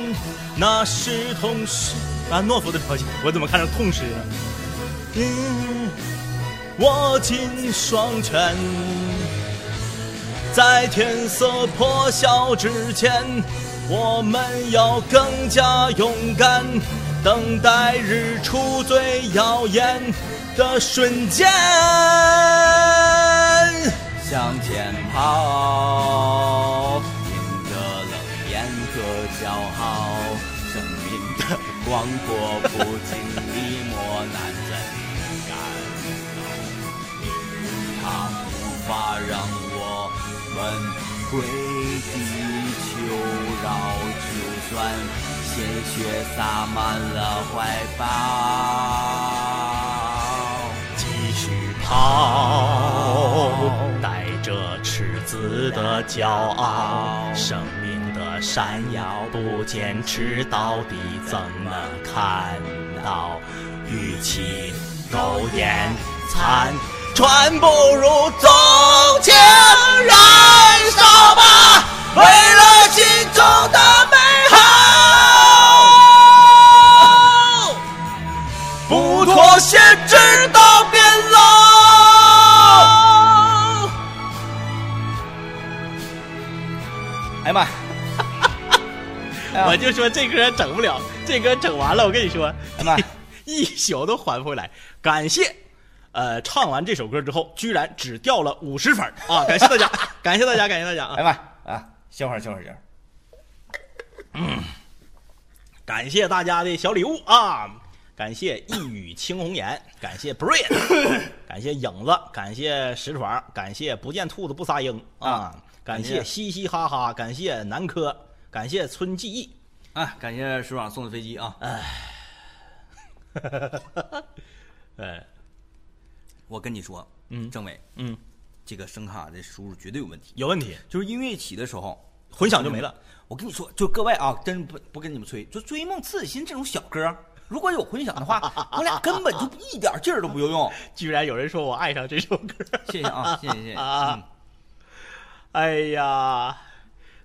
[SPEAKER 2] 那是痛失。安诺夫的条件，我怎么看成痛失了？嗯，握紧双拳，在天色破晓之前，我们要更加勇敢，等待日出最耀眼的瞬间。
[SPEAKER 3] 向前跑，迎着冷眼和骄傲，生命的广阔不经历磨难，真感动，它无法让我们为地求饶，就算鲜血洒满了怀抱。
[SPEAKER 2] 继续跑，带着赤子的骄傲，生命的闪耀，不坚持到底怎能看到？与其苟延残喘，不如纵情燃烧吧，为了心中的美好。不妥协，直到变老。
[SPEAKER 1] 哎呀妈呀！哎呀
[SPEAKER 2] 我就说这歌整不了，这歌整完了，我跟你说，
[SPEAKER 1] 哎妈呀，
[SPEAKER 2] 一宿都还不回来。感谢，呃，唱完这首歌之后，居然只掉了五十分儿啊！感谢大家，感谢大家，感谢大家
[SPEAKER 1] 哎
[SPEAKER 2] 啊！
[SPEAKER 1] 呀妈呀啊！歇会儿，歇会儿，歇会儿。
[SPEAKER 2] 感谢大家的小礼物啊！感谢一语青红颜，感谢 Brian，感 谢影子，感谢石床，感谢不见兔子不撒鹰啊！感
[SPEAKER 1] 感
[SPEAKER 2] 谢
[SPEAKER 1] 谢
[SPEAKER 2] 嘻嘻哈哈，感谢南柯，感谢春记忆，
[SPEAKER 1] 啊，感谢师长送的飞机啊！
[SPEAKER 2] 呃，
[SPEAKER 1] 我跟你说，
[SPEAKER 2] 嗯
[SPEAKER 1] 政委，
[SPEAKER 2] 嗯，
[SPEAKER 1] 这个声卡的输入绝对有问题，
[SPEAKER 2] 有问题，
[SPEAKER 1] 就是音乐起的时候
[SPEAKER 2] 混响就没了。。
[SPEAKER 1] 我跟你说，就各位啊，真不不跟你们吹，就追梦刺激心这种小歌，如果有混响的话，我俩根本就一点劲儿都不用用。
[SPEAKER 2] 居然有人说我爱上这首歌，
[SPEAKER 1] 谢谢啊，谢谢谢谢。嗯
[SPEAKER 2] 啊！哎呀，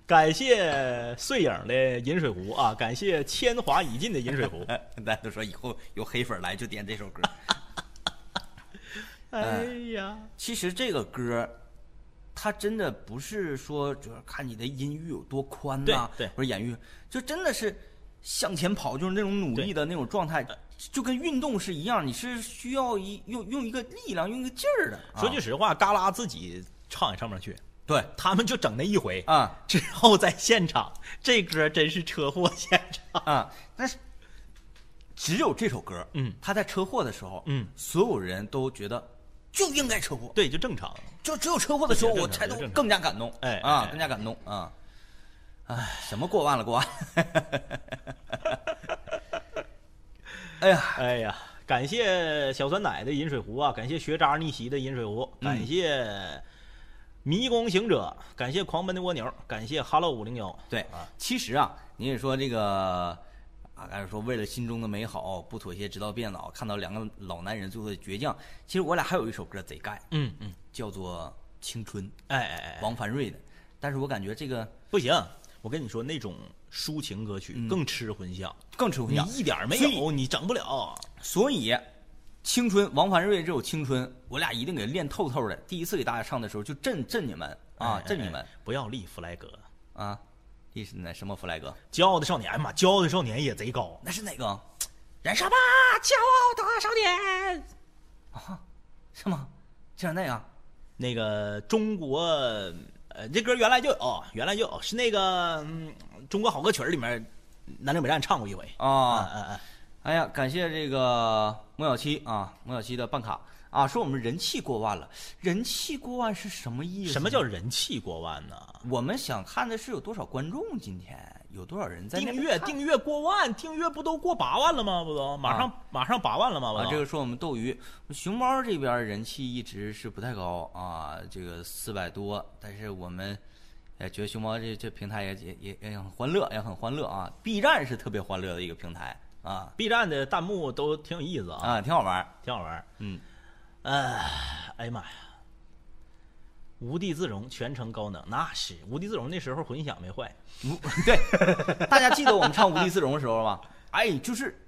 [SPEAKER 2] 感谢碎影的饮水壶啊，感谢铅华已尽的饮水 壶。
[SPEAKER 1] 哎大家都说以后有黑粉来就点这首歌。
[SPEAKER 2] 哎呀，
[SPEAKER 1] 其实这个歌，它真的不是说主要看你的音域有多宽呐、
[SPEAKER 2] 对对
[SPEAKER 1] 或者演域，就真的是向前跑，就是那种努力的那种状
[SPEAKER 2] 呃
[SPEAKER 1] 态，就跟运动是一样，你是需要一用用一个力量，用一个劲儿的。
[SPEAKER 2] 说句
[SPEAKER 1] 啊
[SPEAKER 2] 实话，嘎啦自己唱也唱不上去，
[SPEAKER 1] 对
[SPEAKER 2] 他们就整那一回，
[SPEAKER 1] 啊
[SPEAKER 2] 之后在现场，这歌真是车祸现场。
[SPEAKER 1] 啊，但是只有这首歌，
[SPEAKER 2] 嗯
[SPEAKER 1] 他在车祸的时候，
[SPEAKER 2] 嗯
[SPEAKER 1] 所有人都觉得就应该车祸，
[SPEAKER 2] 对，就正常。
[SPEAKER 1] 就只有车祸的时候，
[SPEAKER 2] 对
[SPEAKER 1] 我
[SPEAKER 2] 正常
[SPEAKER 1] 才能
[SPEAKER 2] 正常
[SPEAKER 1] 更加感动，
[SPEAKER 2] 哎哎
[SPEAKER 1] 啊
[SPEAKER 2] 哎，
[SPEAKER 1] 更加感动啊！哎，什么过万了过万 了？哎呀，
[SPEAKER 2] 哎呀，感谢小酸奶的饮水壶啊，感谢学渣逆袭的饮水壶，
[SPEAKER 1] 嗯
[SPEAKER 2] 感谢迷宫行者，感谢狂奔的蜗牛，感谢 Hello 五零幺。
[SPEAKER 1] 对
[SPEAKER 2] 啊，
[SPEAKER 1] 其实啊，你也说这个。啊，刚才说为了心中的美好，不妥协直到变老。看到两个老男人最后的倔强，其实我俩还有一首歌贼盖，
[SPEAKER 2] 嗯嗯，
[SPEAKER 1] 叫做《青春》，
[SPEAKER 2] 哎哎哎，
[SPEAKER 1] 王凡瑞的。但是我感觉这个
[SPEAKER 2] 不行，我跟你说，那种抒情歌曲
[SPEAKER 1] 嗯
[SPEAKER 2] 更吃混响，
[SPEAKER 1] 更吃混
[SPEAKER 2] 你
[SPEAKER 1] 响，
[SPEAKER 2] 一点儿没
[SPEAKER 1] 所以
[SPEAKER 2] 有，你整不了。
[SPEAKER 1] 所以青春，王凡瑞这首《青春》，我俩一定给练透透的。第一次给大家唱的时候，就震震你们啊，
[SPEAKER 2] 哎
[SPEAKER 1] 震你
[SPEAKER 2] 哎
[SPEAKER 1] 们
[SPEAKER 2] 不要立弗莱格，
[SPEAKER 1] 啊！这是哪什么弗莱格？
[SPEAKER 2] 骄傲的少年，哎呀妈，骄傲的少年也贼高，
[SPEAKER 1] 那是哪个？
[SPEAKER 4] 燃烧吧，骄傲的少年！
[SPEAKER 1] 啊是吗？竟然那样？
[SPEAKER 2] 那个中国，呃，这歌原来就有，原来就有，是那个、嗯中国好歌曲儿里面，南征北战唱过一回。
[SPEAKER 1] 啊
[SPEAKER 2] 嗯嗯嗯，
[SPEAKER 1] 哎呀，感谢这个莫小七啊，莫小七的办卡啊，说我们人气过万了，人气过万是什么意思呢？
[SPEAKER 2] 什么叫人气过万呢？
[SPEAKER 1] 我们想看的是有多少观众，今天有多少人在那
[SPEAKER 2] 订
[SPEAKER 1] 边
[SPEAKER 2] 阅
[SPEAKER 1] 看
[SPEAKER 2] 订阅过万，订阅不都过八万了吗？不都马上、马上八万了吗？不
[SPEAKER 1] 啊
[SPEAKER 2] 都、，
[SPEAKER 1] 这个说我们斗鱼，熊猫这边人气一直是不太高啊，这个四百多，但是我们，哎，觉得熊猫这这平台也也也也很欢乐，也很欢乐啊。B 站是特别欢乐的一个平台啊
[SPEAKER 2] B 站的弹幕都挺有意思啊，
[SPEAKER 1] 啊，挺好玩儿。
[SPEAKER 2] 挺好玩儿。
[SPEAKER 1] 嗯，
[SPEAKER 2] 呃，哎呀妈呀，无地自容，全程高能，那是无地自容。那时候混响没坏，
[SPEAKER 1] 无对，大家记得我们唱《无地自容》的时候 吗？哎，就是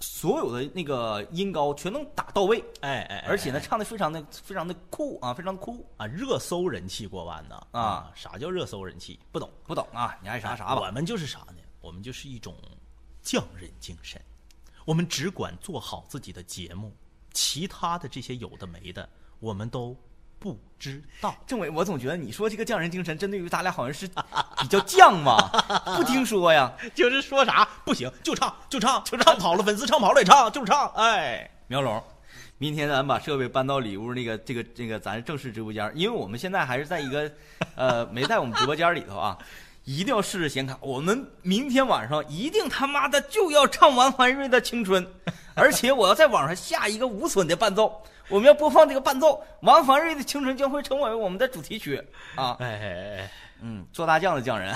[SPEAKER 1] 所有的那个音高全能打到位，
[SPEAKER 2] 哎哎，哎
[SPEAKER 1] 而且呢，唱的非常的非常的酷啊，非常的酷。
[SPEAKER 2] 啊，热搜人气过万呐！
[SPEAKER 1] 啊
[SPEAKER 2] 啥叫热搜人气？不懂
[SPEAKER 1] 不懂啊，你爱啥啥吧
[SPEAKER 2] 哎我。们就是啥呢？我们就是一种匠人精神，我们只管做好自己的节目，其他的这些有的没的，我们都不知道。
[SPEAKER 1] 政委，我总觉得你说这个匠人精神，针对于咱俩好像是比较犟吧？不听说呀，
[SPEAKER 2] 就是说啥不行，就唱就唱就唱跑了，粉丝唱跑了也唱，就是唱。哎，
[SPEAKER 1] 苗龙。明天咱把设备搬到里屋那个这个这个咱正式直播间，因为我们现在还是在一个呃没在我们直播间里头啊，一定要试试显卡。我们明天晚上一定他妈的就要唱王凡瑞的《青春》，而且我要在网上下一个无损的伴奏，我们要播放这个伴奏，王凡瑞的《青春》将会成为我们的主题曲啊！
[SPEAKER 2] 哎哎哎
[SPEAKER 1] 嗯，做大酱的匠人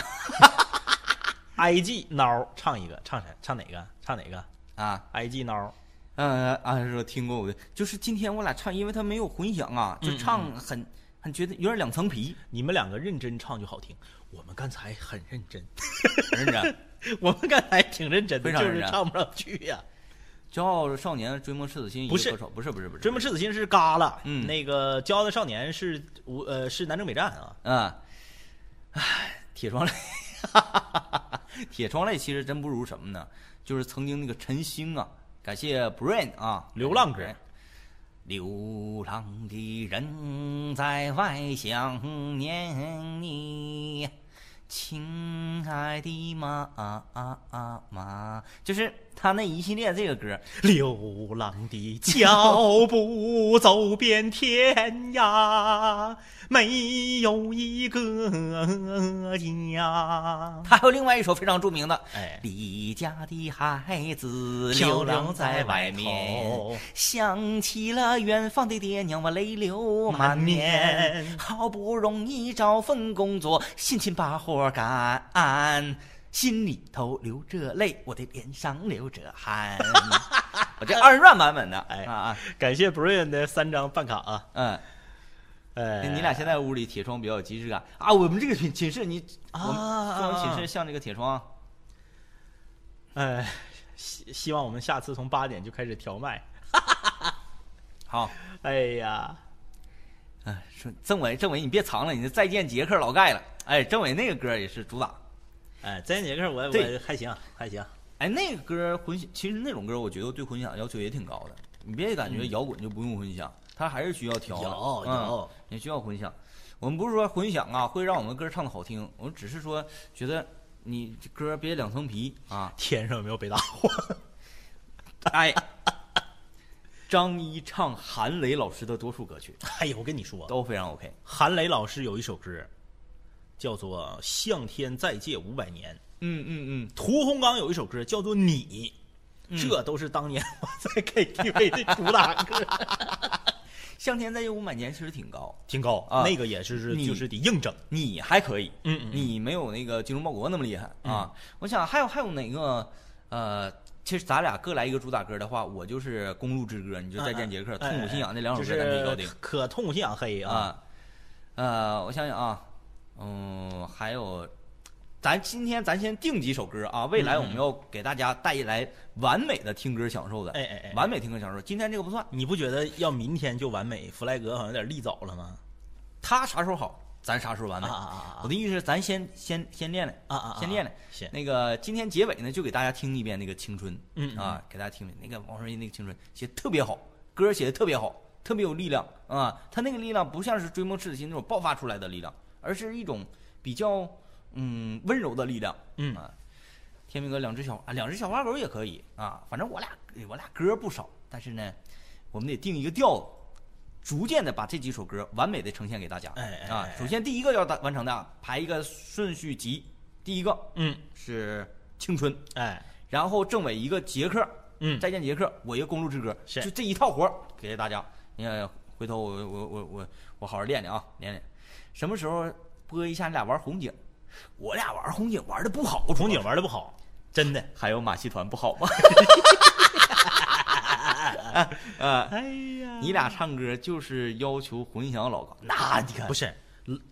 [SPEAKER 2] ，IG 孬唱一个，唱谁？唱哪个？唱哪个
[SPEAKER 1] 啊。
[SPEAKER 2] ？IG 孬，
[SPEAKER 1] 呃啊，说听过我的，就是今天我俩唱，因为他没有混响啊，
[SPEAKER 2] 嗯
[SPEAKER 1] 就唱很、很觉得有点两层 皮，
[SPEAKER 2] 你们两个认真唱就好听。我们刚才很认真，
[SPEAKER 1] 认真。
[SPEAKER 2] 我们刚才挺认真的，
[SPEAKER 1] 非
[SPEAKER 2] 啊
[SPEAKER 1] 常
[SPEAKER 2] 就
[SPEAKER 1] 认
[SPEAKER 2] 是
[SPEAKER 1] 真
[SPEAKER 2] 唱不上去呀、
[SPEAKER 1] 骄傲少年追梦赤子心，
[SPEAKER 2] 不是
[SPEAKER 1] 一个歌手不是不是不是，
[SPEAKER 2] 追梦赤子心是嘎了，
[SPEAKER 1] 嗯
[SPEAKER 2] 那个骄傲的少年是无呃是南征北战啊，
[SPEAKER 1] 啊，唉，铁窗泪， 铁窗泪其实真不如什么呢？就是曾经那个陈星啊，感谢 Brain 啊，
[SPEAKER 2] 流浪歌
[SPEAKER 1] 流浪的人在外想念你，亲爱的妈妈，就是他那一系列这个歌，
[SPEAKER 2] 流浪 的脚步走遍天涯，没有一个家。
[SPEAKER 1] 他还有另外一首非常著名的
[SPEAKER 2] 哎
[SPEAKER 1] 《离家的孩子
[SPEAKER 2] 漂
[SPEAKER 1] 流
[SPEAKER 2] 流
[SPEAKER 1] 浪
[SPEAKER 2] 在
[SPEAKER 1] 在
[SPEAKER 2] 外
[SPEAKER 1] 外
[SPEAKER 2] 面
[SPEAKER 1] 面》，想起了远方的爹娘，我泪流满
[SPEAKER 2] 满
[SPEAKER 1] 面
[SPEAKER 2] 面。
[SPEAKER 1] 好不容易找份工作，辛勤把活干，心里头流着泪，我的脸上流着汗。 我这二人转版本的，
[SPEAKER 2] 哎
[SPEAKER 1] 啊啊，
[SPEAKER 2] 感谢 Brian 的三张办卡啊！
[SPEAKER 1] 嗯，
[SPEAKER 2] 哎，
[SPEAKER 1] 你俩现在屋里铁窗比较有即视感啊。我们这个寝寝室，你我
[SPEAKER 2] 啊
[SPEAKER 1] 们我们寝室像这个铁窗，
[SPEAKER 2] 哎，希希望我们下次从八点就开始调麦。
[SPEAKER 1] 好。
[SPEAKER 2] 哎呀，
[SPEAKER 1] 哎，说政委，政委你别藏了，你再见杰克老盖了。哎，政委那个歌也是主打，
[SPEAKER 2] 哎，这节课我
[SPEAKER 1] 对
[SPEAKER 2] 我还行还行，
[SPEAKER 1] 哎，那个歌混响，其实那种歌我觉得对混响要求也挺高的。你别感觉摇滚就不用混响，它还是需要调的。
[SPEAKER 2] 嗯有
[SPEAKER 1] 嗯
[SPEAKER 2] 有
[SPEAKER 1] 也需要混响。我们不是说混响啊会让我们歌唱的好听，我们只是说觉得你这歌别两层皮啊。
[SPEAKER 2] 天上有没有北大荒？
[SPEAKER 1] 哎，张一唱韩磊老师的多数歌曲
[SPEAKER 2] 哎呀，我跟你说，
[SPEAKER 1] 都非常 OK。
[SPEAKER 2] 韩磊老师有一首歌，叫做《向天再借五百年》。
[SPEAKER 1] 嗯嗯嗯，嗯
[SPEAKER 2] 屠洪刚有一首歌叫做《你》，这都是当年我在 KTV 的主打歌，
[SPEAKER 1] 向天再借五百年其实挺高，
[SPEAKER 2] 挺高
[SPEAKER 1] 啊
[SPEAKER 2] 那个也是是
[SPEAKER 1] 你
[SPEAKER 2] 就是得硬整。
[SPEAKER 1] 你还可以，
[SPEAKER 2] 嗯嗯嗯
[SPEAKER 1] 你没有那个精忠报国那么厉害啊。我想还有还有哪个呃，其实咱俩各来一个主打歌的话，我就是《公路之歌》，你就《再见杰克》
[SPEAKER 2] 哎
[SPEAKER 1] 痛苦信仰》那两首
[SPEAKER 2] 就
[SPEAKER 1] 歌咱可以搞定
[SPEAKER 2] 是可痛苦信仰黑啊，
[SPEAKER 1] 啊。呃，我想想啊，嗯，还有《咱今天咱先定几首歌
[SPEAKER 2] 嗯
[SPEAKER 1] 啊，未来我们要给大家带来完美的听歌享受的，
[SPEAKER 2] 哎哎哎
[SPEAKER 1] 完美听歌享受。今天这个不算，
[SPEAKER 2] 你不觉得要明天就完美？弗莱格好像有点立早了吗？
[SPEAKER 1] 他啥时候好，咱啥时候完美。
[SPEAKER 2] 啊啊啊啊
[SPEAKER 1] 我的意思是，咱先先先练练
[SPEAKER 2] 啊啊啊
[SPEAKER 1] 先练练。
[SPEAKER 2] 行
[SPEAKER 1] 那个今天结尾呢，就给大家听一遍那个《青春》，
[SPEAKER 2] 嗯嗯
[SPEAKER 1] 啊，给大家听一遍那个王双一那个《青春》写得特别好，歌写的特别好，特别有力量啊。他那个力量不像是追梦赤子心那种爆发出来的力量，而是一种比较嗯温柔的力量，
[SPEAKER 2] 嗯
[SPEAKER 1] 啊。天明哥两只小啊，两只小花狗也可以啊，反正我俩我俩歌不少，但是呢，我们得定一个调子，逐渐的把这几首歌完美的呈现给大家。
[SPEAKER 2] 哎哎
[SPEAKER 1] 啊
[SPEAKER 2] 哎，
[SPEAKER 1] 首先第一个要达完成的排一个顺序集，第一个
[SPEAKER 2] 嗯，
[SPEAKER 1] 是青春，
[SPEAKER 2] 哎，
[SPEAKER 1] 然后政委一个杰克，
[SPEAKER 2] 嗯
[SPEAKER 1] 再见杰克，我一个公路之歌，
[SPEAKER 2] 是
[SPEAKER 1] 就这一套活儿给大家。你看，回头我我我我我好好练练啊，练练。什么时候播一下你俩玩红警？我俩玩红警玩的不好，
[SPEAKER 2] 红警玩的不好，真的。
[SPEAKER 1] 还有马戏团不好 吗？ 啊，
[SPEAKER 2] 哎呀
[SPEAKER 1] 你俩唱歌就是要求混响老高，那你看
[SPEAKER 2] 不，是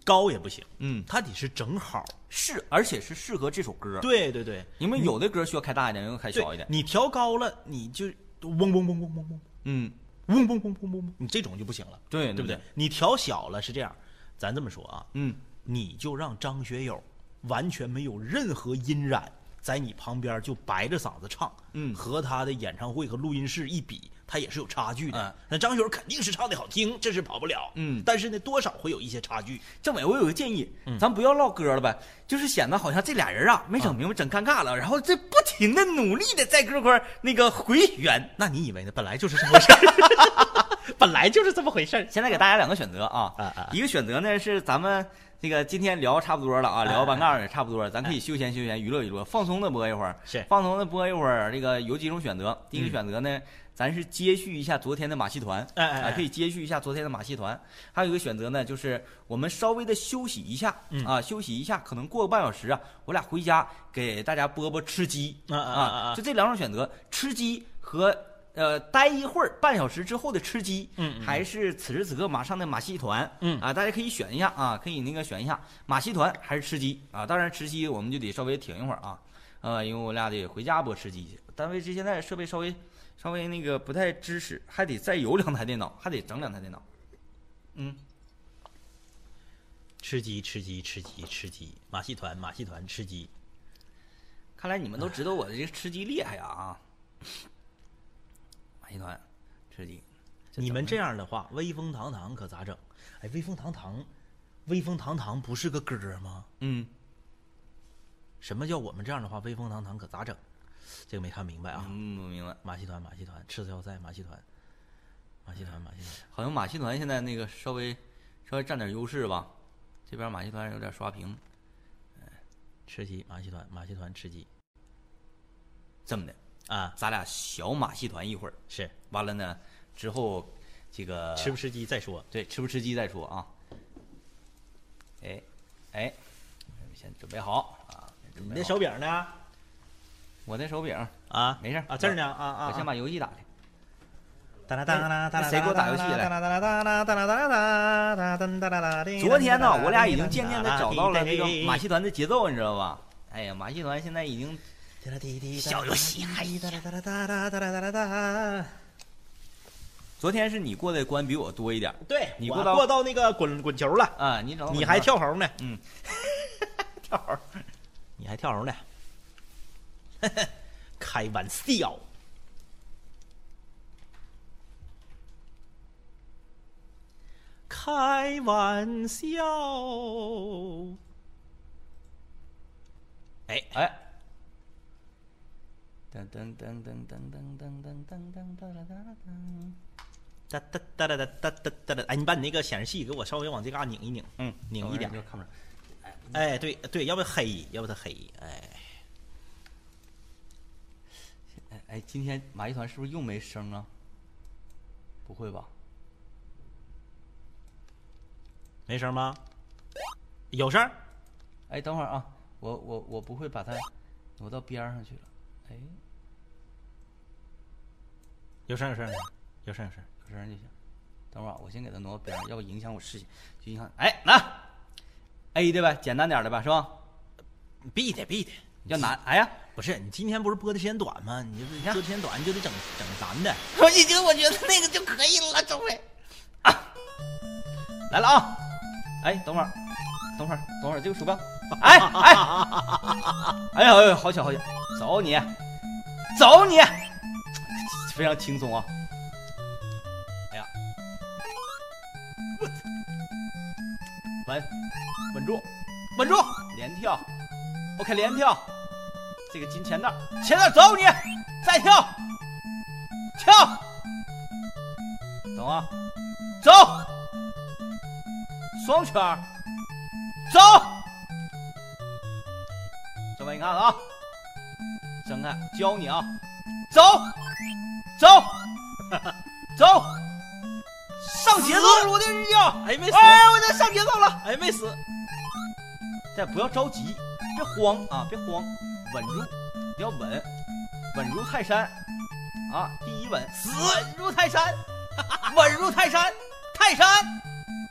[SPEAKER 2] 高也不行，
[SPEAKER 1] 嗯，
[SPEAKER 2] 它得是正好。
[SPEAKER 1] 是，而且是适合这首歌。，
[SPEAKER 2] 对对对，
[SPEAKER 1] 因为有的歌需要开大一点，有的开
[SPEAKER 2] 对
[SPEAKER 1] 小一点。
[SPEAKER 2] 你调高了，你就嗡嗡嗡嗡嗡嗡，
[SPEAKER 1] 嗯，
[SPEAKER 2] 嗡嗡嗡嗡嗡嗡，你这种就不行了，嗯
[SPEAKER 1] 对
[SPEAKER 2] 对不
[SPEAKER 1] 对
[SPEAKER 2] 对？你调小了是这样，咱这么说啊，
[SPEAKER 1] 嗯，
[SPEAKER 2] 你就让张学友完全没有任何音染，在你旁边就白着嗓子唱，
[SPEAKER 1] 嗯
[SPEAKER 2] 和他的演唱会和录音室一比，他也是有差距的
[SPEAKER 1] 嗯。
[SPEAKER 2] 那张学友肯定是唱的好听，这是跑不了，
[SPEAKER 1] 嗯
[SPEAKER 2] 但是呢，多少会有一些差距。
[SPEAKER 1] 政委，我有个建议，咱不要唠歌了呗，就是显得好像这俩人啊没整明白，整尴尬了，然后这不停的努力的在这块儿那个回旋。
[SPEAKER 2] 那你以为呢？本来就是这么回事儿 本来就是这么回事儿
[SPEAKER 1] 现在给大家两个选择啊，
[SPEAKER 2] 啊啊
[SPEAKER 1] 一个选择呢是咱们这个今天聊差不多了啊，聊完杠也差不多了，咱可以休闲休闲，娱乐娱乐，放松的播一会儿，
[SPEAKER 2] 是
[SPEAKER 1] 放松的播一会儿。这个有几种选择，第一个选择呢，咱是接续一下昨天的马戏团，
[SPEAKER 2] 哎哎哎
[SPEAKER 1] 啊可以接续一下昨天的马戏团。还有一个选择呢，就是我们稍微的休息一下，
[SPEAKER 2] 嗯
[SPEAKER 1] 啊，休息一下，可能过个半小时啊，我俩回家给大家播播吃鸡
[SPEAKER 2] 啊啊啊啊
[SPEAKER 1] 就这两种选择，吃鸡和。呃，待一会儿半小时之后的吃鸡，
[SPEAKER 2] 嗯嗯
[SPEAKER 1] 还是此时此刻马上的马戏团，
[SPEAKER 2] 嗯
[SPEAKER 1] 啊，大家可以选一下啊，可以那个选一下马戏团还是吃鸡啊，当然吃鸡我们就得稍微停一会儿啊，呃，因为我俩得回家播吃鸡去，单位这现在设备稍微稍微那个不太支持，还得再有两台电脑，还得整两台电脑，嗯，
[SPEAKER 2] 吃鸡，吃鸡，吃鸡，吃鸡！马戏团，马戏团，吃鸡！
[SPEAKER 1] 看来你们都知道我的这个吃鸡厉害呀啊，马戏团吃鸡，
[SPEAKER 2] 你们
[SPEAKER 1] 这
[SPEAKER 2] 这样的话，威风堂堂可咋整？哎，威风堂堂，威风堂堂不是个歌儿
[SPEAKER 1] 怎
[SPEAKER 2] 吗？
[SPEAKER 1] 么嗯，
[SPEAKER 2] 什么叫我们这样的话，威风堂堂可咋整？这个没看明白啊！
[SPEAKER 1] 嗯，我明白。
[SPEAKER 2] 马戏团，马戏团，赤子要塞，马戏团，马戏团，马戏团。
[SPEAKER 1] 好像马戏团现在那个稍微稍微占点优势吧，这边马戏团有点刷屏，
[SPEAKER 2] 吃鸡，马戏团，马戏团，吃鸡
[SPEAKER 1] 这么的，
[SPEAKER 2] 啊！
[SPEAKER 1] 咱俩小马戏团一会儿，
[SPEAKER 2] 是
[SPEAKER 1] 完了呢之后这个
[SPEAKER 2] 吃不吃鸡再说。
[SPEAKER 1] 对吃不吃鸡再说啊。哎哎，我们先准备好啊，准
[SPEAKER 2] 你
[SPEAKER 1] 备
[SPEAKER 2] 那
[SPEAKER 1] 好
[SPEAKER 2] 手柄呢？
[SPEAKER 1] 我那手柄
[SPEAKER 2] 啊，
[SPEAKER 1] 没事儿
[SPEAKER 2] 啊，这儿呢啊啊！
[SPEAKER 1] 我
[SPEAKER 2] 啊
[SPEAKER 1] 先把游戏打开。
[SPEAKER 2] 哒啦哒啦哒啦，
[SPEAKER 1] 那谁给我打游戏来
[SPEAKER 2] 哒啦哒啦哒啦哒啦哒啦哒啦哒啦哒啦哒
[SPEAKER 1] 昨天呢，我俩已经渐渐的找到了这个马戏团的节奏，你知道吧？哎呀，马戏团现在已经小游戏，哎呀。
[SPEAKER 2] 哒啦哒啦哒啦哒啦哒。
[SPEAKER 1] 昨天是你过的关比我多一点儿
[SPEAKER 2] 对，
[SPEAKER 1] 你
[SPEAKER 2] 我
[SPEAKER 1] 过到
[SPEAKER 2] 过到那个滚滚球了，
[SPEAKER 1] 啊，你找到
[SPEAKER 2] 你
[SPEAKER 1] 我
[SPEAKER 2] 还
[SPEAKER 1] 这儿
[SPEAKER 2] 跳猴呢，
[SPEAKER 1] 嗯，
[SPEAKER 2] 跳猴，你还跳猴呢， 开玩笑。开玩笑，哎，
[SPEAKER 1] 哎。噔噔噔噔噔噔噔噔噔噔噔噔噔。
[SPEAKER 2] 哒哒哒哒哒哒哒哒哒，哎，你把你那个显示器给我稍微往这嘎拧一拧，
[SPEAKER 1] 嗯，
[SPEAKER 2] 拧一点
[SPEAKER 1] 就，看不着。
[SPEAKER 2] 哎，对对，要不黑，要不它黑，哎，
[SPEAKER 1] 哎哎，今天马戏团是不是又没声啊？不会吧？
[SPEAKER 2] 没声吗？有声儿，
[SPEAKER 1] 哎，等会儿啊，我我我不会把它挪到边儿上去了。哎，
[SPEAKER 2] 有声儿有声儿有声儿有声儿，
[SPEAKER 1] 有声儿就行。等会儿啊我先给它挪到边儿上，要不影响我视线，就影响。哎，来，A 的呗，简单点儿的吧，是吧？
[SPEAKER 2] 必得必得，
[SPEAKER 1] 要难。哎呀，
[SPEAKER 2] 不是你今天不是播的时间短吗？你这播的时间短，你就得整整咱的。
[SPEAKER 1] 我已经我觉得那个就可以了，周伟。啊，来了啊！哎，等会儿，等会儿，等会儿，这个鼠标，哎哎，哎呀哎呀，好巧好巧，走你，走你，非常轻松啊！哎呀，稳，稳住，稳住，连跳，OK，连跳，这个金钱袋，钱袋走你，再跳。跳，等啊，走，双圈儿，走，这边你看啊，睁开，教你啊，走，走， 走，上节奏了，我的日记，
[SPEAKER 2] 哎，没死，
[SPEAKER 1] 哎，我这上节奏了，
[SPEAKER 2] 哎，没死，
[SPEAKER 1] 但不要着急，别慌啊，别慌，稳住，你要稳，稳如泰山啊，第一稳，稳如泰山， 稳如泰山，泰山，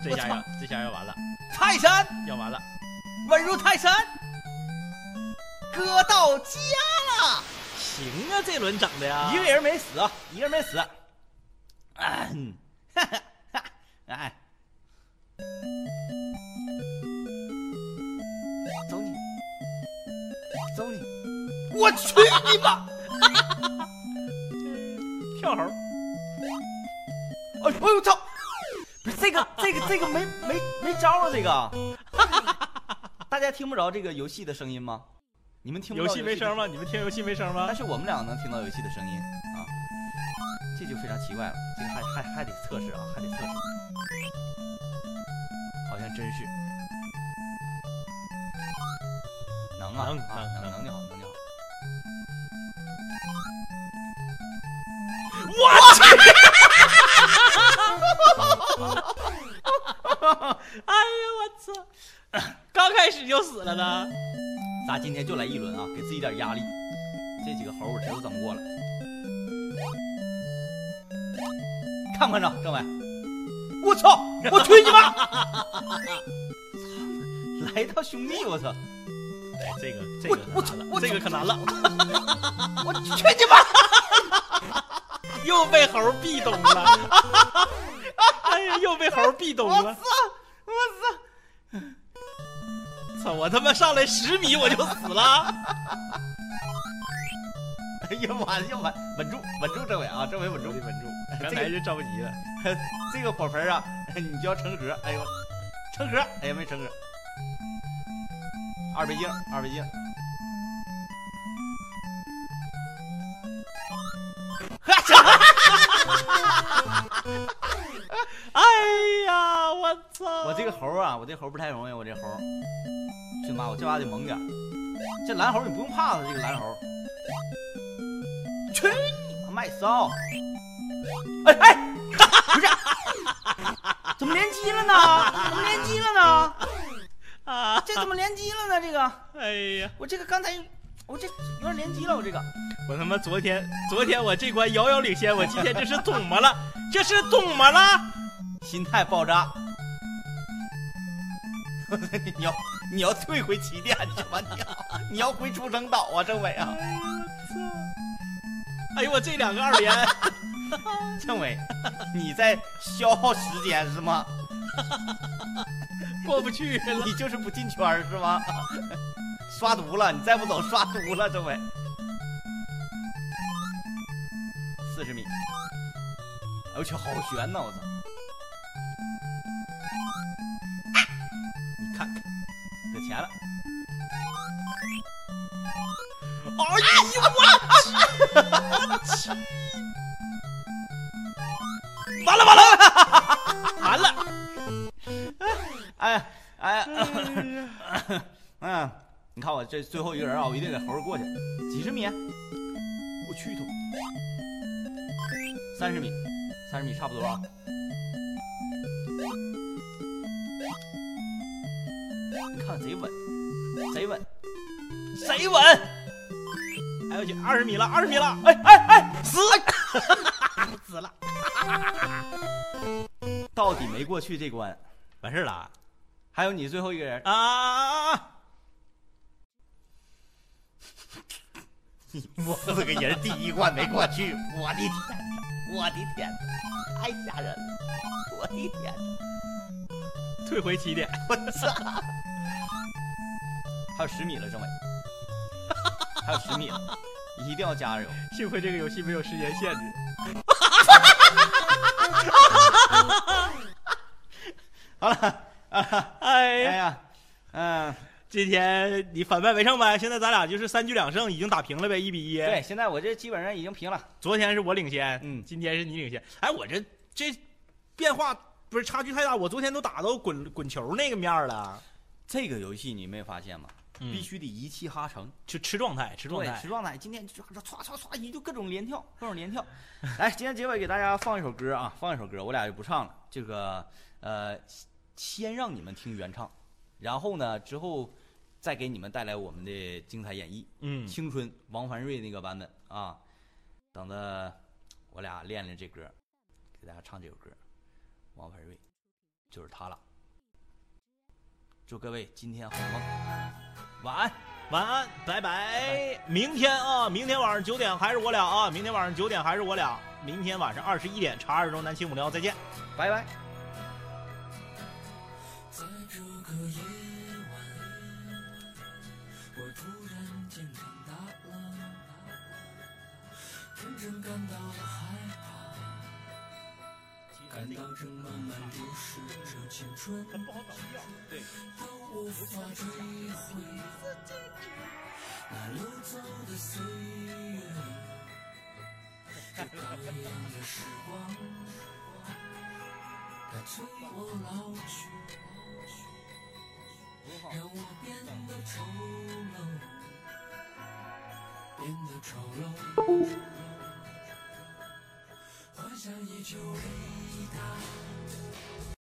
[SPEAKER 2] 这
[SPEAKER 1] 我
[SPEAKER 2] 下
[SPEAKER 1] 操
[SPEAKER 2] 要这下要完了，
[SPEAKER 1] 泰山，
[SPEAKER 2] 要完了。
[SPEAKER 1] 稳如泰山，哥到家了，
[SPEAKER 2] 行啊，这轮整的呀，
[SPEAKER 1] 一个人没死啊，一个人没死，啊嗯 哈哈哈哎，走你，走你，我去你妈！
[SPEAKER 2] 跳猴。
[SPEAKER 1] 哎呦我操！不是这个这个这个没没没招啊！这 个，大家听不着这个游戏的声音吗？你们听不
[SPEAKER 2] 游
[SPEAKER 1] 到
[SPEAKER 2] 戏没声
[SPEAKER 1] 吗？
[SPEAKER 2] 吗？你们听游戏没声吗
[SPEAKER 1] 但？是我们俩能听到游戏的声音啊，这就非常奇怪了。这个还还还得测试啊，还得测试。好像真是能啊
[SPEAKER 2] 能
[SPEAKER 1] 啊
[SPEAKER 2] 能
[SPEAKER 1] 能能就好能就好。
[SPEAKER 2] 哎呀，我操！ 刚开始就死了呢。
[SPEAKER 1] 咱今天就来一轮啊，给自己点压力。这几个猴我知道整过了，看不看着政委？我操！我去你妈！ 操！来到兄弟，我操！
[SPEAKER 2] 哎，这个这
[SPEAKER 1] 我
[SPEAKER 2] 个
[SPEAKER 1] 我
[SPEAKER 2] 可难
[SPEAKER 1] 我
[SPEAKER 2] 了，这个可难了，
[SPEAKER 1] 我去你妈！
[SPEAKER 2] 又被猴壁咚了。 哎呀，又被猴壁咚了。操！我他妈上来十米我就死了，
[SPEAKER 1] 哎呀完呀完，稳住稳住，政委啊，政委稳住稳住。
[SPEAKER 2] 刚才就着急了。
[SPEAKER 1] 这个火盆啊，你就要成盒。哎呦，成盒，哎呀没成盒。二倍镜，二倍镜。
[SPEAKER 2] 哎呀，我操！
[SPEAKER 1] 我这个猴儿啊，我这猴儿不太容易，我这猴儿，去妈，我这把得猛点儿。这蓝猴儿你不用怕它，这个蓝猴儿。去你妈卖骚！哎哎，不是，怎么连击了呢？怎么连击了呢？
[SPEAKER 2] 啊，
[SPEAKER 1] 这怎么连击了呢？这个，
[SPEAKER 2] 哎呀，
[SPEAKER 1] 我这个刚才，我这有点连击了，我这个。
[SPEAKER 2] 我他妈昨天昨天我这关遥遥领先，我今天这是怎么了？这是怎么了？
[SPEAKER 1] 心态爆炸。 你要你要退回起点去吧，你要你要回出生岛啊，政委啊，
[SPEAKER 2] 哎呦我这两个二连，
[SPEAKER 1] 政委，你在消耗时间是吗？
[SPEAKER 2] 过不去 了。
[SPEAKER 1] 你就是不进圈儿是吗？ 刷毒了，你再不走刷毒了，政委。四十米，哎呦我去，好悬呐！我操，哎
[SPEAKER 2] 你看看，
[SPEAKER 1] 搁前了。
[SPEAKER 2] 哎呀 我去，完了完了，完了，
[SPEAKER 1] 哎哎， 嗯，你看我这最后一个人啊，我一定得猴儿过去，几十米，啊我去头，三十米，三十米差不多啊。你看贼稳，贼稳，贼稳！
[SPEAKER 2] 哎呦我去，二十米了，二十米了，
[SPEAKER 1] 哎哎哎，死！
[SPEAKER 2] 死了，
[SPEAKER 1] 到底没过去这关，
[SPEAKER 2] 完事儿了
[SPEAKER 1] 还有你最后一个人，
[SPEAKER 2] 啊！我四个人第一关没过去，我的天呐，我的天呐，太吓人了，我的天呐，退回起 点，我操！
[SPEAKER 1] 还有十米了，政委， 还有十米了，一定要加油！
[SPEAKER 2] 幸亏这个游戏没有时间限制。好了，啊，哎
[SPEAKER 1] 哎
[SPEAKER 2] 呀，
[SPEAKER 1] 呀，嗯、
[SPEAKER 2] 今天你反败为胜呗，现在咱俩就是三局两胜，已经打平了呗，一比一。
[SPEAKER 1] 对，，现在我这基本上已经平了。
[SPEAKER 2] 昨天是我领先，
[SPEAKER 1] 嗯
[SPEAKER 2] 今天是你领先。哎，我这这变化不是差距太大，我昨天都打到滚滚球那个面儿了，
[SPEAKER 1] 这个游戏你没发现吗？必须得一气哈成，
[SPEAKER 2] 就吃状态，吃状
[SPEAKER 1] 嗯对，
[SPEAKER 2] 态
[SPEAKER 1] 实。状态。今天就唰唰唰，一就各种连跳，各种连跳。 来，今天结尾给大家放一首歌啊，放一首歌，我俩就不唱了。这个呃，先让你们听原唱，然后呢，之后再给你们带来我们的精彩演绎。
[SPEAKER 2] 嗯，
[SPEAKER 1] 青春王凡瑞那个版本啊。等着我俩练练这歌，给大家唱这首歌。王凡瑞就是他了。祝各位今天好梦，晚安。
[SPEAKER 2] 晚安，拜拜。明天啊，明天晚上九点还是我俩啊，明天晚上九点还是我俩，明天晚上二十一点茶二中南青五聊，再见。
[SPEAKER 1] 拜拜。
[SPEAKER 6] 在这个夜晚，我突然间长大了，天真感到了害怕，感到正慢慢流逝着青春，都无法追回。那流走的岁月，这倒映的时光，它催我老去。让我变得丑陋，变得丑陋，幻想依旧伟大，